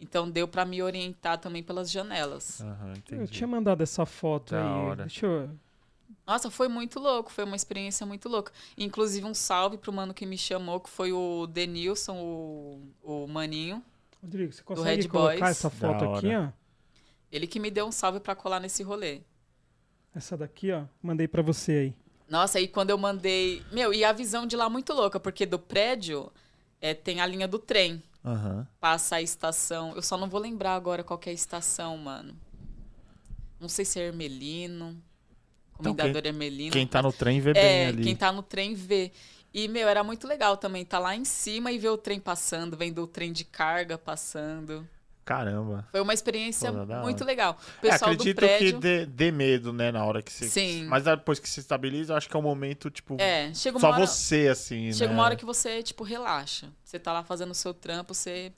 Speaker 3: Então deu pra me orientar também pelas janelas.
Speaker 1: Aham,
Speaker 2: Eu
Speaker 1: entendi.
Speaker 2: tinha mandado essa foto
Speaker 1: Da
Speaker 2: aí.
Speaker 1: hora.
Speaker 2: Deixa eu...
Speaker 3: Nossa, foi muito louco, foi uma experiência muito louca. Inclusive, um salve pro mano que me chamou, que foi o Denilson, o, o Maninho.
Speaker 2: Rodrigo, você
Speaker 3: Red
Speaker 2: consegue colocar
Speaker 3: Boys.
Speaker 2: essa
Speaker 1: Da
Speaker 2: foto aqui, ó?
Speaker 3: Ele que me deu um salve pra colar nesse rolê.
Speaker 2: Essa daqui, ó. Mandei pra você aí.
Speaker 3: Nossa, e quando eu mandei. Meu, e a visão de lá é muito louca, porque do prédio é, tem a linha do trem.
Speaker 1: Aham.
Speaker 3: passa a estação. Eu só não vou lembrar agora qual que é a estação, mano. Não sei se é Hermelino.
Speaker 1: Então,
Speaker 3: Comendador Hermelino.
Speaker 1: Quem tá no trem vê bem
Speaker 3: é,
Speaker 1: ali.
Speaker 3: quem tá no trem vê. E, meu, era muito legal também tá lá em cima e ver o trem passando, vendo o trem de carga passando.
Speaker 1: Caramba.
Speaker 3: Foi uma experiência
Speaker 1: Pô, da hora.
Speaker 3: muito legal. O
Speaker 1: É,
Speaker 3: pessoal do
Speaker 1: acredito que
Speaker 3: prédio.
Speaker 1: dê, dê medo, né, na hora que você.
Speaker 3: Sim.
Speaker 1: Mas depois que se estabiliza, eu acho que é um momento, tipo.
Speaker 3: É, chega uma
Speaker 1: só
Speaker 3: hora.
Speaker 1: você, assim.
Speaker 3: Chega
Speaker 1: né?
Speaker 3: uma hora que você, tipo, relaxa. Você tá lá fazendo o seu trampo, você,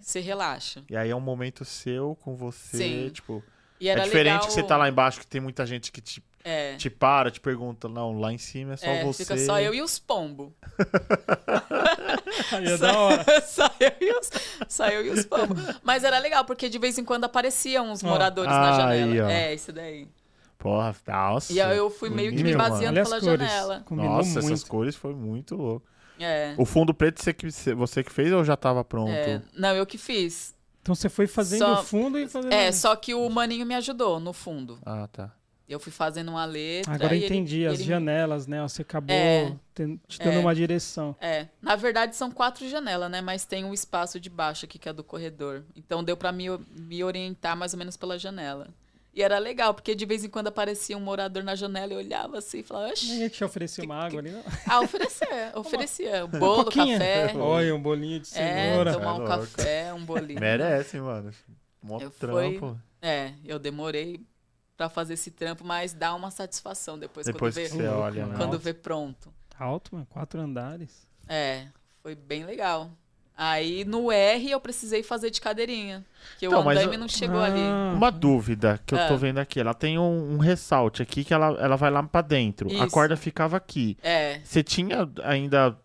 Speaker 3: você relaxa.
Speaker 1: E aí é um momento seu com você,
Speaker 3: Sim.
Speaker 1: tipo.
Speaker 3: E era
Speaker 1: é diferente
Speaker 3: legal,
Speaker 1: que você tá lá embaixo, que tem muita gente que te,
Speaker 3: É.
Speaker 1: te para, te pergunta. Não, lá em cima é só
Speaker 3: é,
Speaker 1: você.
Speaker 3: Fica só eu e os pombos.
Speaker 2: *laughs* Aí é
Speaker 3: Só-
Speaker 2: da hora.
Speaker 3: *laughs* só eu e os, só eu e os pombos. Mas era legal, porque de vez em quando apareciam uns
Speaker 2: Ó.
Speaker 3: moradores na
Speaker 1: Ah,
Speaker 3: janela.
Speaker 1: aí, ó.
Speaker 3: é, isso daí.
Speaker 1: Porra, nossa.
Speaker 3: E aí eu fui meio que me
Speaker 1: Meu, mano.
Speaker 3: baseando
Speaker 2: Olha as
Speaker 3: pela
Speaker 2: cores.
Speaker 3: janela.
Speaker 2: Combinou
Speaker 1: Nossa,
Speaker 2: muito.
Speaker 1: essas cores foi muito louco.
Speaker 3: É.
Speaker 1: O fundo preto você que, você que fez ou já tava pronto?
Speaker 3: É, não, eu que fiz.
Speaker 2: Então você foi fazendo
Speaker 3: Só-
Speaker 2: o fundo e fazendo...
Speaker 3: É, só que o maninho me ajudou, no fundo.
Speaker 1: Ah, tá.
Speaker 3: Eu fui fazendo uma letra.
Speaker 2: Agora
Speaker 3: e ele-
Speaker 2: entendi, as
Speaker 3: ele-
Speaker 2: janelas, né? Você acabou
Speaker 3: É.
Speaker 2: ten- te dando
Speaker 3: É.
Speaker 2: uma direção.
Speaker 3: É, na verdade são quatro janelas, né? Mas tem um espaço de baixo aqui que é do corredor. Então deu pra me, me orientar mais ou menos pela janela. E era legal, porque de vez em quando aparecia um morador na janela e eu olhava assim e
Speaker 2: *laughs*
Speaker 3: falava, oxi,
Speaker 2: Ninguém te ofereceu uma água ali, não?
Speaker 3: Ah, oferecer.
Speaker 2: *laughs* Um
Speaker 3: Oferecia. Bolo,
Speaker 2: Coquinha.
Speaker 3: café.
Speaker 2: *laughs* Olha, um bolinho de
Speaker 3: É,
Speaker 2: cenoura.
Speaker 3: tomar um
Speaker 1: É louco.
Speaker 3: café, um bolinho.
Speaker 1: Merece, mano. Mó
Speaker 3: Eu fui-
Speaker 1: trampo.
Speaker 3: É, eu demorei pra fazer esse trampo, mas dá uma satisfação depois,
Speaker 1: Depois que
Speaker 3: quando vê,
Speaker 1: você olha, né?
Speaker 2: Quando
Speaker 3: quando vê pronto.
Speaker 2: Tá Alto, mano, quatro andares.
Speaker 3: É, foi bem legal. Aí no R eu precisei fazer de cadeirinha. Que
Speaker 1: Então,
Speaker 3: o
Speaker 1: mas
Speaker 3: andaime
Speaker 1: eu-
Speaker 3: não chegou ali.
Speaker 2: Ah,
Speaker 1: Uma dúvida que eu tô
Speaker 3: Ah.
Speaker 1: vendo aqui. Ela tem um, um ressalte aqui que ela, ela vai lá pra dentro. A
Speaker 3: Isso.
Speaker 1: corda ficava aqui.
Speaker 3: É.
Speaker 1: Você tinha ainda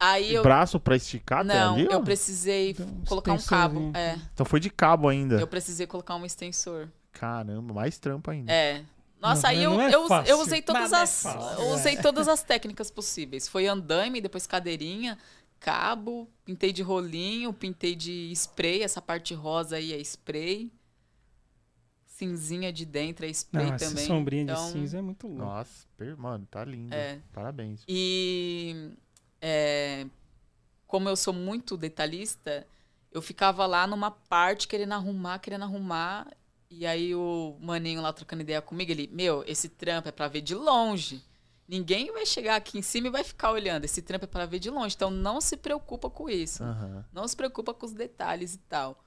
Speaker 3: Aí eu.
Speaker 1: braço pra esticar até
Speaker 3: Não,
Speaker 1: ali?
Speaker 3: eu
Speaker 1: ó?
Speaker 3: precisei
Speaker 2: Deu um
Speaker 3: colocar um cabo.
Speaker 2: extensorzinho.
Speaker 3: É.
Speaker 1: Então foi de cabo ainda.
Speaker 3: Eu precisei colocar um extensor.
Speaker 1: Caramba, mais trampo ainda.
Speaker 3: É. Nossa,
Speaker 2: Não,
Speaker 3: aí
Speaker 2: não
Speaker 3: eu,
Speaker 2: é
Speaker 3: eu, us-
Speaker 2: fácil.
Speaker 3: eu usei todas
Speaker 2: Nada é
Speaker 3: as.
Speaker 2: fácil.
Speaker 3: eu usei todas as técnicas possíveis. Foi andaime, depois cadeirinha, cabo, pintei de rolinho, pintei de spray, essa parte rosa aí é spray. Cinzinha de dentro é spray
Speaker 2: não, essa
Speaker 3: também.
Speaker 2: sombrinha
Speaker 3: Então,
Speaker 2: de cinza é muito louco.
Speaker 1: Nossa, per- mano, tá lindo.
Speaker 3: É.
Speaker 1: Parabéns.
Speaker 3: E é, como eu sou muito detalhista, eu ficava lá numa parte querendo arrumar, querendo arrumar. E aí o maninho lá trocando ideia comigo, ele, meu, esse trampo é pra ver de longe. Ninguém vai chegar aqui em cima e vai ficar olhando. Esse trampo é pra ver de longe. Então não se preocupa com isso.
Speaker 1: Aham.
Speaker 3: Não se preocupa com os detalhes e tal.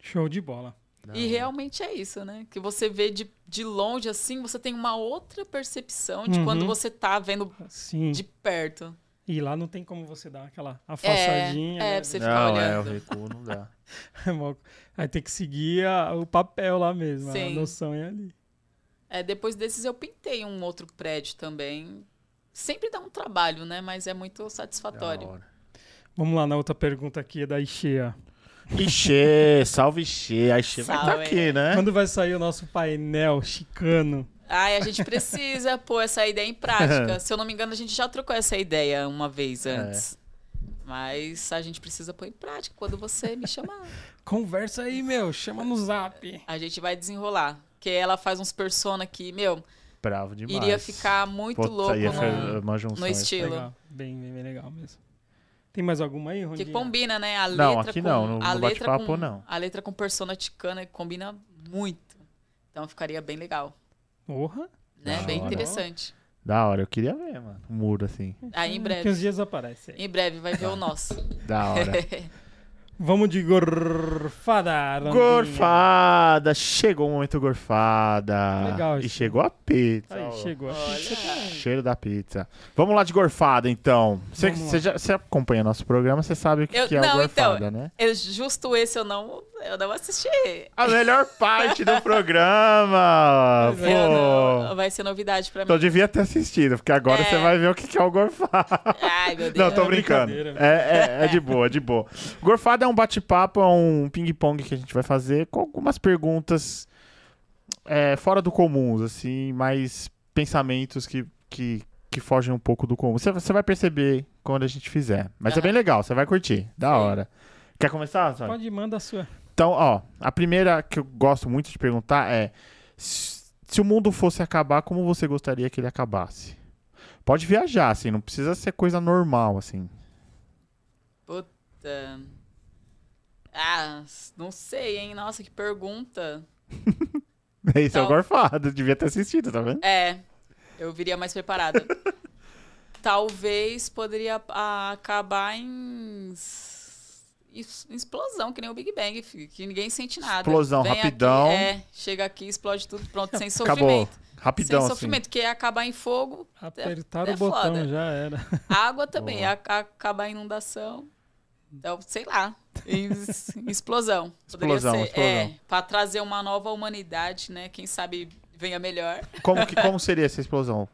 Speaker 2: Show de bola.
Speaker 1: Da
Speaker 3: E
Speaker 1: hora.
Speaker 3: realmente é isso, né? Que você vê de, de longe assim, você tem uma outra percepção de quando
Speaker 2: Uhum.
Speaker 3: você tá vendo
Speaker 2: Sim.
Speaker 3: de perto.
Speaker 2: E lá não tem como você dar aquela
Speaker 3: É,
Speaker 2: afastadinha.
Speaker 3: é,
Speaker 2: né? *laughs*
Speaker 3: pra você ficar
Speaker 1: Não, é, o
Speaker 3: olhando.
Speaker 1: recuo não
Speaker 3: *laughs*
Speaker 1: dá.
Speaker 2: É mó- Aí tem que seguir a- o papel lá mesmo, a
Speaker 3: Sim.
Speaker 2: noção é ali.
Speaker 3: É, depois desses eu pintei um outro prédio também. Sempre dá um trabalho, né? Mas é muito
Speaker 1: Da
Speaker 3: satisfatório.
Speaker 1: hora.
Speaker 2: Vamos lá na outra pergunta aqui, é da Ixia.
Speaker 1: Ixê, salve Ixê. A Ixê vai estar
Speaker 3: Salve.
Speaker 1: aqui, né?
Speaker 2: Quando vai sair o nosso painel chicano?
Speaker 3: Ai, a
Speaker 1: *laughs*
Speaker 3: gente precisa pôr essa ideia em prática. Se eu não me engano, a gente já trocou essa ideia uma vez
Speaker 1: É.
Speaker 3: antes. Mas a gente precisa pôr em prática quando você me chamar.
Speaker 2: Conversa aí, meu, chama no zap.
Speaker 3: A gente vai desenrolar. Porque ela faz uns persona que, meu,
Speaker 1: Bravo demais.
Speaker 3: iria ficar muito
Speaker 1: Puta,
Speaker 3: louco
Speaker 1: ia ser
Speaker 3: no,
Speaker 1: uma junção,
Speaker 3: no
Speaker 1: isso.
Speaker 3: estilo.
Speaker 2: Legal, bem, bem, bem legal mesmo. Tem mais alguma aí,
Speaker 3: Porque
Speaker 2: Rondinha?
Speaker 3: combina, né? A letra
Speaker 1: Não, aqui
Speaker 3: com,
Speaker 1: não, no-
Speaker 3: a
Speaker 1: no
Speaker 3: letra
Speaker 1: bate-papo,
Speaker 3: com,
Speaker 1: não.
Speaker 3: A letra com persona ticana combina muito. Então ficaria bem legal.
Speaker 2: Porra.
Speaker 3: Né?
Speaker 1: Da
Speaker 3: Bem
Speaker 1: hora.
Speaker 3: interessante.
Speaker 1: Da hora, eu queria ver, mano. Um muro assim.
Speaker 3: Aí em
Speaker 2: Que uns
Speaker 3: breve.
Speaker 2: dias aparece aí.
Speaker 3: Em breve vai
Speaker 1: Ah,
Speaker 3: ver o nosso.
Speaker 1: Da
Speaker 3: *laughs*
Speaker 1: hora.
Speaker 2: Vamos de gorfada. Rondinha.
Speaker 1: Gorfada! Chegou o momento gorfada.
Speaker 2: Legal,
Speaker 1: E
Speaker 2: isso.
Speaker 1: chegou a pizza. ó.
Speaker 2: Aí, chegou.
Speaker 3: Olha.
Speaker 1: Cheiro da pizza. Vamos lá de gorfada, então. Você
Speaker 2: Vamos lá.
Speaker 1: você já- você acompanha nosso programa, você sabe o que,
Speaker 3: Eu-
Speaker 1: que é a
Speaker 3: não,
Speaker 1: gorfada,
Speaker 3: então.
Speaker 1: né?
Speaker 3: Eu, justo esse eu não, eu não assisti.
Speaker 1: A melhor parte do
Speaker 3: *laughs*
Speaker 1: programa!
Speaker 2: Pois
Speaker 3: Eu é, não-
Speaker 1: Pô.
Speaker 3: vai ser novidade pra mim.
Speaker 1: Então devia ter assistido, porque agora
Speaker 3: É.
Speaker 1: você vai ver o que que é o gorfada.
Speaker 3: Ai, meu Deus.
Speaker 1: Não, tô
Speaker 2: É
Speaker 1: brincando.
Speaker 2: brincadeira.
Speaker 1: É, é- é de boa, é de boa. Gorfada é um bate-papo, é um ping-pong que a gente vai fazer com algumas perguntas é, fora do comum, assim, mais pensamentos que, que, que fogem um pouco do comum. Você, você vai perceber quando a gente fizer. Mas é
Speaker 3: Aham.
Speaker 1: bem legal, você vai curtir. Da
Speaker 3: Sim.
Speaker 1: hora. Quer começar, Sônia?
Speaker 2: Pode mandar a sua.
Speaker 1: Então, ó, a primeira que eu gosto muito de perguntar é: s- se o mundo fosse acabar, como você gostaria que ele acabasse? Pode viajar, assim, não precisa ser coisa normal, assim.
Speaker 3: Puta. Ah, não sei, hein? Nossa, que pergunta.
Speaker 1: *laughs* Esse é o
Speaker 3: Tal-
Speaker 1: gorfado, devia ter assistido, tá vendo?
Speaker 3: É, eu viria mais
Speaker 1: *laughs*
Speaker 3: preparada. Talvez poderia ah, acabar em... s- es- explosão, que nem o Big Bang, fi, que ninguém sente nada.
Speaker 1: Explosão,
Speaker 3: Vem aqui,
Speaker 1: rapidão.
Speaker 3: é, chega aqui, explode tudo, pronto, sem
Speaker 1: Acabou.
Speaker 3: sofrimento.
Speaker 1: Rapidão,
Speaker 3: sem
Speaker 1: assim.
Speaker 3: sofrimento, que ia acabar em fogo,
Speaker 2: Apertar
Speaker 3: é
Speaker 2: o botão,
Speaker 3: foda.
Speaker 2: já era.
Speaker 1: *laughs*
Speaker 3: água também,
Speaker 1: Boa.
Speaker 3: ia a- acabar a inundação. Então, sei lá. es- *laughs* Explosão.
Speaker 1: Explosão,
Speaker 3: É,
Speaker 1: explosão.
Speaker 3: pra trazer uma nova humanidade, né? Quem sabe venha melhor.
Speaker 1: Como, que,
Speaker 3: *laughs*
Speaker 1: como seria essa explosão?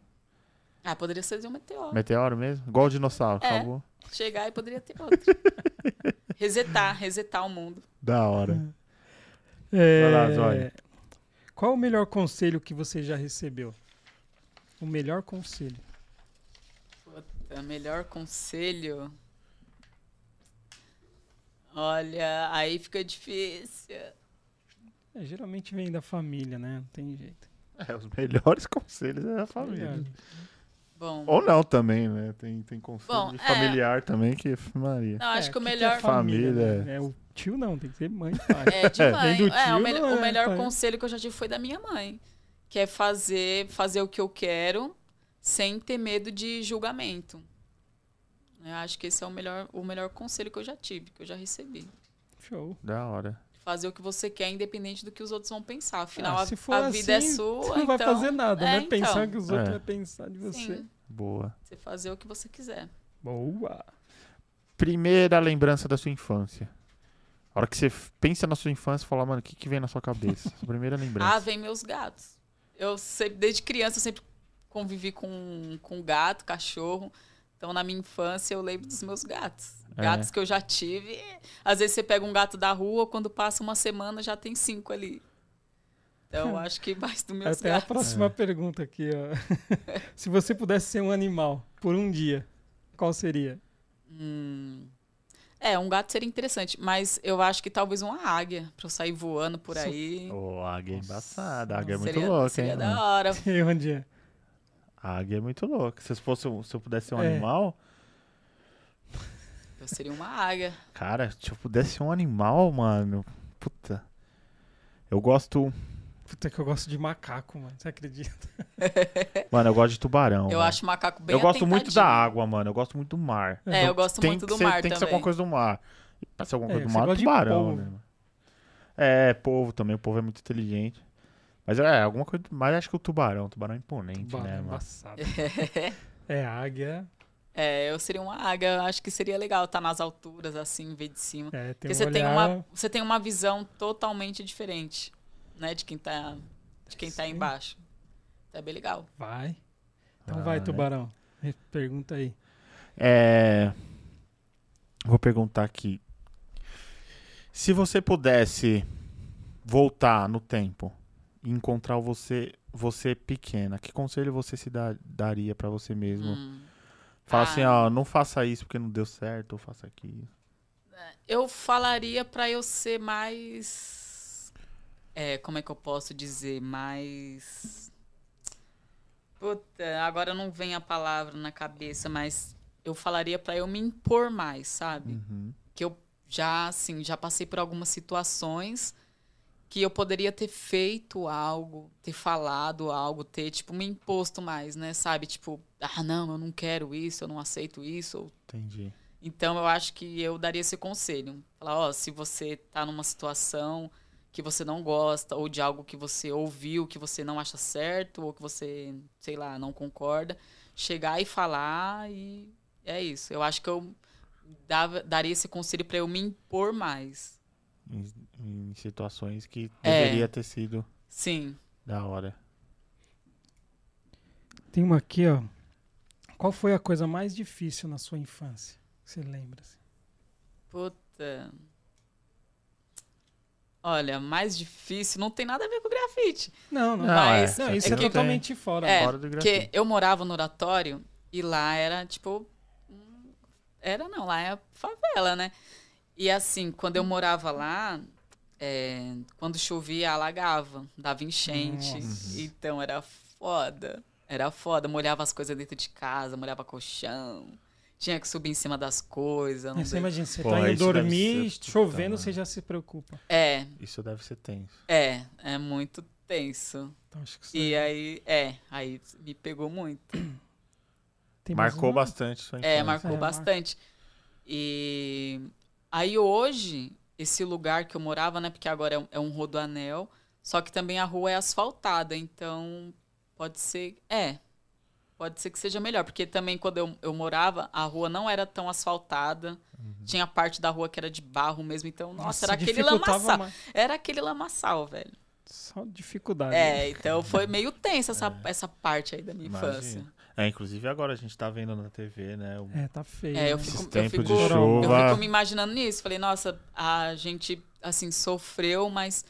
Speaker 3: Ah, poderia ser de um meteoro.
Speaker 1: Meteoro mesmo? Igual o dinossauro,
Speaker 3: É.
Speaker 1: acabou?
Speaker 3: Chegar e poderia ter
Speaker 1: *laughs*
Speaker 3: outro. resetar, resetar o mundo.
Speaker 1: Da hora.
Speaker 2: É...
Speaker 1: Vai lá, Zóia.
Speaker 2: Qual o melhor conselho que você já recebeu? O melhor conselho.
Speaker 3: Puta, Então, é melhor conselho. Olha, aí fica difícil.
Speaker 2: É, geralmente vem da família, né? Não tem jeito.
Speaker 1: É, os melhores *laughs* conselhos é da família.
Speaker 2: Verdade.
Speaker 3: Bom,
Speaker 1: Ou não também, né? Tem, tem conselho
Speaker 3: Bom,
Speaker 1: de
Speaker 3: é.
Speaker 1: familiar também que, Maria.
Speaker 3: não, acho
Speaker 2: É,
Speaker 3: que o
Speaker 2: que
Speaker 3: melhor.
Speaker 2: é família.
Speaker 1: Família.
Speaker 2: né? É o tio não, tem que ser mãe, *laughs*
Speaker 3: *laughs*
Speaker 2: pai.
Speaker 3: É de
Speaker 2: Vem
Speaker 3: mãe.
Speaker 2: do
Speaker 3: é, o,
Speaker 2: tio,
Speaker 3: mel-
Speaker 2: não é,
Speaker 3: o melhor
Speaker 2: pai.
Speaker 3: conselho que eu já tive foi da minha mãe. Que é fazer, fazer o que eu quero sem ter medo de julgamento. Eu acho que esse é o melhor, o melhor conselho que eu já tive, que eu já recebi. É.
Speaker 2: Show.
Speaker 1: Da hora.
Speaker 3: Fazer o que você quer, independente do que os outros vão pensar. Afinal,
Speaker 2: Ah,
Speaker 3: a,
Speaker 2: se for
Speaker 3: a vida
Speaker 2: assim, *laughs*
Speaker 3: é sua.
Speaker 2: Você não vai
Speaker 3: então,
Speaker 2: fazer nada,
Speaker 3: é,
Speaker 2: né? Pensar
Speaker 3: então.
Speaker 2: que os outros
Speaker 1: É.
Speaker 2: vão pensar de você.
Speaker 3: Sim,
Speaker 1: Boa.
Speaker 3: você fazer o que você quiser.
Speaker 2: Boa.
Speaker 1: primeira lembrança da sua infância? A hora que você f- pensa na sua infância, fala, mano, o que, que vem na sua cabeça? Sua primeira
Speaker 3: *laughs* Ah,
Speaker 1: lembrança.
Speaker 3: vem meus gatos. Eu sempre, desde criança, eu sempre convivi com, com gato, cachorro. Então, na minha infância, eu lembro dos meus gatos.
Speaker 1: É.
Speaker 3: Gatos que eu já tive. Às vezes você pega um gato da rua, quando passa uma semana, já tem cinco ali.
Speaker 1: *laughs*
Speaker 3: Então, eu acho que mais dos meus
Speaker 2: Até a
Speaker 3: gatos.
Speaker 2: próxima pergunta aqui, ó. *laughs* Se você pudesse ser um animal por um dia, qual seria? *laughs*
Speaker 3: Hum. É, um gato seria interessante, mas eu acho que talvez uma águia, pra eu sair voando por
Speaker 2: Isso.
Speaker 3: aí.
Speaker 1: Ô, a águia é embaçada. A águia é muito
Speaker 3: seria
Speaker 1: louca,
Speaker 3: seria
Speaker 1: hein?
Speaker 3: da
Speaker 1: mano?
Speaker 3: hora.
Speaker 2: E aí, Rondinha?
Speaker 1: A águia é muito louca. Se eu, fosse, um- se eu pudesse ser um
Speaker 2: É.
Speaker 1: animal,
Speaker 3: Eu seria uma águia.
Speaker 1: cara, se eu pudesse ser um animal, mano, puta. Eu gosto.
Speaker 2: Puta que eu gosto de macaco, mano. Você acredita?
Speaker 1: Mano, eu gosto de tubarão.
Speaker 3: É. eu
Speaker 1: mano.
Speaker 3: acho o macaco bem
Speaker 1: Eu gosto muito da
Speaker 3: atentadinho.
Speaker 1: água, mano. Eu gosto muito do mar.
Speaker 3: É, eu gosto
Speaker 1: tem
Speaker 3: muito
Speaker 1: que
Speaker 3: do
Speaker 1: ser-
Speaker 3: mar
Speaker 1: Tem que ser
Speaker 3: também.
Speaker 1: alguma coisa do mar. E Pra ser alguma
Speaker 2: É,
Speaker 1: coisa do
Speaker 2: você
Speaker 1: mar,
Speaker 2: gosta de
Speaker 1: tubarão,
Speaker 2: polvo.
Speaker 1: né? mano? É, povo também. O povo é muito inteligente. Mas é, alguma né,
Speaker 3: *laughs*
Speaker 1: coisa. Mas acho que o tubarão. O tubarão é imponente,
Speaker 2: Tubarão
Speaker 1: né, mano?
Speaker 2: embaçado. é águia.
Speaker 3: É, eu seria uma águia. Acho que seria legal estar nas alturas, assim, ver de cima.
Speaker 2: É, tem
Speaker 3: Porque
Speaker 2: um
Speaker 3: você, tem
Speaker 2: olhar-
Speaker 3: uma, você tem uma visão totalmente diferente, né? De quem tá, de quem tá
Speaker 2: Sim.
Speaker 3: embaixo. Então é bem legal.
Speaker 2: Vai. Então vai,
Speaker 1: Vai.
Speaker 2: tubarão. Re- Pergunta aí.
Speaker 1: É. Vou perguntar aqui. Se você pudesse voltar no tempo e encontrar você, você pequena, que conselho você se dá- daria pra você mesmo?
Speaker 3: Hum.
Speaker 1: Fala
Speaker 3: Ah.
Speaker 1: assim, ó, não faça isso porque não deu certo, ou faça aquilo.
Speaker 3: Eu falaria pra eu ser mais. É, como é que eu posso dizer? Mais. Puta, agora não vem a palavra na cabeça, mas eu falaria pra eu me impor mais, sabe?
Speaker 1: Uhum.
Speaker 3: que eu já assim já passei por algumas situações que eu poderia ter feito algo, ter falado algo, ter tipo me imposto mais, né? Sabe, tipo, ah, não, eu não quero isso, eu não aceito isso, ou
Speaker 1: Entendi.
Speaker 3: então eu acho que eu daria esse conselho. Falar, ó, se você tá numa situação que você não gosta, ou de algo que você ouviu, que você não acha certo, ou que você, sei lá, não concorda, chegar e falar e é isso. Eu acho que eu dava- daria esse conselho pra eu me impor mais.
Speaker 1: Em, em situações que
Speaker 3: É.
Speaker 1: deveria ter sido
Speaker 3: Sim.
Speaker 1: da hora.
Speaker 2: Tem uma aqui, ó. Qual foi a coisa mais difícil na sua infância? que Você lembra? assim?
Speaker 3: Puta. Olha, mais difícil, não tem nada a ver com grafite.
Speaker 2: Não, não.
Speaker 1: Não,
Speaker 3: Mas-
Speaker 1: é,
Speaker 2: Não, isso
Speaker 3: é
Speaker 2: é,
Speaker 3: que-
Speaker 2: totalmente fora.
Speaker 3: É,
Speaker 1: Fora do grafite.
Speaker 3: Porque eu morava no oratório e lá era tipo. um- Era não, lá é favela, né? E assim, quando eu morava lá, é, quando chovia, alagava, dava enchente.
Speaker 2: Nossa.
Speaker 3: Então era foda. Era foda. Molhava as coisas dentro de casa, molhava colchão. Tinha que subir em cima das coisas. não
Speaker 2: Você
Speaker 3: dei-
Speaker 2: imagina, você
Speaker 1: Pô,
Speaker 2: tá indo
Speaker 1: isso deve
Speaker 2: dormir,
Speaker 1: ser puta,
Speaker 2: chovendo,
Speaker 1: mano.
Speaker 2: você já se preocupa.
Speaker 3: É,
Speaker 1: Isso deve ser tenso.
Speaker 3: é, é muito tenso.
Speaker 2: Então, acho que isso
Speaker 3: E aí, é, aí me pegou muito.
Speaker 2: tem mais
Speaker 1: marcou
Speaker 2: uma?
Speaker 1: bastante sua infância.
Speaker 3: É, marcou
Speaker 2: É, marca.
Speaker 3: bastante. E aí hoje, esse lugar que eu morava, né? Porque agora é um- é um rodoanel, só que também a rua é asfaltada, então pode ser. É. Pode ser que seja melhor, porque também quando eu, eu morava, a rua não era tão asfaltada. Tinha parte da rua que era de barro mesmo, então, nossa, era aquele
Speaker 2: dificultava
Speaker 3: lamaçal.
Speaker 2: mais.
Speaker 3: Era aquele lamaçal, velho.
Speaker 2: Só dificuldade. né?
Speaker 3: É, então foi meio tensa essa, essa parte aí da minha
Speaker 1: Imagina.
Speaker 3: infância.
Speaker 1: É, inclusive agora a gente tá vendo na TV, né? o-
Speaker 2: É, tá feio.
Speaker 3: É, eu
Speaker 2: né?
Speaker 3: fico-
Speaker 1: Esses
Speaker 3: eu
Speaker 1: tempos de
Speaker 3: fico- Eu
Speaker 1: chuva.
Speaker 3: fico me imaginando nisso. Falei, nossa, a gente, assim, sofreu, mas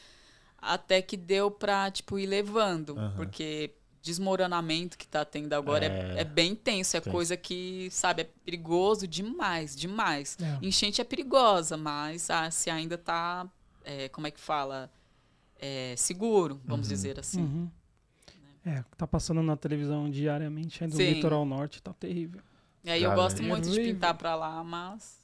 Speaker 3: até que deu pra, tipo, ir levando.
Speaker 1: Aham.
Speaker 3: Porque desmoronamento que tá tendo agora é,
Speaker 1: É.
Speaker 3: é bem tenso. É
Speaker 1: Tenso.
Speaker 3: coisa que, sabe, é perigoso demais, demais.
Speaker 2: É.
Speaker 3: Enchente é perigosa, mas ah, se ainda tá, é, como é que fala? É, seguro, vamos dizer assim.
Speaker 2: Uhum. É, o que tá passando na televisão diariamente, ainda do
Speaker 3: Sim.
Speaker 2: litoral norte, tá terrível.
Speaker 3: E aí eu
Speaker 1: Cara,
Speaker 3: gosto
Speaker 1: é
Speaker 3: muito de
Speaker 2: horrível.
Speaker 3: pintar pra lá, mas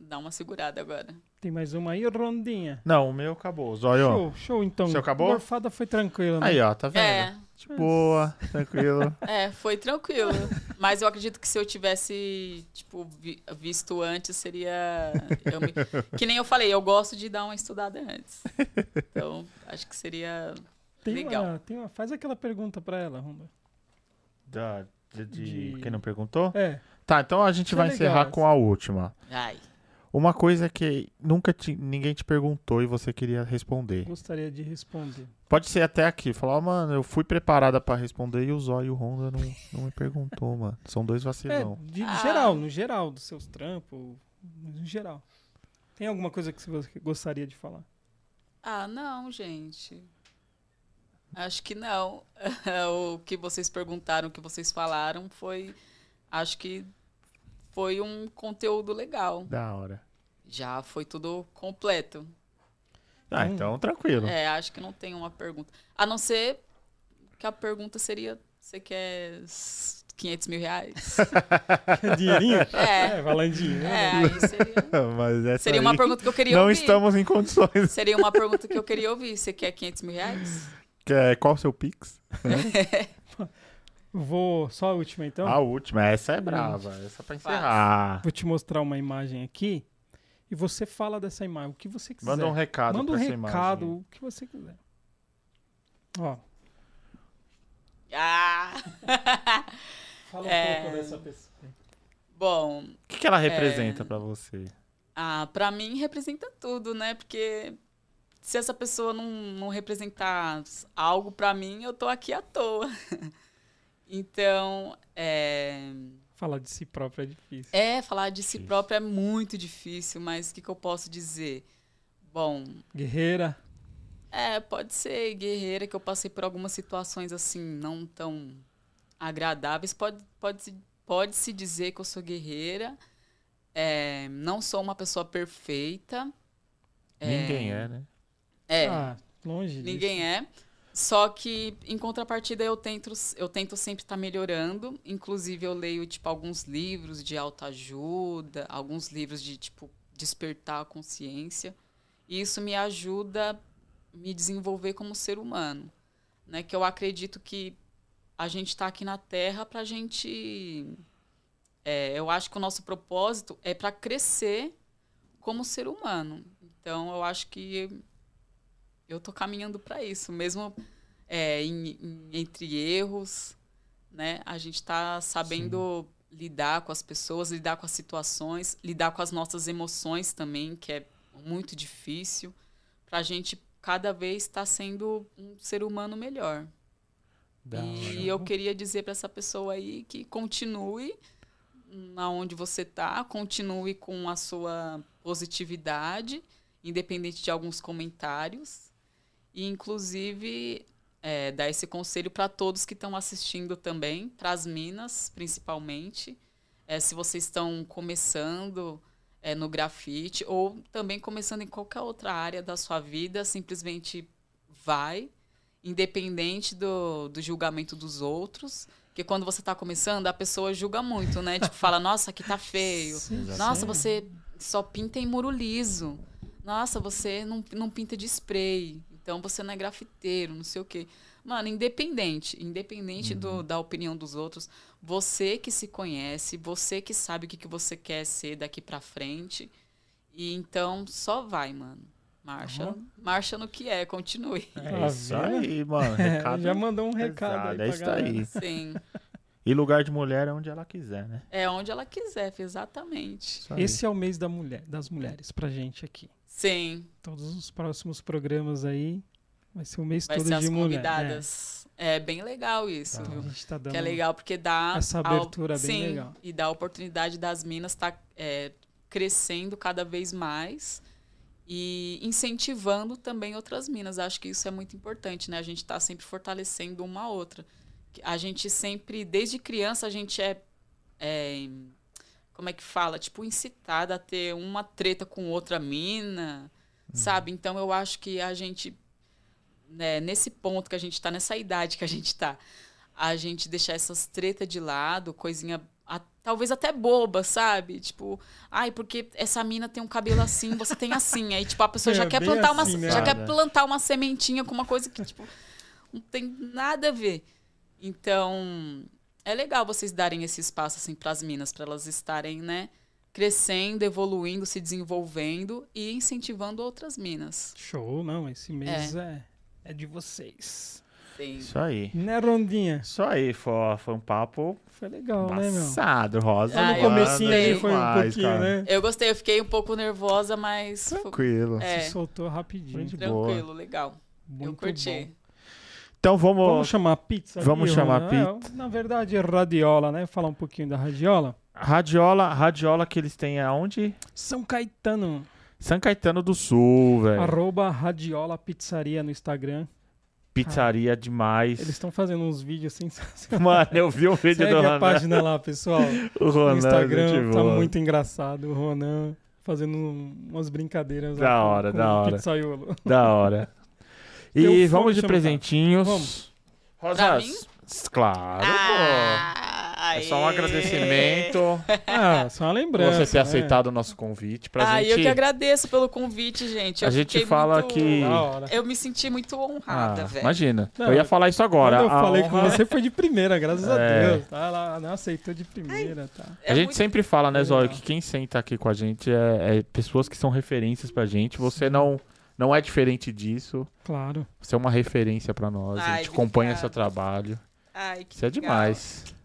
Speaker 3: dá uma segurada agora.
Speaker 1: Tá
Speaker 2: Tem mais uma aí, Rondinha.
Speaker 1: Não, o meu acabou. Zóio.
Speaker 2: Show, show então.
Speaker 1: Seu acabou?
Speaker 2: Morfada foi tranquila, né?
Speaker 1: Aí, ó, tá vendo?
Speaker 3: É.
Speaker 1: De boa, tranquilo.
Speaker 3: É, foi tranquilo. Mas eu acredito que se eu tivesse, tipo, vi- visto antes, seria. eu me- Que nem eu falei, eu gosto de dar uma estudada antes. Então, acho que seria.
Speaker 2: tem Uma,
Speaker 3: legal.
Speaker 2: tem uma, faz aquela pergunta pra ela, Ronda.
Speaker 1: *laughs* Da- de, de-
Speaker 2: De-
Speaker 1: Quem não perguntou?
Speaker 2: É,
Speaker 1: Tá, então a gente
Speaker 2: Isso é
Speaker 1: vai
Speaker 2: legal,
Speaker 1: encerrar
Speaker 2: essa.
Speaker 1: com a última.
Speaker 3: Ai.
Speaker 1: Uma coisa que nunca te- ninguém te perguntou e você queria responder.
Speaker 2: gostaria de responder.
Speaker 1: Pode ser até aqui. Falar, ó, mano, eu fui preparada pra responder e o Zóio e o Honda não, não me perguntou, mano. São dois
Speaker 2: É,
Speaker 1: vacilão.
Speaker 2: de
Speaker 3: Ah.
Speaker 2: geral, no geral, dos seus trampos, no geral. Tem alguma coisa que você gostaria
Speaker 1: *laughs*
Speaker 2: de falar?
Speaker 3: Ah, não, gente. Acho que não. *laughs* o que vocês perguntaram, o que vocês falaram foi. Acho que foi um conteúdo legal.
Speaker 1: Da hora.
Speaker 3: Já foi tudo completo.
Speaker 1: Ah,
Speaker 2: Hum.
Speaker 1: então tranquilo.
Speaker 3: É, acho que não tem uma pergunta. A não ser que a pergunta seria: você quer s- 500 mil reais?
Speaker 1: *laughs*
Speaker 2: Dinheirinho?
Speaker 3: É.
Speaker 2: É, vai lá em dinheiro.
Speaker 3: é, aí seria.
Speaker 1: *laughs* Mas essa
Speaker 3: Seria uma
Speaker 1: aí,
Speaker 3: pergunta que eu queria
Speaker 1: Não
Speaker 3: ouvir.
Speaker 1: estamos em condições. *laughs*
Speaker 3: Seria uma pergunta que eu queria ouvir. Você quer 500 mil reais?
Speaker 1: Quer- Qual o seu Pix?
Speaker 2: Vou, só a última então.
Speaker 1: a última. Essa é brava. Essa é pra encerrar.
Speaker 2: Vou te mostrar uma imagem aqui e você fala dessa imagem, o que você quiser.
Speaker 1: Manda um recado
Speaker 2: Manda um
Speaker 1: pra essa
Speaker 2: recado,
Speaker 1: imagem.
Speaker 2: o que você quiser. Ó,
Speaker 3: Ah!
Speaker 2: fala
Speaker 3: um É. pouco
Speaker 2: É. dessa pessoa.
Speaker 3: *laughs* Bom,
Speaker 1: O que, que ela
Speaker 3: É.
Speaker 1: representa pra você?
Speaker 3: ah, para mim representa tudo, né? Porque se essa pessoa não, não representar algo pra mim, eu tô aqui à toa. *laughs* Então, é,
Speaker 2: Falar de si próprio é difícil.
Speaker 3: é, falar de si
Speaker 1: Difícil.
Speaker 3: próprio é muito difícil, mas o que, que eu posso dizer? Bom,
Speaker 2: Guerreira.
Speaker 3: é, pode ser guerreira, que eu passei por algumas situações assim, não tão agradáveis. Pode, pode, se, pode se dizer que eu sou guerreira. É, não sou uma pessoa perfeita.
Speaker 1: Ninguém é, né?
Speaker 3: É,
Speaker 2: Ah, longe disso.
Speaker 3: ninguém é. Só que, em contrapartida, eu tento, eu tento sempre estar melhorando. Inclusive, eu leio, tipo, alguns livros de autoajuda, alguns livros de, tipo, despertar a consciência. E isso me ajuda a me desenvolver como ser humano. Né? Que eu acredito que a gente está aqui na Terra para a gente... é, eu acho que o nosso propósito é para crescer como ser humano. Então, eu acho que eu tô caminhando para isso, mesmo é, em- em- entre erros, né? A gente tá sabendo lidar com as pessoas, lidar com as situações, lidar com as nossas emoções também, que é muito difícil, pra gente cada vez estar sendo um ser humano melhor.
Speaker 2: Da hora.
Speaker 3: é. e eu queria dizer para essa pessoa aí que continue na onde você tá, continue com a sua positividade, independente de alguns comentários. E, inclusive, é, dar esse conselho para todos que estão assistindo também, para as minas, principalmente. É, se vocês estão começando é, no grafite ou também começando em qualquer outra área da sua vida, simplesmente vai, independente do, do julgamento dos outros. Porque quando você está começando, a pessoa julga muito, né? Tipo, fala, nossa, aqui tá feio.
Speaker 2: Sim,
Speaker 3: Nossa,
Speaker 2: sim.
Speaker 3: você só pinta em muro liso. Nossa, você não, não pinta de spray. Então você não é grafiteiro, não sei o quê. Mano, independente, independente do, da opinião dos outros, você que se conhece, você que sabe o que, que você quer ser daqui pra frente. E então só vai, mano. Marcha, marcha no que é, continue.
Speaker 1: É isso aí, mano.
Speaker 2: É,
Speaker 1: Recado
Speaker 2: *laughs* já mandou um
Speaker 1: pesado, é
Speaker 2: recado aí pra
Speaker 1: isso
Speaker 2: galera.
Speaker 1: aí.
Speaker 3: Sim.
Speaker 1: E lugar de mulher é onde ela quiser, né?
Speaker 3: É onde ela quiser, fi, exatamente.
Speaker 1: Isso aí.
Speaker 2: Esse é o mês da mulher, das mulheres pra gente aqui.
Speaker 3: Sim.
Speaker 2: Todos os próximos programas aí vai ser o mês
Speaker 3: Vai
Speaker 2: todo
Speaker 3: ser
Speaker 2: de
Speaker 3: as
Speaker 2: mulher.
Speaker 3: convidadas. É. bem legal isso,
Speaker 1: Tá.
Speaker 2: É,
Speaker 3: viu?
Speaker 2: a gente tá dando
Speaker 3: Que é legal porque dá
Speaker 2: essa
Speaker 3: a-
Speaker 2: abertura bem
Speaker 3: Sim,
Speaker 2: legal.
Speaker 3: E dá a oportunidade das minas estar crescendo cada vez mais e incentivando também outras minas. Acho que isso é muito importante, né? A gente está sempre fortalecendo uma a outra. Que A gente sempre, desde criança, a gente é, é, como é que fala? Tipo, incitada a ter uma treta com outra mina, sabe? Então eu acho que a gente, né, nesse ponto que a gente está, nessa idade que a gente está, a gente deixar essas tretas de lado, coisinha a- talvez até boba, sabe? Tipo, ai, porque essa mina tem um cabelo assim, você tem assim. Aí, tipo, a pessoa
Speaker 2: É,
Speaker 3: já quer
Speaker 2: bem
Speaker 3: plantar uma.
Speaker 2: assim, né?
Speaker 3: Já
Speaker 1: Ah,
Speaker 3: quer
Speaker 1: né?
Speaker 3: plantar uma sementinha com uma coisa que, tipo, não tem nada a ver. Então, é legal vocês darem esse espaço, assim, pras minas, para elas estarem, né? Crescendo, evoluindo, se desenvolvendo e incentivando outras minas.
Speaker 2: Show, não. Esse mês é, é de vocês.
Speaker 3: Sim.
Speaker 1: Isso aí.
Speaker 2: Né, Rondinha?
Speaker 1: Isso aí, foi, foi um papo
Speaker 2: Foi legal, né,
Speaker 1: passado, Rosa.
Speaker 3: Ah,
Speaker 2: meu?
Speaker 3: eu
Speaker 2: No comecinho
Speaker 3: gostei.
Speaker 2: ali foi um
Speaker 1: né? Demais,
Speaker 2: pouquinho,
Speaker 1: cara.
Speaker 2: né?
Speaker 3: Eu gostei, eu fiquei um pouco nervosa, mas foi
Speaker 1: Tranquilo.
Speaker 3: É.
Speaker 2: Se soltou rapidinho.
Speaker 1: Foi de boa.
Speaker 3: tranquilo, legal.
Speaker 2: Muito
Speaker 3: eu curti.
Speaker 2: bom.
Speaker 1: Então vamos.
Speaker 2: Vamos chamar a pizza?
Speaker 1: Vamos
Speaker 2: aqui,
Speaker 1: chamar
Speaker 2: Rondinha? É, na verdade, é radiola, né? Falar um pouquinho da radiola.
Speaker 1: Radiola, radiola que eles têm aonde?
Speaker 2: São Caetano,
Speaker 1: São Caetano do Sul, velho.
Speaker 2: arroba radiola pizzaria no Instagram.
Speaker 1: Pizzaria demais.
Speaker 2: Eles é estão fazendo uns vídeos sensacionais.
Speaker 1: Mano, eu
Speaker 2: *laughs*
Speaker 1: vi o *laughs* vídeo
Speaker 2: Segue
Speaker 1: do
Speaker 2: a
Speaker 1: Ronan.
Speaker 2: página lá, pessoal.
Speaker 1: O Ronan,
Speaker 2: no Instagram
Speaker 1: gente
Speaker 2: tá
Speaker 1: boa.
Speaker 2: muito engraçado. O Ronan fazendo um- umas brincadeiras.
Speaker 1: Da
Speaker 2: lá com-
Speaker 1: hora,
Speaker 2: com
Speaker 1: da
Speaker 2: o
Speaker 1: hora.
Speaker 2: Pizzaiolo.
Speaker 1: Da hora. E
Speaker 2: Deu
Speaker 1: vamos
Speaker 2: fome,
Speaker 1: de
Speaker 2: chama o cara.
Speaker 1: presentinhos.
Speaker 2: Vamos.
Speaker 3: Pra
Speaker 1: Rosas.
Speaker 3: mim?
Speaker 1: s- Claro, pô. É só um
Speaker 3: Ah,
Speaker 2: *laughs*
Speaker 3: aê.
Speaker 1: agradecimento
Speaker 2: Ah, só uma
Speaker 1: por
Speaker 2: lembrança.
Speaker 1: você ter
Speaker 2: né?
Speaker 1: aceitado o nosso convite. Pra
Speaker 3: ah,
Speaker 1: gente...
Speaker 3: eu que agradeço pelo convite, gente.
Speaker 1: A
Speaker 3: Eu
Speaker 1: gente
Speaker 3: fiquei
Speaker 1: fala
Speaker 3: muito-
Speaker 1: que-
Speaker 2: Da hora.
Speaker 3: Eu me senti muito
Speaker 1: Ah,
Speaker 3: honrada, velho.
Speaker 1: imagina.
Speaker 2: Não,
Speaker 1: eu ia falar isso agora.
Speaker 2: Quando eu
Speaker 1: A
Speaker 2: falei
Speaker 1: honra-
Speaker 2: com você foi de primeira, graças
Speaker 1: É.
Speaker 2: a Deus. Tá? Ela não aceitou de primeira, tá?
Speaker 3: É
Speaker 1: A gente sempre fala, né, Zóio,
Speaker 2: legal.
Speaker 1: que quem senta aqui com a gente é, é pessoas que são referências pra gente. Você não não é diferente disso.
Speaker 2: Claro.
Speaker 1: Você é uma referência pra nós. a
Speaker 3: Ai,
Speaker 1: gente acompanha
Speaker 3: obrigada.
Speaker 1: seu trabalho.
Speaker 3: Ai, que
Speaker 1: Isso é
Speaker 3: legal.
Speaker 1: demais. é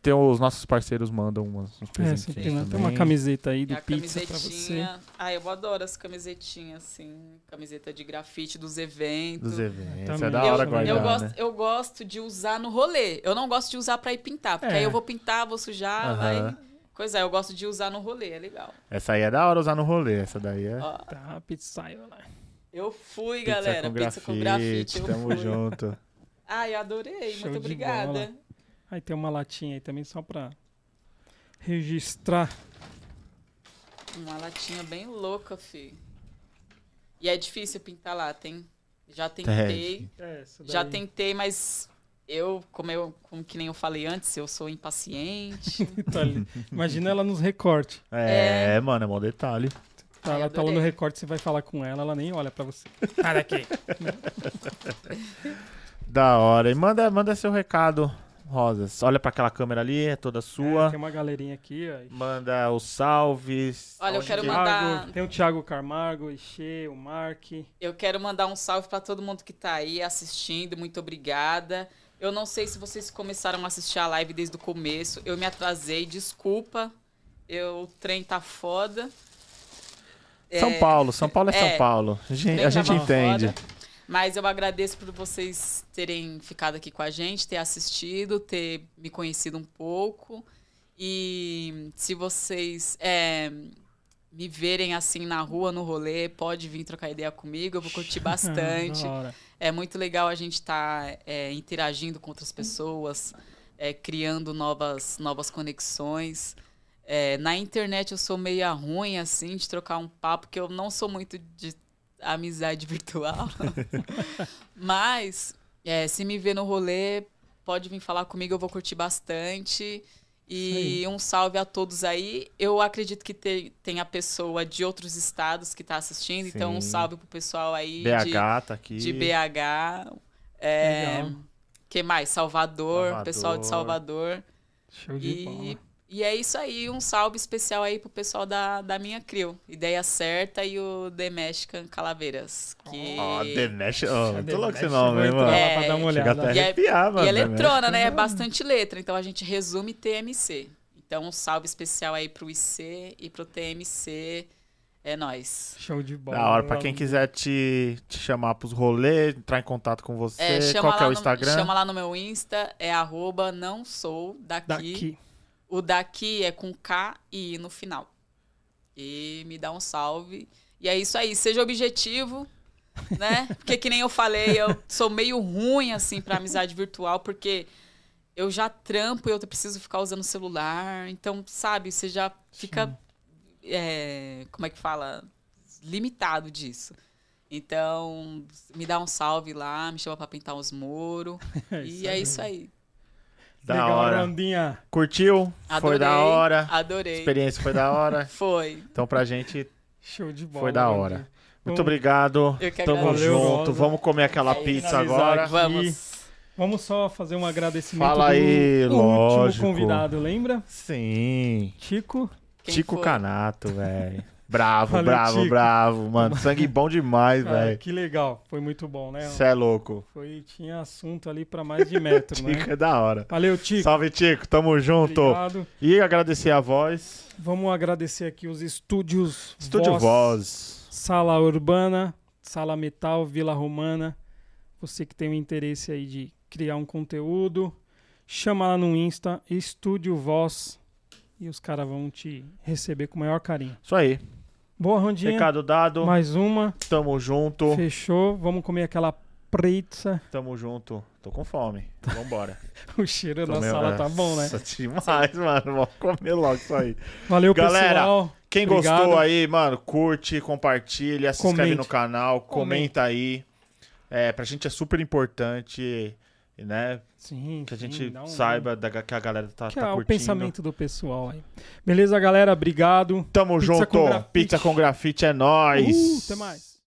Speaker 1: tem os nossos parceiros mandam umas, uns
Speaker 2: É,
Speaker 1: presentes.
Speaker 2: sempre tem, uma- tem
Speaker 1: também.
Speaker 2: uma camiseta aí do
Speaker 3: E a
Speaker 2: Pizza pra você.
Speaker 3: camisetinha. Ah, eu adoro as camisetinhas, assim. Camiseta de grafite dos eventos.
Speaker 1: Dos eventos.
Speaker 2: Também.
Speaker 1: É da
Speaker 3: Eu,
Speaker 1: hora
Speaker 2: eu
Speaker 1: guardar,
Speaker 3: eu, gosto,
Speaker 1: né?
Speaker 3: eu gosto de usar no rolê. Eu não gosto de usar pra ir pintar, porque
Speaker 2: É.
Speaker 3: aí eu vou pintar, vou sujar,
Speaker 1: Aham.
Speaker 3: vai. Coisa, é, eu gosto de usar no rolê, é legal.
Speaker 1: Essa aí é da hora usar no rolê. Essa daí é...
Speaker 3: Ó,
Speaker 2: Tá, pizzaio lá.
Speaker 3: eu fui,
Speaker 1: Pizza
Speaker 3: galera.
Speaker 1: com
Speaker 3: pizza com
Speaker 1: grafite,
Speaker 3: grafite. Eu
Speaker 1: *laughs* Tamo
Speaker 3: fui.
Speaker 1: junto.
Speaker 3: Ah, eu adorei.
Speaker 2: Show de
Speaker 3: Muito obrigada.
Speaker 2: bola. Aí tem uma latinha aí também só pra registrar.
Speaker 3: Uma latinha bem louca, fi. E é difícil pintar lata, hein? Já tentei. Já tentei, mas eu, como eu, como que nem eu falei antes, eu sou impaciente.
Speaker 2: *laughs* Tá ali. Imagina ela nos recortes.
Speaker 1: É, mano, é mó detalhe.
Speaker 2: Tá,
Speaker 3: Ai,
Speaker 2: ela tá lá no
Speaker 3: adorei.
Speaker 2: recorte, você vai falar com ela, ela nem olha pra você. Para *laughs* aqui.
Speaker 1: Da hora. E manda, manda seu recado, Rosas. Olha pra aquela câmera ali, é toda
Speaker 2: É,
Speaker 1: sua.
Speaker 2: tem uma galerinha aqui, ó.
Speaker 1: Manda os salves.
Speaker 3: Olha, eu
Speaker 1: Onde
Speaker 3: quero
Speaker 1: que-
Speaker 3: mandar-
Speaker 2: Thiago, tem o Thiago Carmargo, o Ixê, o Mark.
Speaker 3: Eu quero mandar um salve pra todo mundo que tá aí assistindo, muito obrigada. Eu não sei se vocês começaram a assistir a live desde o começo. Eu me atrasei, desculpa. Eu, o trem tá foda.
Speaker 1: Ah, São Paulo, São Paulo é,
Speaker 3: é.
Speaker 1: São Paulo. A gente,
Speaker 3: Bem
Speaker 1: a gente
Speaker 3: gravado.
Speaker 1: entende.
Speaker 3: Mas eu agradeço por vocês terem ficado aqui com a gente, ter assistido, ter me conhecido um pouco. E se vocês é, me verem assim na rua, no rolê, pode vir trocar ideia comigo, eu vou curtir bastante.
Speaker 2: Ah, da hora.
Speaker 3: É muito legal a gente estar interagindo com outras pessoas, é, criando novas, novas conexões. É, na internet eu sou meia ruim, assim, de trocar um papo, porque eu não sou muito de amizade *laughs* virtual. Mas, é, se me ver no rolê, pode vir falar comigo, eu vou curtir bastante. E um salve a todos aí. Eu acredito que te, tenha pessoa de outros estados que está assistindo, então um
Speaker 1: Sim.
Speaker 3: salve pro pessoal aí. de-
Speaker 1: BH tá aqui.
Speaker 3: de BH. É,
Speaker 2: Legal.
Speaker 3: que mais? Salvador,
Speaker 1: Salvador.
Speaker 3: pessoal de Salvador.
Speaker 2: Show de
Speaker 3: E,
Speaker 2: bola.
Speaker 3: e é isso aí. Um salve especial aí pro pessoal da, da minha Crio. Ideia Certa e o The Mexican Calaveiras. Que...
Speaker 1: Ó, The Mesh. Ó,
Speaker 2: Cadê?
Speaker 1: muito louco esse
Speaker 2: Deixa
Speaker 1: nome,
Speaker 2: eu
Speaker 1: hein,
Speaker 2: entrar
Speaker 1: mano.
Speaker 2: lá
Speaker 3: É,
Speaker 2: pra dar uma
Speaker 1: Chega
Speaker 2: olhada.
Speaker 1: até
Speaker 3: E é-
Speaker 1: arrepiar, mano.
Speaker 3: e
Speaker 1: The
Speaker 3: é
Speaker 1: Mesh.
Speaker 3: eletrona, né? É bastante letra. Então a gente resume TMC. Então um salve especial aí pro IC e pro TMC. É nóis.
Speaker 2: Show de bola.
Speaker 1: Da hora, pra quem quiser te, te chamar pros rolês, entrar em contato com você,
Speaker 3: É,
Speaker 1: qual que é o
Speaker 3: no,
Speaker 1: Instagram?
Speaker 3: chama lá no meu Insta, é arroba não sou
Speaker 2: Daqui.
Speaker 3: O daqui é com K e I no final. E me dá um salve. E é isso aí, seja objetivo, né? Porque que nem eu falei, eu sou meio ruim assim pra amizade virtual, porque eu já trampo e eu preciso ficar usando o celular. Então, sabe, você já fica é, como é que fala? Limitado disso. Então, me dá um salve lá, me chama pra pintar os muros. e é isso aí.
Speaker 1: Da
Speaker 2: Legal,
Speaker 1: hora.
Speaker 2: Arlandinha.
Speaker 1: Curtiu?
Speaker 3: Adorei.
Speaker 1: Foi da hora. A
Speaker 3: Adorei.
Speaker 1: experiência foi da hora.
Speaker 3: Foi.
Speaker 1: Então, pra gente,
Speaker 2: Show de bola.
Speaker 1: foi da
Speaker 2: Arlandinha.
Speaker 1: hora.
Speaker 2: Vamos-
Speaker 1: Muito obrigado.
Speaker 3: Eu que
Speaker 1: Tamo
Speaker 3: agradeço.
Speaker 2: Valeu,
Speaker 1: junto.
Speaker 2: Rosa.
Speaker 1: Vamos comer aquela
Speaker 3: É isso.
Speaker 1: pizza
Speaker 2: Finalizar
Speaker 1: agora.
Speaker 2: aqui.
Speaker 3: Vamos.
Speaker 2: Vamos só fazer um agradecimento
Speaker 1: Fala aí,
Speaker 2: do
Speaker 1: lógico.
Speaker 2: último convidado, lembra?
Speaker 1: Sim.
Speaker 2: Chico.
Speaker 3: Quem
Speaker 1: Tico
Speaker 3: foi?
Speaker 1: Canato, velho. Bravo,
Speaker 2: Valeu,
Speaker 1: bravo,
Speaker 2: Tico.
Speaker 1: bravo. Mano, sangue bom demais,
Speaker 2: Cara,
Speaker 1: velho.
Speaker 2: que legal. Foi muito bom, né?
Speaker 1: é. Cê é louco.
Speaker 2: Foi, tinha assunto ali pra mais de metro,
Speaker 1: Tico
Speaker 2: né?
Speaker 1: é da hora.
Speaker 2: Valeu, Tico.
Speaker 1: Salve, Tico. Tamo junto.
Speaker 2: Obrigado.
Speaker 1: E agradecer a voz.
Speaker 2: Vamos agradecer aqui os estúdios
Speaker 1: Estúdio Voz.
Speaker 2: Sala Urbana, Sala Metal, Vila Romana. Você que tem o interesse aí de criar um conteúdo, chama lá no Insta, Estúdio Voz, e os caras vão te receber com o maior carinho.
Speaker 1: Isso aí.
Speaker 2: Boa rondinha.
Speaker 1: Recado dado.
Speaker 2: Mais uma.
Speaker 1: Tamo junto.
Speaker 2: Fechou. Vamos comer aquela pizza.
Speaker 1: Tamo junto. Tô com fome. Vambora.
Speaker 2: *laughs* O cheiro da
Speaker 1: Tomei-
Speaker 2: sala tá bom, né?
Speaker 1: Nossa, demais, mano. Vamos comer logo isso
Speaker 2: *laughs*
Speaker 1: aí.
Speaker 2: Valeu,
Speaker 1: Galera,
Speaker 2: pessoal.
Speaker 1: Quem
Speaker 2: Obrigado.
Speaker 1: gostou aí, mano, curte, compartilha, se inscreve
Speaker 2: Comente.
Speaker 1: no canal, comenta aí. É, pra gente é super importante, né?
Speaker 2: Sim,
Speaker 1: Que a
Speaker 2: sim,
Speaker 1: gente
Speaker 2: dá um-
Speaker 1: saiba da, que a galera tá,
Speaker 2: Que
Speaker 1: tá
Speaker 2: é o
Speaker 1: curtindo.
Speaker 2: pensamento do pessoal aí. Beleza, galera? Obrigado.
Speaker 1: Tamo
Speaker 2: Pizza
Speaker 1: junto.
Speaker 2: com grafite.
Speaker 1: Pizza com grafite é nóis.
Speaker 2: Uhul, até mais.